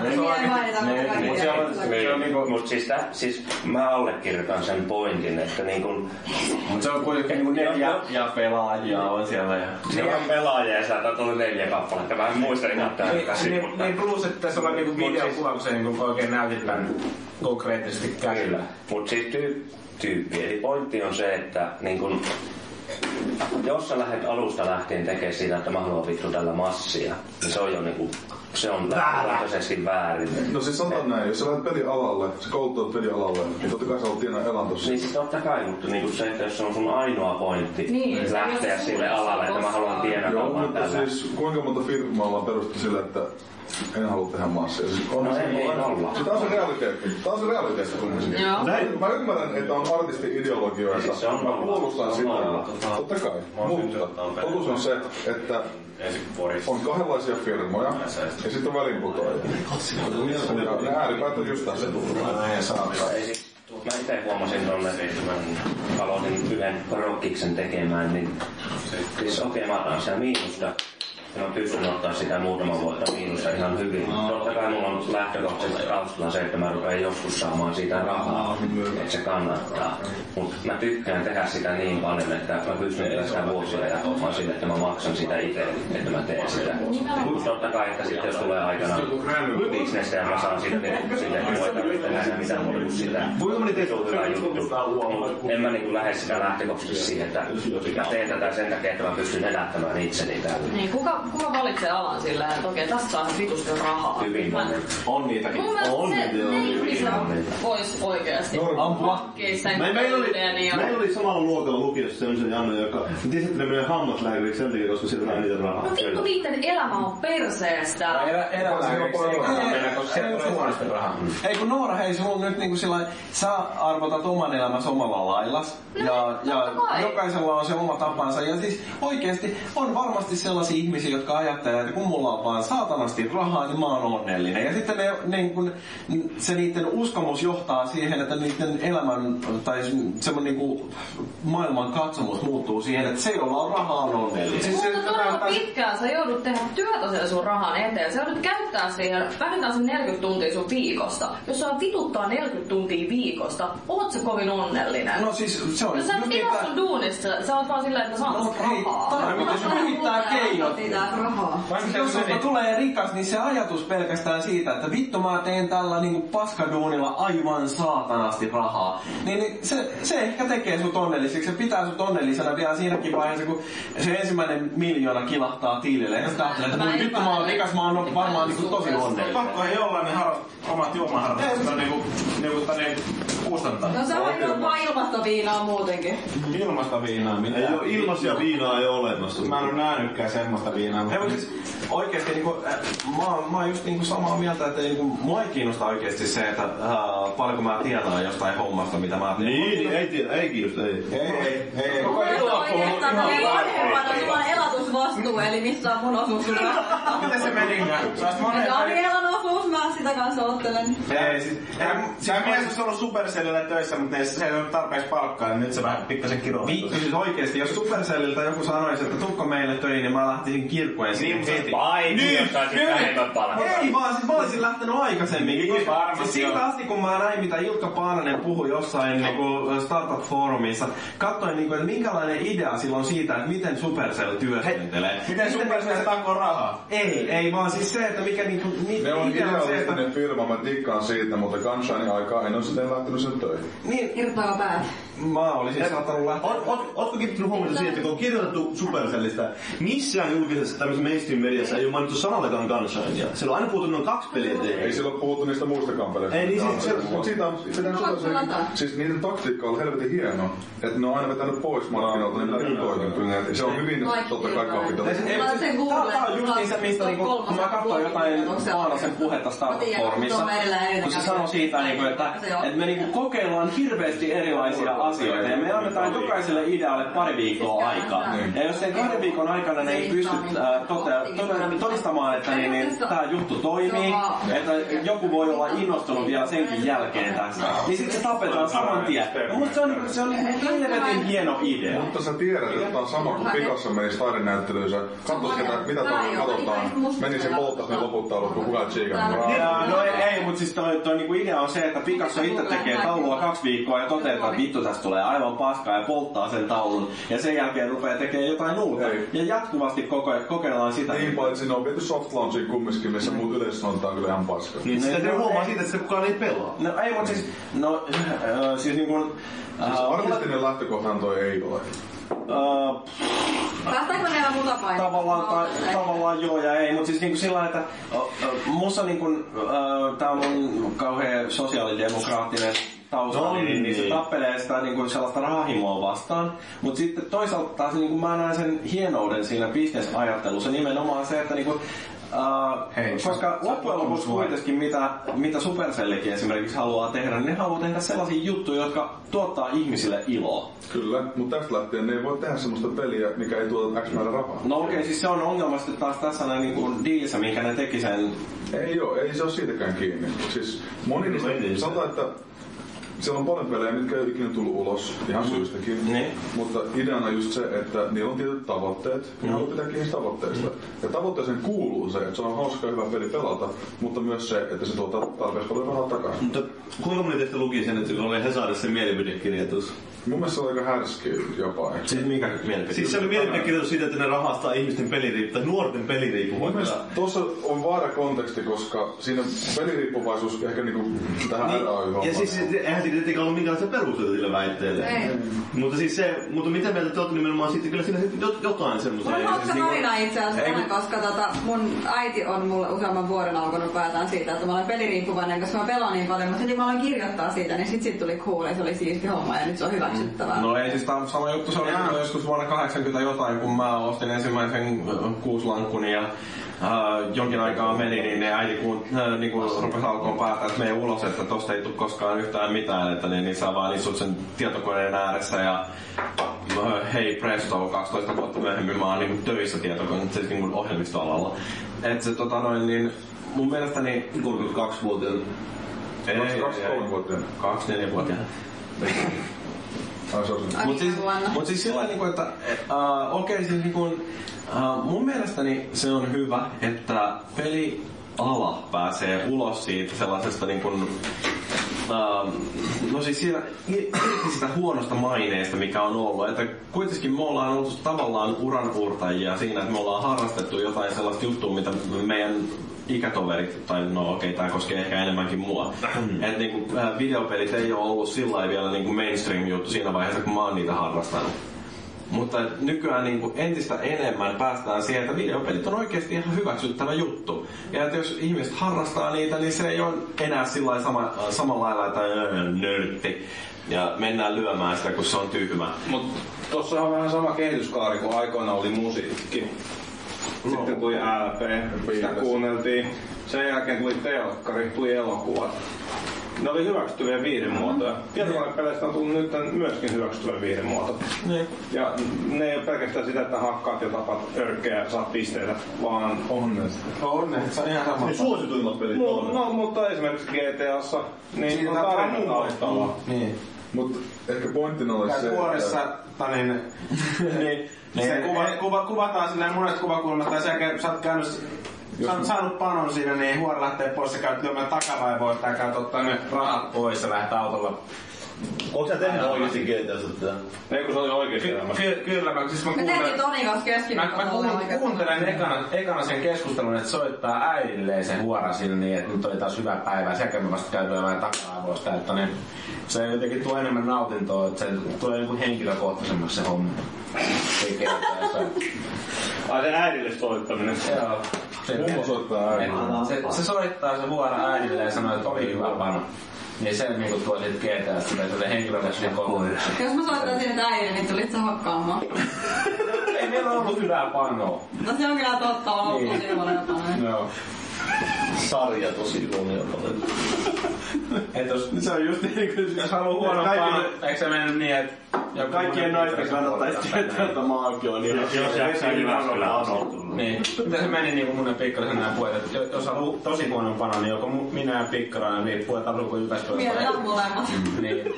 S3: Nimiä ei mainita, mutta kaikki
S5: Mutta se on-
S3: tietää.
S5: se on niinku-
S6: Mutta siis, tä- siis mä allekirjoitan sen pointin, että niin
S14: niinku-
S6: kun,
S5: mut se on kuitenkin niinku neljä ja pelaajia on siellä. Ja...
S6: siellä on pelaajia ja sieltä on tullut neljä kappaletta. Mä en muista ihan täysin,
S14: Niin,
S6: mutta...
S14: niin plus, että tässä on niinku
S6: siis-
S14: videokuva, kun se niinku oikein näytetään konkreettisesti
S6: Kyllä,
S14: käsillä.
S6: mutta siis tyy- tyyppi. Eli pointti on se, että niin kun, jos sä lähdet alusta lähtien tekemään sitä, että mä haluan vittu tällä massia, niin se on jo niinku, se on lähtöisesti väärin.
S4: No siis sanotaan näin, jos sä lähdet pelialalle, sä kouluttaudut pelialalle, niin totta kai sä haluat tienaa elantossa.
S6: Niin siis totta kai, mutta niinku se, että jos se on sun ainoa pointti
S7: Niin, se ei
S6: lähteä
S7: ole
S6: sille
S7: suurta
S6: alalle, että mä haluan
S7: koskaan.
S6: tienata
S4: Joo,
S6: vaan
S4: mutta
S6: tällä.
S4: siis kuinka monta firmaa ollaan perustettu sillä, että en halua tehdä massia. Siis on
S6: No
S4: se,
S6: ei, ei olla.
S4: Tämä on se realiteetti. Tämä on se realiteetti kumminkin.
S7: Joo.
S2: mutta hei,
S4: Mä ymmärrän, että on artisti ideologioita.
S6: Siis Se on
S4: Mä
S6: nolla.
S4: puolustan
S6: Se on
S4: sitä.
S6: nolla.
S4: Totta kai.
S15: oon syntynyt, että
S4: Mutta
S15: on perhe.
S4: totuus on se, että on kahdenlaisia firmoja ja sitten on väliinputoajia. Ja Ne ääripäät on just tässä.
S6: Ei siis- Mä itse huomasin tuonne, että mä aloitin yhden rockiksen tekemään, niin siis okei mä otan sitä miinusta. Ja mä pystyn ottaa sitä muutama vuotta miinusta ihan hyvin. Totta kai mulla on lähtökohtaisesti taustalla se, että mä rupean joskus saamaan siitä rahaa, että se kannattaa. Mutta mä tykkään tehdä sitä niin paljon, että mä pystyn tehdä sitä vuosia ja hommaan sille, että mä maksan sitä itse, että mä teen sitä. Mutta totta kai, että sitten jos tulee aikanaan bisnestä ja mä saan siitä, niin sitten ei voi tarvitse tehdä mitään muuta kuin sitä. Se on hyvä juttu. Mut En mä niinku lähde sitä lähtökohtaisesti siihen, että mä teen tätä sen takia, että mä pystyn elättämään itseni täällä.
S7: Niin, kuka, kuka valitsee alan sillä että okei, tästä saa vitusti rahaa?
S6: Hyvin
S7: Mä-
S6: monen.
S5: On niitäkin.
S7: Mun mielestä
S2: On
S7: se,
S2: niitä,
S7: ne
S2: joo.
S7: ihmiset vois oikeesti
S2: ampua.
S7: hankkia sen
S2: Me, meillä, oli,
S7: köyden ja...
S2: meillä oli samalla luokalla lukiossa sellaisen Janne, joka tiesi, että ne menee hammaslääkäriksi sen takia, koska sillä on niitä rahaa.
S7: No vittu niiden elämä on perseestä.
S14: Elä, elämääkiksi ei kannata mennä, koska se tulee huonosti rahaa.
S5: Ei kun Noora, hei sun nyt niinku sillä lailla, sä arvotat oman elämäsi omalla laillas.
S7: No,
S5: ja, ja
S7: totta kai.
S5: jokaisella on se oma tapansa. Ja siis oikeesti on varmasti sellaisia ihmisiä, ihmisiä, jotka ajattelee, että kun mulla on vaan saatanasti rahaa, niin mä oon onnellinen. Ja sitten ne, niin kun, se niiden uskomus johtaa siihen, että niiden elämän tai semmoinen niin maailman katsomus muuttuu siihen, että se, jolla on rahaa, on onnellinen.
S7: Siis
S5: se,
S7: Mutta todella pitkään sä joudut tehdä työtä sen sun rahan eteen. Sä joudut käyttää siihen vähintään sen 40 tuntia sun viikosta. Jos sä vituttaa 40 tuntia viikosta, oot sä kovin onnellinen.
S5: No siis se on...
S7: Jos sä et
S5: just
S7: pidä
S5: niitä-
S7: sun duunista, sä- sä oot vaan sillä, että saat
S5: No,
S7: no,
S5: ei
S7: rahaa.
S5: tarvi, kun se yrittää keinot.
S3: Sitä rahaa.
S16: Vaikka
S5: Siis Jos
S16: se
S5: susta
S16: meni-
S5: tulee rikas, niin se ajatus pelkästään siitä, että vittu mä teen tällä niinku paskaduunilla aivan saatanasti rahaa, niin niin se, se ehkä tekee sut onnelliseksi. Se pitää sut onnellisena vielä siinäkin vaiheessa, kun se ensimmäinen miljoona kilahtaa tiilille. Ja sitä ajattelee, että
S7: Mä
S5: voi
S7: en
S5: vittu mä oon
S7: epäile.
S5: rikas, mä oon varmaan niinku tosi
S7: Epäile
S5: onnellinen.
S1: Pakko ei olla, niin harra, omat juomaharrastukset on niinku, niinku tänne kustantaa.
S3: No sä voit juoda ilmasta viinaa muutenkin.
S1: Ilmasta viinaa, mitä?
S2: Ei oo ilmaisia viinaa ei oo olemassa.
S1: Mä en oo nähnytkään semmoista viinaa.
S5: Ei, mutta siis oikeesti niinku, äh, mä, oon- mä oon just niinku samaa mieltä, että niinku, mua ei kiinnosta oikeesti se, että äh, paljonko mä tienaan jostain hommasta, mitä mä teen.
S2: Niin, niin, ei tiedä, ei kiinnosta, ei.
S1: Ei, ei, ei.
S3: Mulla ei ole oikeastaan meidän vanhempana sulla elatusvastuu, eli missä on mun osuus sun rahasta.
S1: Miten se menikään? Sä oot
S3: Ja
S1: monen...
S3: Daniel on osuus, mä sitä kanssa ottelen.
S1: Ei, siis, Tämä mies olisi ollut Supercellillä töissä, mutta ne- se ei ole tarpeeksi palkkaa, niin nyt se vähän pikkasen kiroilee.
S5: Vittu siis oikeesti, jos Supercellilta joku sanoisi, että tukko meille töihin, niin mä lähtisin kirkkojen sinne heti.
S6: Vai, niin, niin, vähemmän palkkaa.
S5: Ei vaan, siis mä olisin lähtenyt aikaisemminkin.
S1: Niin,
S5: koska-
S1: varmasti
S5: siis siitä
S1: joo.
S5: asti kun mä näin mitä Ilkka Paananen puhui jossain niinku, startup forumissa, katsoin niinku, että minkälainen idea sillä on siitä, että miten Supercell työskentelee. niinku-
S1: Miten Supercell tankoo rahaa?
S5: Ei, ei vaan siis se, että mikä niinku, mi,
S4: Ne on
S5: idea on se, että...
S4: idealistinen firma, mä tikkaan siitä, mutta Gunshine aikaa en ole sitten lähtenyt sen töihin.
S5: Niin,
S3: Irtoa päät.
S5: mä olisin saattanut lähteä.
S2: Oot- oot- Ootko kiinnittänyt huomiota siihen, että kun on kirjoitettu Supercellistä, missään julkisessa tämmöisessä mainstream-mediassa ei ole mainittu sanallakaan Gunshinea. Siellä on aina puhuttu, että ne on kaksi peliä
S4: Ei
S2: tehty.
S4: silloin puhuttu niistä muistakaan peleistä.
S2: Ei, niin siis se-
S4: Mut siitä on pitänyt
S7: Haluatko
S4: Supercellin-
S7: lataa?
S4: Siis niiden taktiikka on helvetin hieno. Että ne on aina vetänyt pois markkinoilta niin niitä ylipoikintuja. Se on hyvin totta kai
S5: Ei,
S4: kapitalismi.
S5: ei,
S3: Mä
S5: siis
S3: sen
S5: tää-
S3: googlaan.
S5: tää on just niin se, mistä niinku, kun mä katsoin jotain Paanasen puhetta Startup-formissa,
S3: Mä tiedän, että tuo on edelleen
S5: kun se
S3: edelleen.
S5: sanoi siitä, niinku, että,
S3: Se on.
S5: että me niinku kokeillaan hirveästi erilaisia asioita ja me annetaan jokaiselle idealle pari viikkoa
S3: Siis
S5: aikaa. Ja jos sen kahden viikon aikana ne ei pysty äh, tote- tode- todistamaan, että niin, niin, tämä juttu toimii, että joku voi olla innostunut vielä senkin jälkeen tästä, niin sitten se tapetaan saman tien. Ja Musta se on, niinku- se on niinku helvetin hieno idea.
S4: Mutta sä tiedät, että tää on sama kuin Picasso meni taidenäyttelyyn, sä katsois ketä, mitä tuolla katsotaan. Meni se polttas ne loput taulut, kun kukaan chiikan.
S5: Joo, no ei, ei mutta siis toi, toi niinku idea on se, että Picasso itse tekee taulua kaksi viikkoa ja toteaa, että vittu tästä tulee aivan paskaa ja polttaa sen taulun. Ja sen jälkeen rupeaa tekemään jotain muuta.
S4: Ei.
S5: Ja jatkuvasti koko ajan kokeillaan sitä.
S4: Niin paitsi ne on viety soft launchiin kumminkin, missä muut yleensä on tää on kyllä ihan paska.
S2: Niin sitä
S5: Ei,
S2: ne
S5: no,
S2: huomaa
S5: ei.
S2: siitä, että se kukaan ei pelaa.
S5: No ei, mutta siis, no, äh, siis niinku... Äh,
S4: Siis artistinen lähtökohtahan toi ei ole.
S5: äh,
S3: Päästäänkö me vielä mutapainoon?
S5: Tavallaan, tai, tavallaan joo ja ei, mutta siis niinku sillä lailla, että ö, ö, musta niinku, ö, tää on mun kauhean sosiaalidemokraattinen tausta,
S2: No
S5: niin, niin, niin, se
S2: niin.
S5: tappelee sitä niinku sellaista rahahimoa vastaan. Mutta sitten toisaalta taas niinku mä näen sen hienouden siinä bisnesajattelussa nimenomaan se, että niinku, Uh,
S1: Hei,
S5: koska loppujen lopuksi kuitenkin mitä, mitä Supercellikin esimerkiksi haluaa tehdä, niin ne haluaa tehdä sellaisia juttuja, jotka tuottaa ihmisille iloa.
S4: Kyllä, mutta tästä lähtien ne ei voi tehdä semmoista peliä, mikä ei tuota X määrä rahaa.
S5: No okei, okay, siis se on ongelma sitten taas tässä näin niin kuin diilissä, minkä ne teki sen
S4: Ei oo, ei se ole siitäkään kiinni. Siis moni niistä,
S2: ei.
S4: sanotaan, että siellä on paljon pelejä, mitkä ei ole ikinä tullut ulos, ihan syystäkin.
S5: Niin.
S4: Mutta ideana just se, että niillä on tietyt tavoitteet, ja mm. pitää kiinni tavoitteista. Ja tavoitteeseen kuuluu se, että se on hauska ja hyvä peli pelata, mutta myös se, että se tuottaa tarpeeksi paljon rahaa takaisin.
S2: Mutta kuinka moni teistä luki sen, että oli Hesarissa se mielipidekirjoitus?
S4: Mun mielestä se on aika härski jopa.
S5: Siis mikä mielipide?
S2: Siis se oli mielipidekirjoitus siitä, että ne rahastaa ihmisten peliriippu, tai nuorten
S4: Mun
S2: peliriippuvuutta.
S4: mielestä tuossa on vaara konteksti, koska siinä peliriippuvaisuus ehkä niinku tähän niin, RAY-hommaan.
S2: ja siis eihän siitä tietenkään ollut minkäänlaista perusteita sille väitteelle.
S3: Ei.
S2: Mutta siis se, mutta mitä mieltä te olette nimenomaan siitä, kyllä siinä jot- jotain semmoista.
S3: Mulla on
S2: ei, siis
S3: hauska
S2: niinku-
S3: tarina itse
S2: Ei,
S3: asiassa,
S2: kun-
S3: koska tota, mun äiti on mulle useamman vuoden alkanut päätään siitä, että mä olen peliriippuvainen, koska mä pelaan niin paljon, mutta sitten mä aloin kirjoittaa siitä, niin sit, sit tuli cool ja se oli siisti homma ja nyt se on hyväksyttävää.
S5: No ei siis tää on sama juttu, se oli silloin joskus vuonna 80 jotain, kun mä ostin ensimmäisen äh, kuusilankkuni ja äh, jonkin aikaa meni, niin ne äiti kun, äh, niin kun rupesi alkoon päättää, että me ei ulos, että tosta ei tule koskaan yhtään mitään, että niin, niin sä vaan istut sen tietokoneen ääressä ja hei presto, 12 vuotta myöhemmin mä oon niinku töissä tietokoneessa, siis niinku ohjelmistoalalla. Et se tota noin, niin mun mielestä niin... 32-vuotiaana. Ei, ei, ei.
S4: 23-vuotiaana.
S5: 24-vuotiaana.
S4: Ai se on se.
S5: Mutta siis,
S17: vuonna.
S5: mut siis sillä niinku, että äh, okei, siis niinku, äh, mun mielestäni se on hyvä, että peliala pääsee ulos siitä sellaisesta niinku, ähm, no siis siinä, irti sitä huonosta maineesta, mikä on ollut. Että kuitenkin me ollaan oltu tavallaan uranurtajia siinä, että me ollaan harrastettu jotain sellaista juttua, mitä meidän ikätoverit, tai no okei, okay, tämä koskee ehkä enemmänkin mua. Että niinku, äh, videopelit ei ole ollut sillä lailla vielä niinku mainstream-juttu siinä vaiheessa, kun mä oon niitä harrastanut. Mutta et nykyään niin kuin entistä enemmän päästään siihen, että videopelit on oikeasti ihan hyväksyttävä juttu. Ja että jos ihmiset harrastaa niitä, niin se ei ole enää sillä lailla sama, samalla lailla, että "Öö, nörtti. Ja mennään lyömään sitä, kun se on tyhmä.
S2: Mut tossa on vähän sama kehityskaari kuin aikoina oli musiikki. Sitten tuli LP, sitä kuunneltiin. Sen jälkeen tuli telkkari, tuli elokuvat. Ne oli hyväksyttäviä viihdemuotoja. Tietokonepeleistä on tullut nyt myöskin hyväksyttävä viihdemuoto.
S5: Niin.
S2: Ja ne ei ole pelkästään sitä, että hakkaat ja tapat örkkejä ja saat pisteitä, vaan...
S4: Onnesta.
S5: On, se on ihan sama.
S18: Ne suosituimmat pelit
S2: No,
S18: on.
S2: no mutta esimerkiksi GTAssa, niin on tarina taustalla.
S1: Niin.
S4: Mut ehkä pointtina olisi
S1: Tai
S4: se,
S1: kuoressa,
S4: että...
S1: tai niin,
S5: Niin.
S1: se
S5: Niin.
S1: kuva, kuva, kuvataan silleen monesta kuvakulmasta, ja sä, käy- sä oot käynyt, sä oot saanut panon siinä, niin huone lähtee pois, sä käyt lyömään takaraivoista, ja käyt ottaa ne rahat pois, ja lähtee autolla.
S18: Onko sä tehnyt oikeesti GTAsta tätä?
S2: Ei kun se oli oikeesti elämässä.
S1: Ky- kyllä, mä, siis mä
S3: Me tehtiin Tonin kanssa
S1: Mä, mä
S3: keskiviikkona.
S1: kuun- kuuntelen ekana, ekana sen keskustelun, että soittaa äidilleen sen huora sille niin, että nyt oli taas hyvä päivä. Sekä mä vasta käyn vähän taka-aivoista, että niin, se jotenkin tuo enemmän nautintoa, että se tulee joku henkilökohtaisemmaksi se homma. Ei kertaa jossain.
S2: Ai se äidille soittaminen.
S1: Joo. Se,
S4: Mummo soittaa äidille.
S1: se, se, soittaa se huora äidille ja sanoo, että oli hyvä pano. Niin se niinku tuo sit GTA, tulee sille henkilökohtaisen kokemus.
S3: Jos mä soittaisin nyt äidille, niin tulit sä hakkaamaan.
S1: Ei meillä ollut hyvää panoa.
S3: No se on kyllä totta, on ollut tosi paljon jotain.
S1: Joo.
S18: Sarja tosi huono paljon.
S1: Et jos
S5: Se on just niin kuin...
S2: siis
S1: Jos haluaa huonompaa,
S5: Kaikille-
S1: eikö se mennyt niin, että... joku-
S5: Kaikkien naisten kannattaisi tietää, että maakin on ihan...
S6: Jos jaksaa Jyväskylään asettua.
S1: Niin. Mitä se meni niin kuin mun ja Pikkarasen nämä puet, että jo- jos haluaa tosi huonon panon, niin joko mu- minä ja Pikkarainen riippuu, että haluaa Jyväskylä.
S3: Mielellään molemmat.
S1: Niin.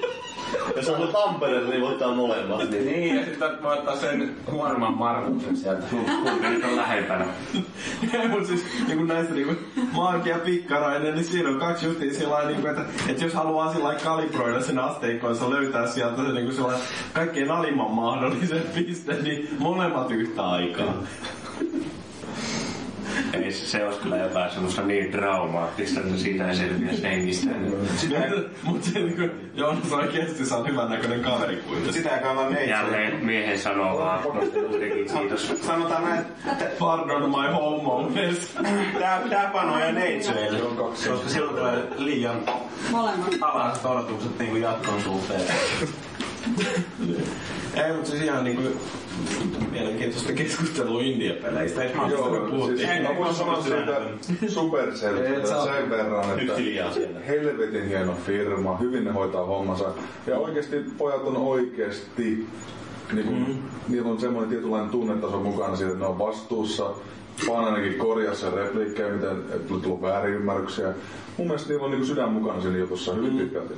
S18: Jos on Tampereella, niin voittaa molemmat.
S1: niin, ja sitten voi ottaa sen huonomman Markuksen sieltä.
S6: Kuuntelit on lähempänä.
S5: Ei, mut siis niinku näistä niinku Maanki ja Pikkarainen, niin siinä on kaksi justiin sillä niinku, että, että jos haluaa sillä lailla kalibroida sen asteikkoissa, löytää sieltä se niinku sellainen kaikkein alimman mahdollisen piste, niin molemmat yhtä aikaa.
S6: Ei, se olisi kyllä jotain semmoista niin traumaattista, että siitä ei selviäisi hengistä.
S5: Mut se niinku, Joonas oikeesti saa hyvän näköinen kaveri kuitenkin.
S1: Sitä ei kannata neitsellä.
S6: Jälleen miehen sanoo vaan, kuitenkin kiitos.
S1: Sanotaan näin, että
S5: Pardon my homo.
S1: tää, tää pano ja neitsellä.
S4: Se on kaksi.
S1: Koska silloin tulee liian
S3: Molemmat.
S1: alhaiset odotukset niinku jatkon suhteen.
S5: Ei, mut siis ihan niinku mielenkiintoista keskustelua indiapeleistä. Eikö mä oon tästä
S4: Joo,
S5: puhuttiin?
S4: siis
S1: Ei,
S4: mä
S1: ei,
S4: voin
S1: ei,
S4: sanoa
S1: ei,
S4: siitä Supercellistä sen verran, että
S6: Yksi liian siellä.
S4: helvetin hieno firma, hyvin ne hoitaa hommansa. Ja oikeasti pojat on oikeasti, niin kun, niillä on semmoinen tietynlainen tunnetaso mukana siitä, että ne on vastuussa. Vaan ainakin korjassa repliikkejä, mitä tuli tullut väärinymmärryksiä. Mun mielestä niillä on niin sydän mukana siinä jutussa hyvin pitkälti.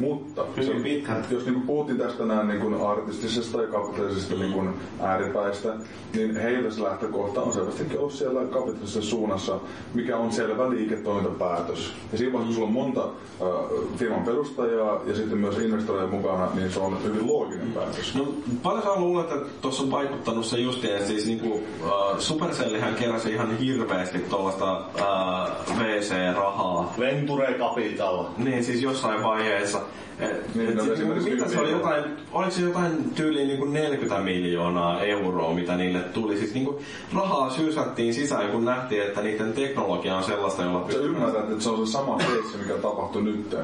S4: Mutta se, jos niin puhuttiin tästä näin niin kuin artistisesta ja kapitalistisesta mm. niin kuin ääripäistä, niin heillä se lähtökohta on selvästikin ollut siellä kapitalistisessa suunnassa, mikä on selvä liiketoimintapäätös. Ja siinä vaiheessa, kun sulla on monta äh, firman perustajaa ja sitten myös investoijia mukana, niin se on hyvin looginen päätös.
S5: No paljon sä luulet, että tuossa on vaikuttanut se justiin, että siis niinku, äh, Supercellihän keräsi ihan hirveästi tuollaista äh, VC-rahaa.
S18: Venture Capital.
S5: Niin siis jossain vaiheessa. Et,
S4: Niin,
S5: et
S4: no,
S5: siis, niinku,
S4: esimerkiksi
S5: mitä se oli
S4: Yhdysvallat.
S5: jotain, oliko se jotain tyyliin niinku 40 miljoonaa euroa, mitä niille tuli? Siis niinku rahaa syysättiin sisään, kun nähtiin, että niiden teknologia on sellaista, jolla
S4: Sä ymmärrät, että se on se sama keissi, mikä tapahtui nyt.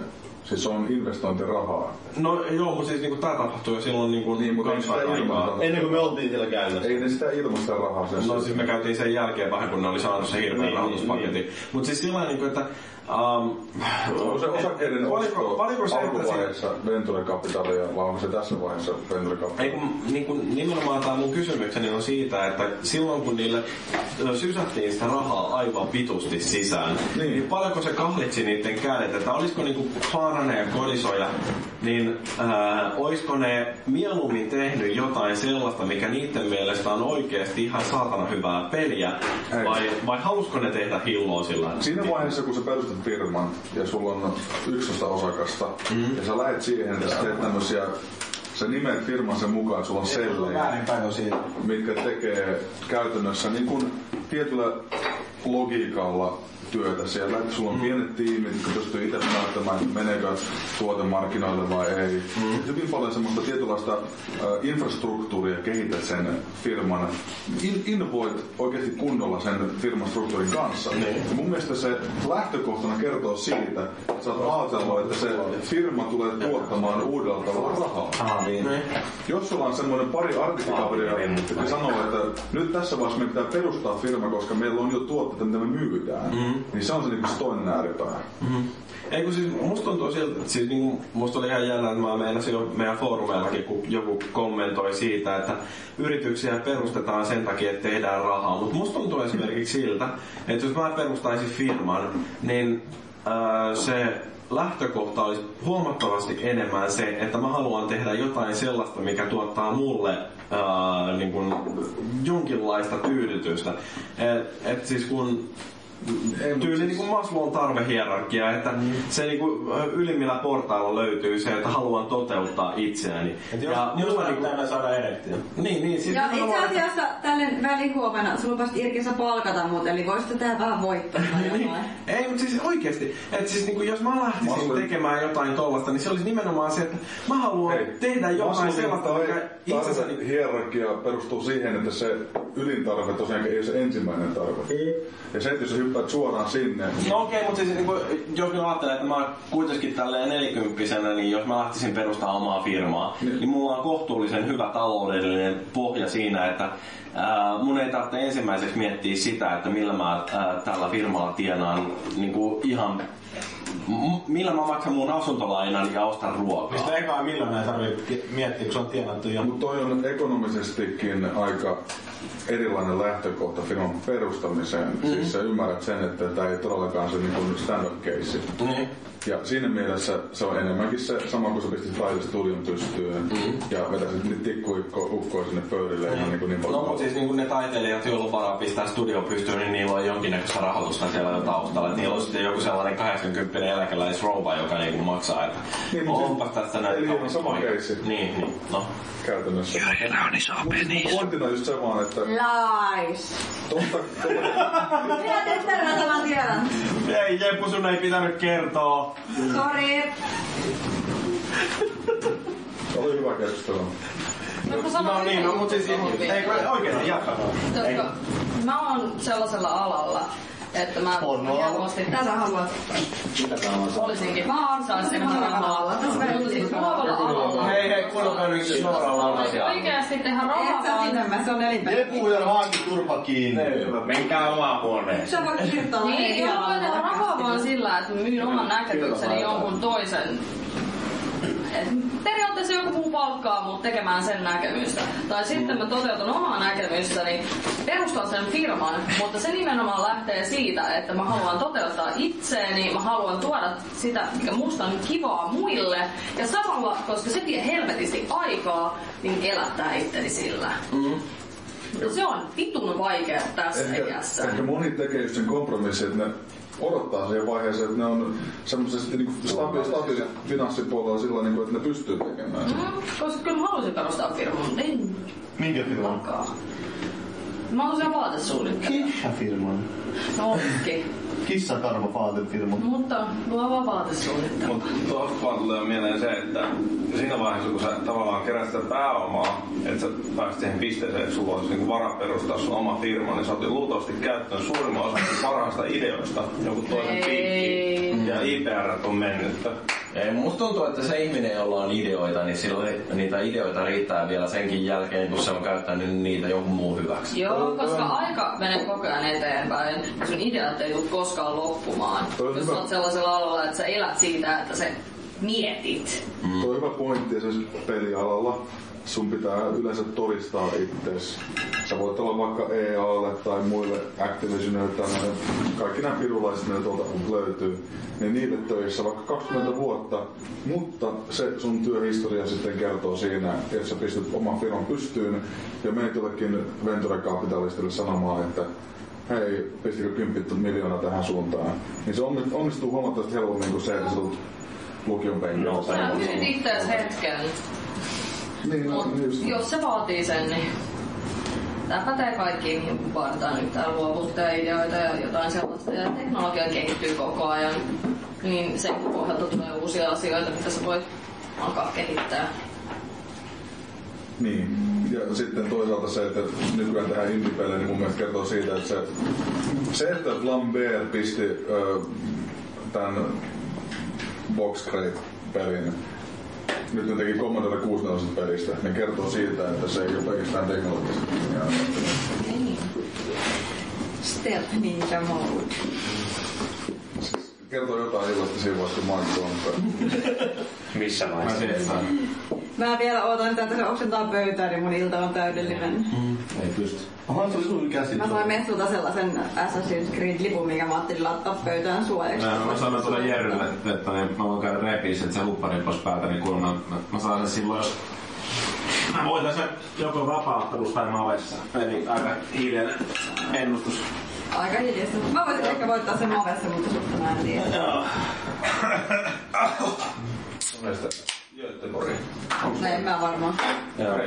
S4: Siis se on investointirahaa.
S5: No joo, mutta siis niinku tää tapahtui jo silloin niinku
S4: Niin, mutta ei sitä ilmoittanut.
S18: Ennen kuin me oltiin siellä käynnissä.
S4: Ei ne sitä ilmaista rahaa. sen
S5: No
S4: sijaan.
S5: siis me käytiin sen jälkeen vähän, kun ne oli saanut sen hirveän
S18: Niin,
S5: rahoituspaketin. Niin, Mutta siis sillä niin että Um,
S4: Onko se osakkeiden
S5: oliko,
S4: osto
S5: oliko se, että siinä,
S4: alkuvaiheessa Venture Capitalia vai onko se tässä vaiheessa Venture
S5: Ei,
S4: Capitalia?
S5: kun, niin kun nimenomaan tämä mun kysymykseni on siitä, että silloin kun niille sysättiin sitä rahaa aivan vitusti sisään, niin, niin paljonko se kahlitsi niiden kädet, että olisiko niinku Klaarane ja Kodisoja, niin ää, olisiko ne mieluummin tehnyt jotain sellaista, mikä niiden mielestä on oikeasti ihan saatana hyvää peliä,
S4: Ei.
S5: vai, vai halusko ne tehdä hilloa sillä?
S4: Siinä vaiheessa, kun sä perustat firman ja sulla on 11 osakasta mm. ja sä lähet siihen, että sä teet tämmösiä, sä nimet firman sen mukaan, sulla on sellejä.
S19: Väärinpäin on siinä.
S4: mitkä tekee käytännössä niin kuin tietyllä logiikalla työtä siellä. Että sulla on pienet tiimit, jotka pystyy itse päättämään, että meneekö tuote markkinoille vai ei. Mm. Hyvin paljon semmoista tietynlaista ö, infrastruktuuria kehität sen firman. In, invoit oikeasti kunnolla sen firman struktuurin kanssa. Ja mun mielestä se lähtökohtana kertoo siitä, että sä oot ajatellut, että se firma tulee tuottamaan uudella tavalla rahaa.
S19: Aha, niin.
S4: Jos sulla on semmoinen pari artikkikaveria, jotka sanoo, että nyt tässä vaiheessa me pitää perustaa firma, koska meillä on jo tuotteita, mitä me myydään, mm-hmm. niin se on se, niinku se toinen ääripää.
S5: Ei kun siis musta tuntuu siltä, että siis niin musta oli ihan jännä, että mä meinasin jo meidän foorumeillakin, kun joku kommentoi siitä, että yrityksiä perustetaan sen takia, että tehdään rahaa. Mutta musta tuntuu esimerkiksi siltä, että jos mä perustaisin firman, niin ää, se lähtökohta olisi huomattavasti enemmän se, että mä haluan tehdä jotain sellaista, mikä tuottaa mulle ää, niin kuin jonkinlaista tyydytystä. Et, et siis kun tyyli niin kuin Maslon tarvehierarkia, että se niin kuin ylimmillä portailla löytyy se, että haluan toteuttaa itseäni.
S19: Et jos, ja, jos
S5: mulla
S19: mä
S5: niin kuin-
S19: niin saada erektio.
S5: niin, niin, siis
S3: Ja
S5: nimenomaan,
S3: itse
S5: että-
S3: asiassa tälle välihuomenna sulla pääsit Irkissä palkata mut, eli voisit tehdä vähän voittoa tai
S5: Niin.
S3: jotain.
S5: Ei, mutta siis oikeesti, että siis niinku, jos mä lähtisin
S4: Maslow-
S5: tekemään jotain tollasta, niin se olisi nimenomaan se, että mä haluan tehdä jotain
S4: niinku
S5: sellaista, mikä niinku- itsessäni...
S4: hierarkia perustuu siihen, että se ylin tarve tosiaankin ei ole se ensimmäinen tarve. Ja se, että jos sä hyppäät suoraan sinne,
S5: No okei, mutta siis niinku, jos mä ajattelen, että mä oon kuitenkin tälleen nelikymppisenä, niin jos mä lähtisin perustaa omaa firmaa, niin, niin mulla on kohtuullisen hyvä taloudellinen pohja siinä, että ää, mun ei tarvitse ensimmäiseksi miettiä sitä, että millä mä ää, tällä firmalla tienaan niinku, ihan... m- Millä mä maksan mun asuntolainan ja ostan ruokaa.
S19: Mistä ekaa miljoonaa ei tarvii miettiä, kun se on tienattu jo.
S4: mutta toi on ekonomisestikin aika erilainen lähtökohta firman perustamiseen. Mm-hmm. Siis sä ymmärrät sen, että tämä ei todellakaan se niin stand-up case.
S5: Niin.
S4: Ja siinä mielessä se on enemmänkin se sama, kun sä pistit taidestudion pystyyn
S5: Mm-hmm.
S4: mm. ja vetäisit niitä tikkuukkoja sinne pöydille mm. niin, kuin niin
S5: No
S4: paljon.
S5: mutta siis niin kuin ne taiteilijat, joilla on varaa pistää studio pystyyn, niin niillä on jonkinnäköistä rahoitusta siellä jo taustalla. Et niillä on sitten joku sellainen 80 eläkeläisrouva, joka niinku maksaa, että
S4: Niin,
S5: niin,
S1: siis-
S4: mutta
S5: onpas tässä näin.
S4: eli ihan
S5: kaunis
S4: sama
S5: poika.
S4: keissi.
S5: Niin, niin. No.
S4: käytännössä.
S6: Heillä on iso
S4: niin.
S6: penis.
S5: niin.
S4: Pointtina just se vaan, että
S3: Lies.
S4: totta, totta
S3: Minä tehtävänä tämän tiedän.
S5: Ei Jeppu, sun ei pitänyt kertoa.
S3: Sori.
S4: oli hyvä keskustelu.
S7: No, kun
S5: No
S7: sanoin,
S5: niin, no
S7: että-
S5: mutta siis ei kun oikeesti jatka.
S7: Koska mä oon sellaisella alalla, että mä helposti
S3: Tätä haluat.
S7: olisinkin.
S3: Mä oon
S7: Saisin
S3: semmoisella
S7: rahaa.
S3: alalla. Tässä vähän
S7: Mutta siis
S3: jotenkin
S7: luovalla alalla.
S5: Hei, hei, kuunnelkaa nyt suoraan
S7: Voisi
S5: laulaa.
S7: oikeasti tehdä
S3: Et sä
S7: rahaa vaan.
S3: sitä, mä- se on elinpäin.
S1: Jepu ja haanki turpa kiinni.
S6: Menkää omaan huoneeseen.
S3: Sä voit kirjoittaa.
S7: Niin, joo, mä voin tehdä rahaa vaan sillä, että mä myyn oman näkemykseni jonkun toisen. Et Periaatteessa joku muu palkkaa mut tekemään sen näkemystä. Tai sitten mä toteutan omaa näkemystäni, perustan sen firman, mutta se nimenomaan lähtee siitä, että mä haluan toteuttaa itseäni, mä haluan tuoda sitä, mikä musta on kivaa muille. Ja samalla, koska se vie helvetisti aikaa, niin elättää itteni sillä. Se on vitun vaikea tässä iässä.
S4: Ehkä, ehkä moni tekee just sen kompromissin, että ne odottaa siihen vaiheeseen, että ne on semmoisesti niin stabi- stabiilit finanssipuolella sillä niin kuin, että ne pystyy tekemään. sen.
S7: Mm, koska kyllä mä halusin perustaa firman, Niin, mutta ei
S1: Minkä firman?
S7: alkaa. Mä halusin vaatesuunnittelija.
S1: Kissa-firman.
S7: No onkin.
S1: Kissakarva vaatefirma.
S7: Mutta luova vaatesuunnittelija.
S2: Mutta tuosta vaan tulee mieleen se, että siinä vaiheessa kun sä tavallaan kerät sitä pääomaa, että sä pääset siihen pisteeseen, että sulla olisi niinku varaa perustaa sun oma firma, niin sä oot jo luultavasti käyttöön suurimman osan sun parhaista ideoista joku toisen
S7: Ei.
S2: piikkiin. Ja IPR on mennyt.
S5: Ei, musta tuntuu, että se ihminen, jolla on ideoita, niin silloin niitä ideoita riittää vielä senkin jälkeen, kun se on käyttänyt niin- niitä jonkun muun hyväksi.
S7: Joo, koska aika menee koko ajan eteenpäin ja sun ideat ei tule koskaan loppumaan.
S4: Toi on
S7: Jos sä
S4: hyvä.
S7: oot sellaisella alueella, että sä elät siitä, että sä mietit.
S4: Mm. Tuo on hyvä pointti esimerkiksi pelialalla. Sun pitää yleensä todistaa ittees. Sä voit olla vaikka EAlle tai muille Activisionille tai näille, kaikki nämä pirulaiset, ne tuolta löytyy, niin niille töissä vaikka 20 vuotta, mutta se sun työhistoria sitten kertoo siinä, että sä pistät oman firman pystyyn ja menet jollekin venture capitalistille sanomaan, että hei, pistikö 10 miljoonaa tähän suuntaan, niin se onnistuu- onnistuu huomattavasti helpommin kuin se, että sä tulet lukion penkillä.
S6: No,
S7: Sä kysyt itseäsi hetken,
S4: Niin, no,
S7: mut
S4: just.
S7: jos se vaatii sen, niin Tämä pätee kaikkiin, mihin kun vaaditaan nyt täällä luovuutta ja ideoita ja jotain sellaista. Ja teknologia kehittyy koko ajan, niin sen pohjalta tulee uusia asioita, mitä sä voit alkaa kehittää.
S4: Niin. Ja sitten toisaalta se, että nykyään tehdään indie-pelejä, niin mun mielestä kertoo siitä, että se, se että Lambert pisti ö, tämän Box Crate-pelin, nyt ne teki Commodore 64 pelistä, niin kertoo siitä, että se ei ole pelkästään teknologista.
S7: Niin.
S3: Stealth Ninja Mode.
S4: Kertoo jotain illasta siinä vaiheessa, kun Mike Trump
S6: Missä vaiheessa?
S3: Mä vielä ootan sitä, että se oksentaa pöytää, niin mun ilta on täydellinen.
S5: Ei pysty.
S2: Aha, se oli sun käsi.
S3: Mä sain messulta sellaisen Assassin's Creed-lipun, mikä mä ajattelin laittaa pöytään suojaksi.
S5: Mä, mä sanoin tuolle Jerrylle, että, että niin, mä voin käydä repiis, että se huppari pois päältä, niin kuulemma mä, mä saan sen silloin, jos... Mä voitan sen joko vapauttelussa tai mavessa. Eli aika hiilen ennustus.
S3: Aika hiljasta. Mä voisin ehkä voittaa sen mavessa, mutta sutta mä en tiedä.
S9: Göteborg.
S3: Näin mä varmaan.
S5: Joo.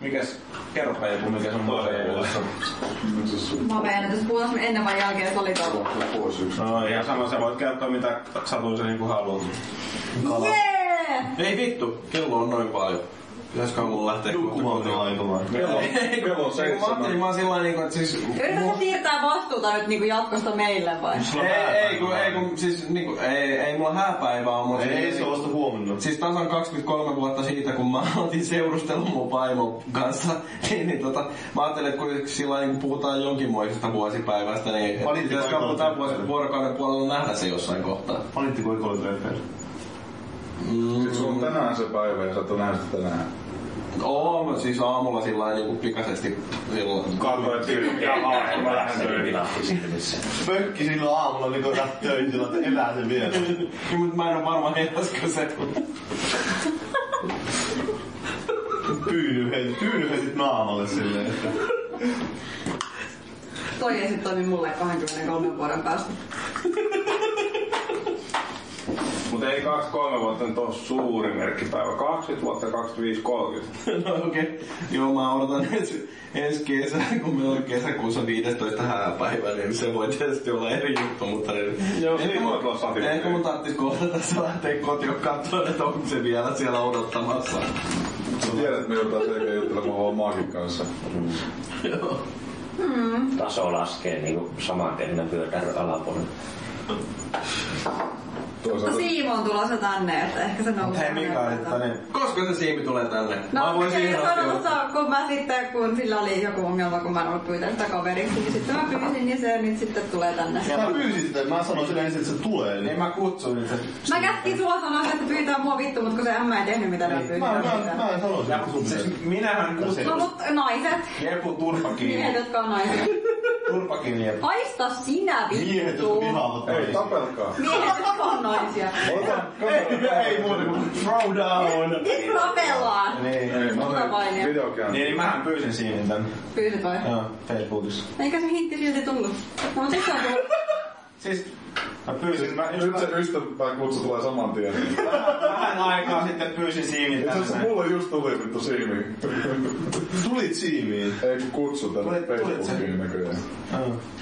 S5: Mikäs, kerropa joku, mikä sun toiveessa on.
S3: Mä menen nyt puhas ennen vai jälkeen solitolla.
S4: pois yksi.
S5: No ihan sama, sä voit käyttää mitä satuisen niinku haluat.
S3: Jee!
S5: No Ei vittu, kello on noin paljon. Pitäisikö mun lähteä
S2: Nukkumaan vielä aikomaan.
S4: Kello on, kello on
S5: Ei, kun Niinku mä
S4: seitsemän.
S5: ajattelin vaan sillä niinku, että siis...
S3: Yritätkö siirtää vastuuta nyt niinku jatkosta meille vai?
S5: Ei, ei, kun, ei, kun, siis niinku, ei, ei mulla hääpäivää on, mutta...
S2: Ei se ole vasta huomenna.
S5: Siis tasan 23 vuotta siitä, kun mä otin seurustelun mun vaimon kanssa, niin, niin tota, mä ajattelin, että kuitenkin sillä lailla, kun puhutaan jonkinmoisesta vuosipäivästä, niin et
S2: Valitti
S5: pitäisikö
S2: paikalla
S5: tämän
S2: tehtävä.
S5: vuosi vuorokauden puolella nähdä se jossain kohtaa.
S2: Panittiko ekolle treffeille?
S4: Sitten sulla on tänään se päivä ja sä et ole nähnyt sitä tänään.
S5: Oo, mut siis aamulla sillä lailla niinku pikaisesti silloin.
S9: Katsoit silmiä. Jaha, mä lähden töihin.
S6: vilahti silmissä.
S2: Pökki silloin aamulla, niin kun lähti töihin, sillä että elää se vielä.
S5: Niin, mut mä en oo varma heräskö se.
S2: Pyydy heitit, pyydy heitit naamalle silleen, että...
S3: Toi ei sit toimi mulle 23 vuoden päästä.
S9: Mutta ei 23 vuotta nyt ole suuri merkkipäivä. 20 vuotta, 25, 30.
S5: No okei. Okay. Joo, mä odotan ensi, ensi kesää, kun meillä on kesäkuussa 15 hääpäivä, niin se voi tietysti olla eri juttu, mutta niin...
S9: Joo,
S5: Ehkä
S9: niin
S5: mun-
S9: voi tulla sati.
S5: Ehkä mun tarttis kohdata se lähtee kotiin katsoa, että onko se vielä siellä odottamassa.
S4: Sä tiedät, että me joudutaan selkeä juttelemaan vaan Maakin kanssa.
S5: Joo.
S6: Taso laskee niinku saman tehnä pyötärön alapuolella.
S3: Mutta
S4: Toisaalta
S3: No Siimo on tulossa tänne, että ehkä se nousee.
S5: Hei Mika, että niin. Koska se siimi tulee tänne?
S3: No, mä
S5: siihen
S3: se
S5: asti
S3: on
S5: odottaa.
S3: tuossa, kun mä sitten, kun sillä oli joku ongelma, kun mä en ollut pyytänyt sitä kaveriksi, niin sitten mä pyysin, niin se nyt sitten tulee tänne.
S2: Sä pyysit sitä, mä sanoin sille ensin, että se tulee.
S5: Niin
S2: Niin
S5: mä kutsuin sen.
S3: Mä käskin sua sanoa, että pyytää mua vittu, mutta kun se ämmä ei tehnyt mitä mä pyysin.
S2: Niin. Mä, mä, mä en sano sitä, kun sun pitäisi.
S5: Siis minähän kutsuin.
S3: No mut naiset,
S5: Jepu turpa
S2: Niin.
S3: miehet,
S5: kiinni.
S3: jotka on naisia.
S5: Turpa kiinni. Jepu.
S3: Aista sinä
S2: Miehet,
S3: vittu.
S2: jotka vihaavat
S4: ei
S2: naisia.
S4: tapelkaa.
S3: Miehet, jotka on naisia.
S2: Ei, ei muuta kuin throw down.
S3: Nyt tapellaan.
S5: Niin.
S4: Ei, mä
S3: Kuka vain,
S4: olen
S3: ja-
S4: videokäynti.
S5: Niin, niin mähän pyysin siimin tänne.
S3: Pyysit vai?
S5: Joo, Facebookissa.
S3: Eikä se hintti silti tullut. No mut se on tullut.
S5: Siis mä pyysin, mä
S4: Nyt se ystävän kutsu tulee saman tien.
S5: Niin. vähän aikaa sitten pyysin siimin
S4: Itse asiassa
S5: tänne.
S4: mulle just tuli vittu siimi.
S2: Tulit siimiin.
S4: Ei kun kutsu tänne
S5: Tulit- tulit
S4: Facebookiin näköjään.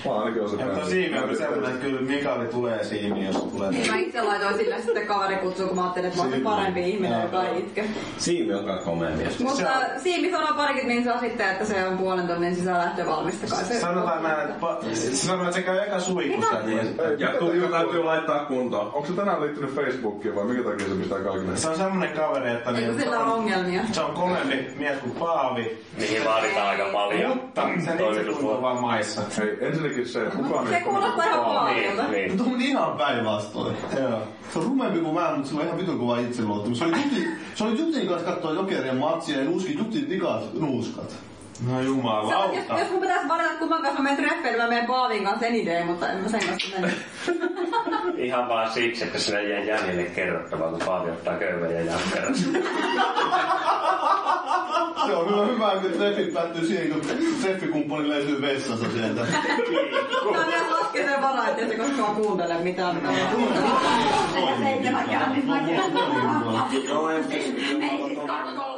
S4: Mä ainakin oon sen
S5: Ja mutta
S4: nähnyt.
S5: siimi on kyllä että kyllä Mikaeli tulee siimi, jos tulee.
S3: Niin mä itse laitoin sille sitten kaveri kutsuu, kun mä ajattelin, että mä oon se parempi ihminen, joka ei itke.
S5: Siimi on kai komea mies.
S3: Mutta Siimi sanoi parikin niin saa sitten, että se on puolen tunnin sisälähtö valmista kai. Se
S5: Sanotaan näin, että pa- sanotaan, että se käy eka suikussa. Niin,
S4: Ei,
S5: ja
S4: pitää
S5: tulee
S20: täytyy laittaa kuntoon.
S4: Onko se tänään liittynyt Facebookiin vai mikä takia se pistää kaikille?
S21: Se on semmonen kaveri, että
S3: Ei kun
S21: niin,
S3: sillä on ongelmia.
S21: se on kovempi mies kuin Paavi,
S6: Niihin vaaditaan aika paljon
S21: mutta sen itse tuntuu
S6: toimitusvuoroja.
S21: vaan maissa.
S4: Hei, ensinnäkin se, kukaan
S3: Se kuulostaa ihan vaarilta.
S6: Niin, niin.
S1: Mutta on ihan päinvastoin. Joo. Se on rumempi kuin mä, mutta sillä on ihan vitun kova itseluottamus. Se oli Jutin, se oli Jutin kanssa katsoa jokerien matsia ja nuuski Jutin vikat nuuskat.
S21: No
S3: Se on, jos,
S21: jumalauta.
S3: jos mun pitäisi valita, että kumman kanssa mä menen treffeille, mä menen Paavin kanssa sen ideen, mutta en mä sen kanssa mene.
S6: Ihan vaan siksi, että sillä jää jäljelle kerrottavaa, kun Paavi ottaa köyvän ja jakkaran.
S1: Se on hyvä, hyvä kun treffit päättyy siihen, kun treffikumppani löytyy vessasta sieltä.
S3: Mä myös lasken sen varaa, ettei se koskaan kuuntele mitään. mitä mä puhun.
S1: Toimii.
S7: Seitsemänkään, nyt mäkin. Ei siis karkolla.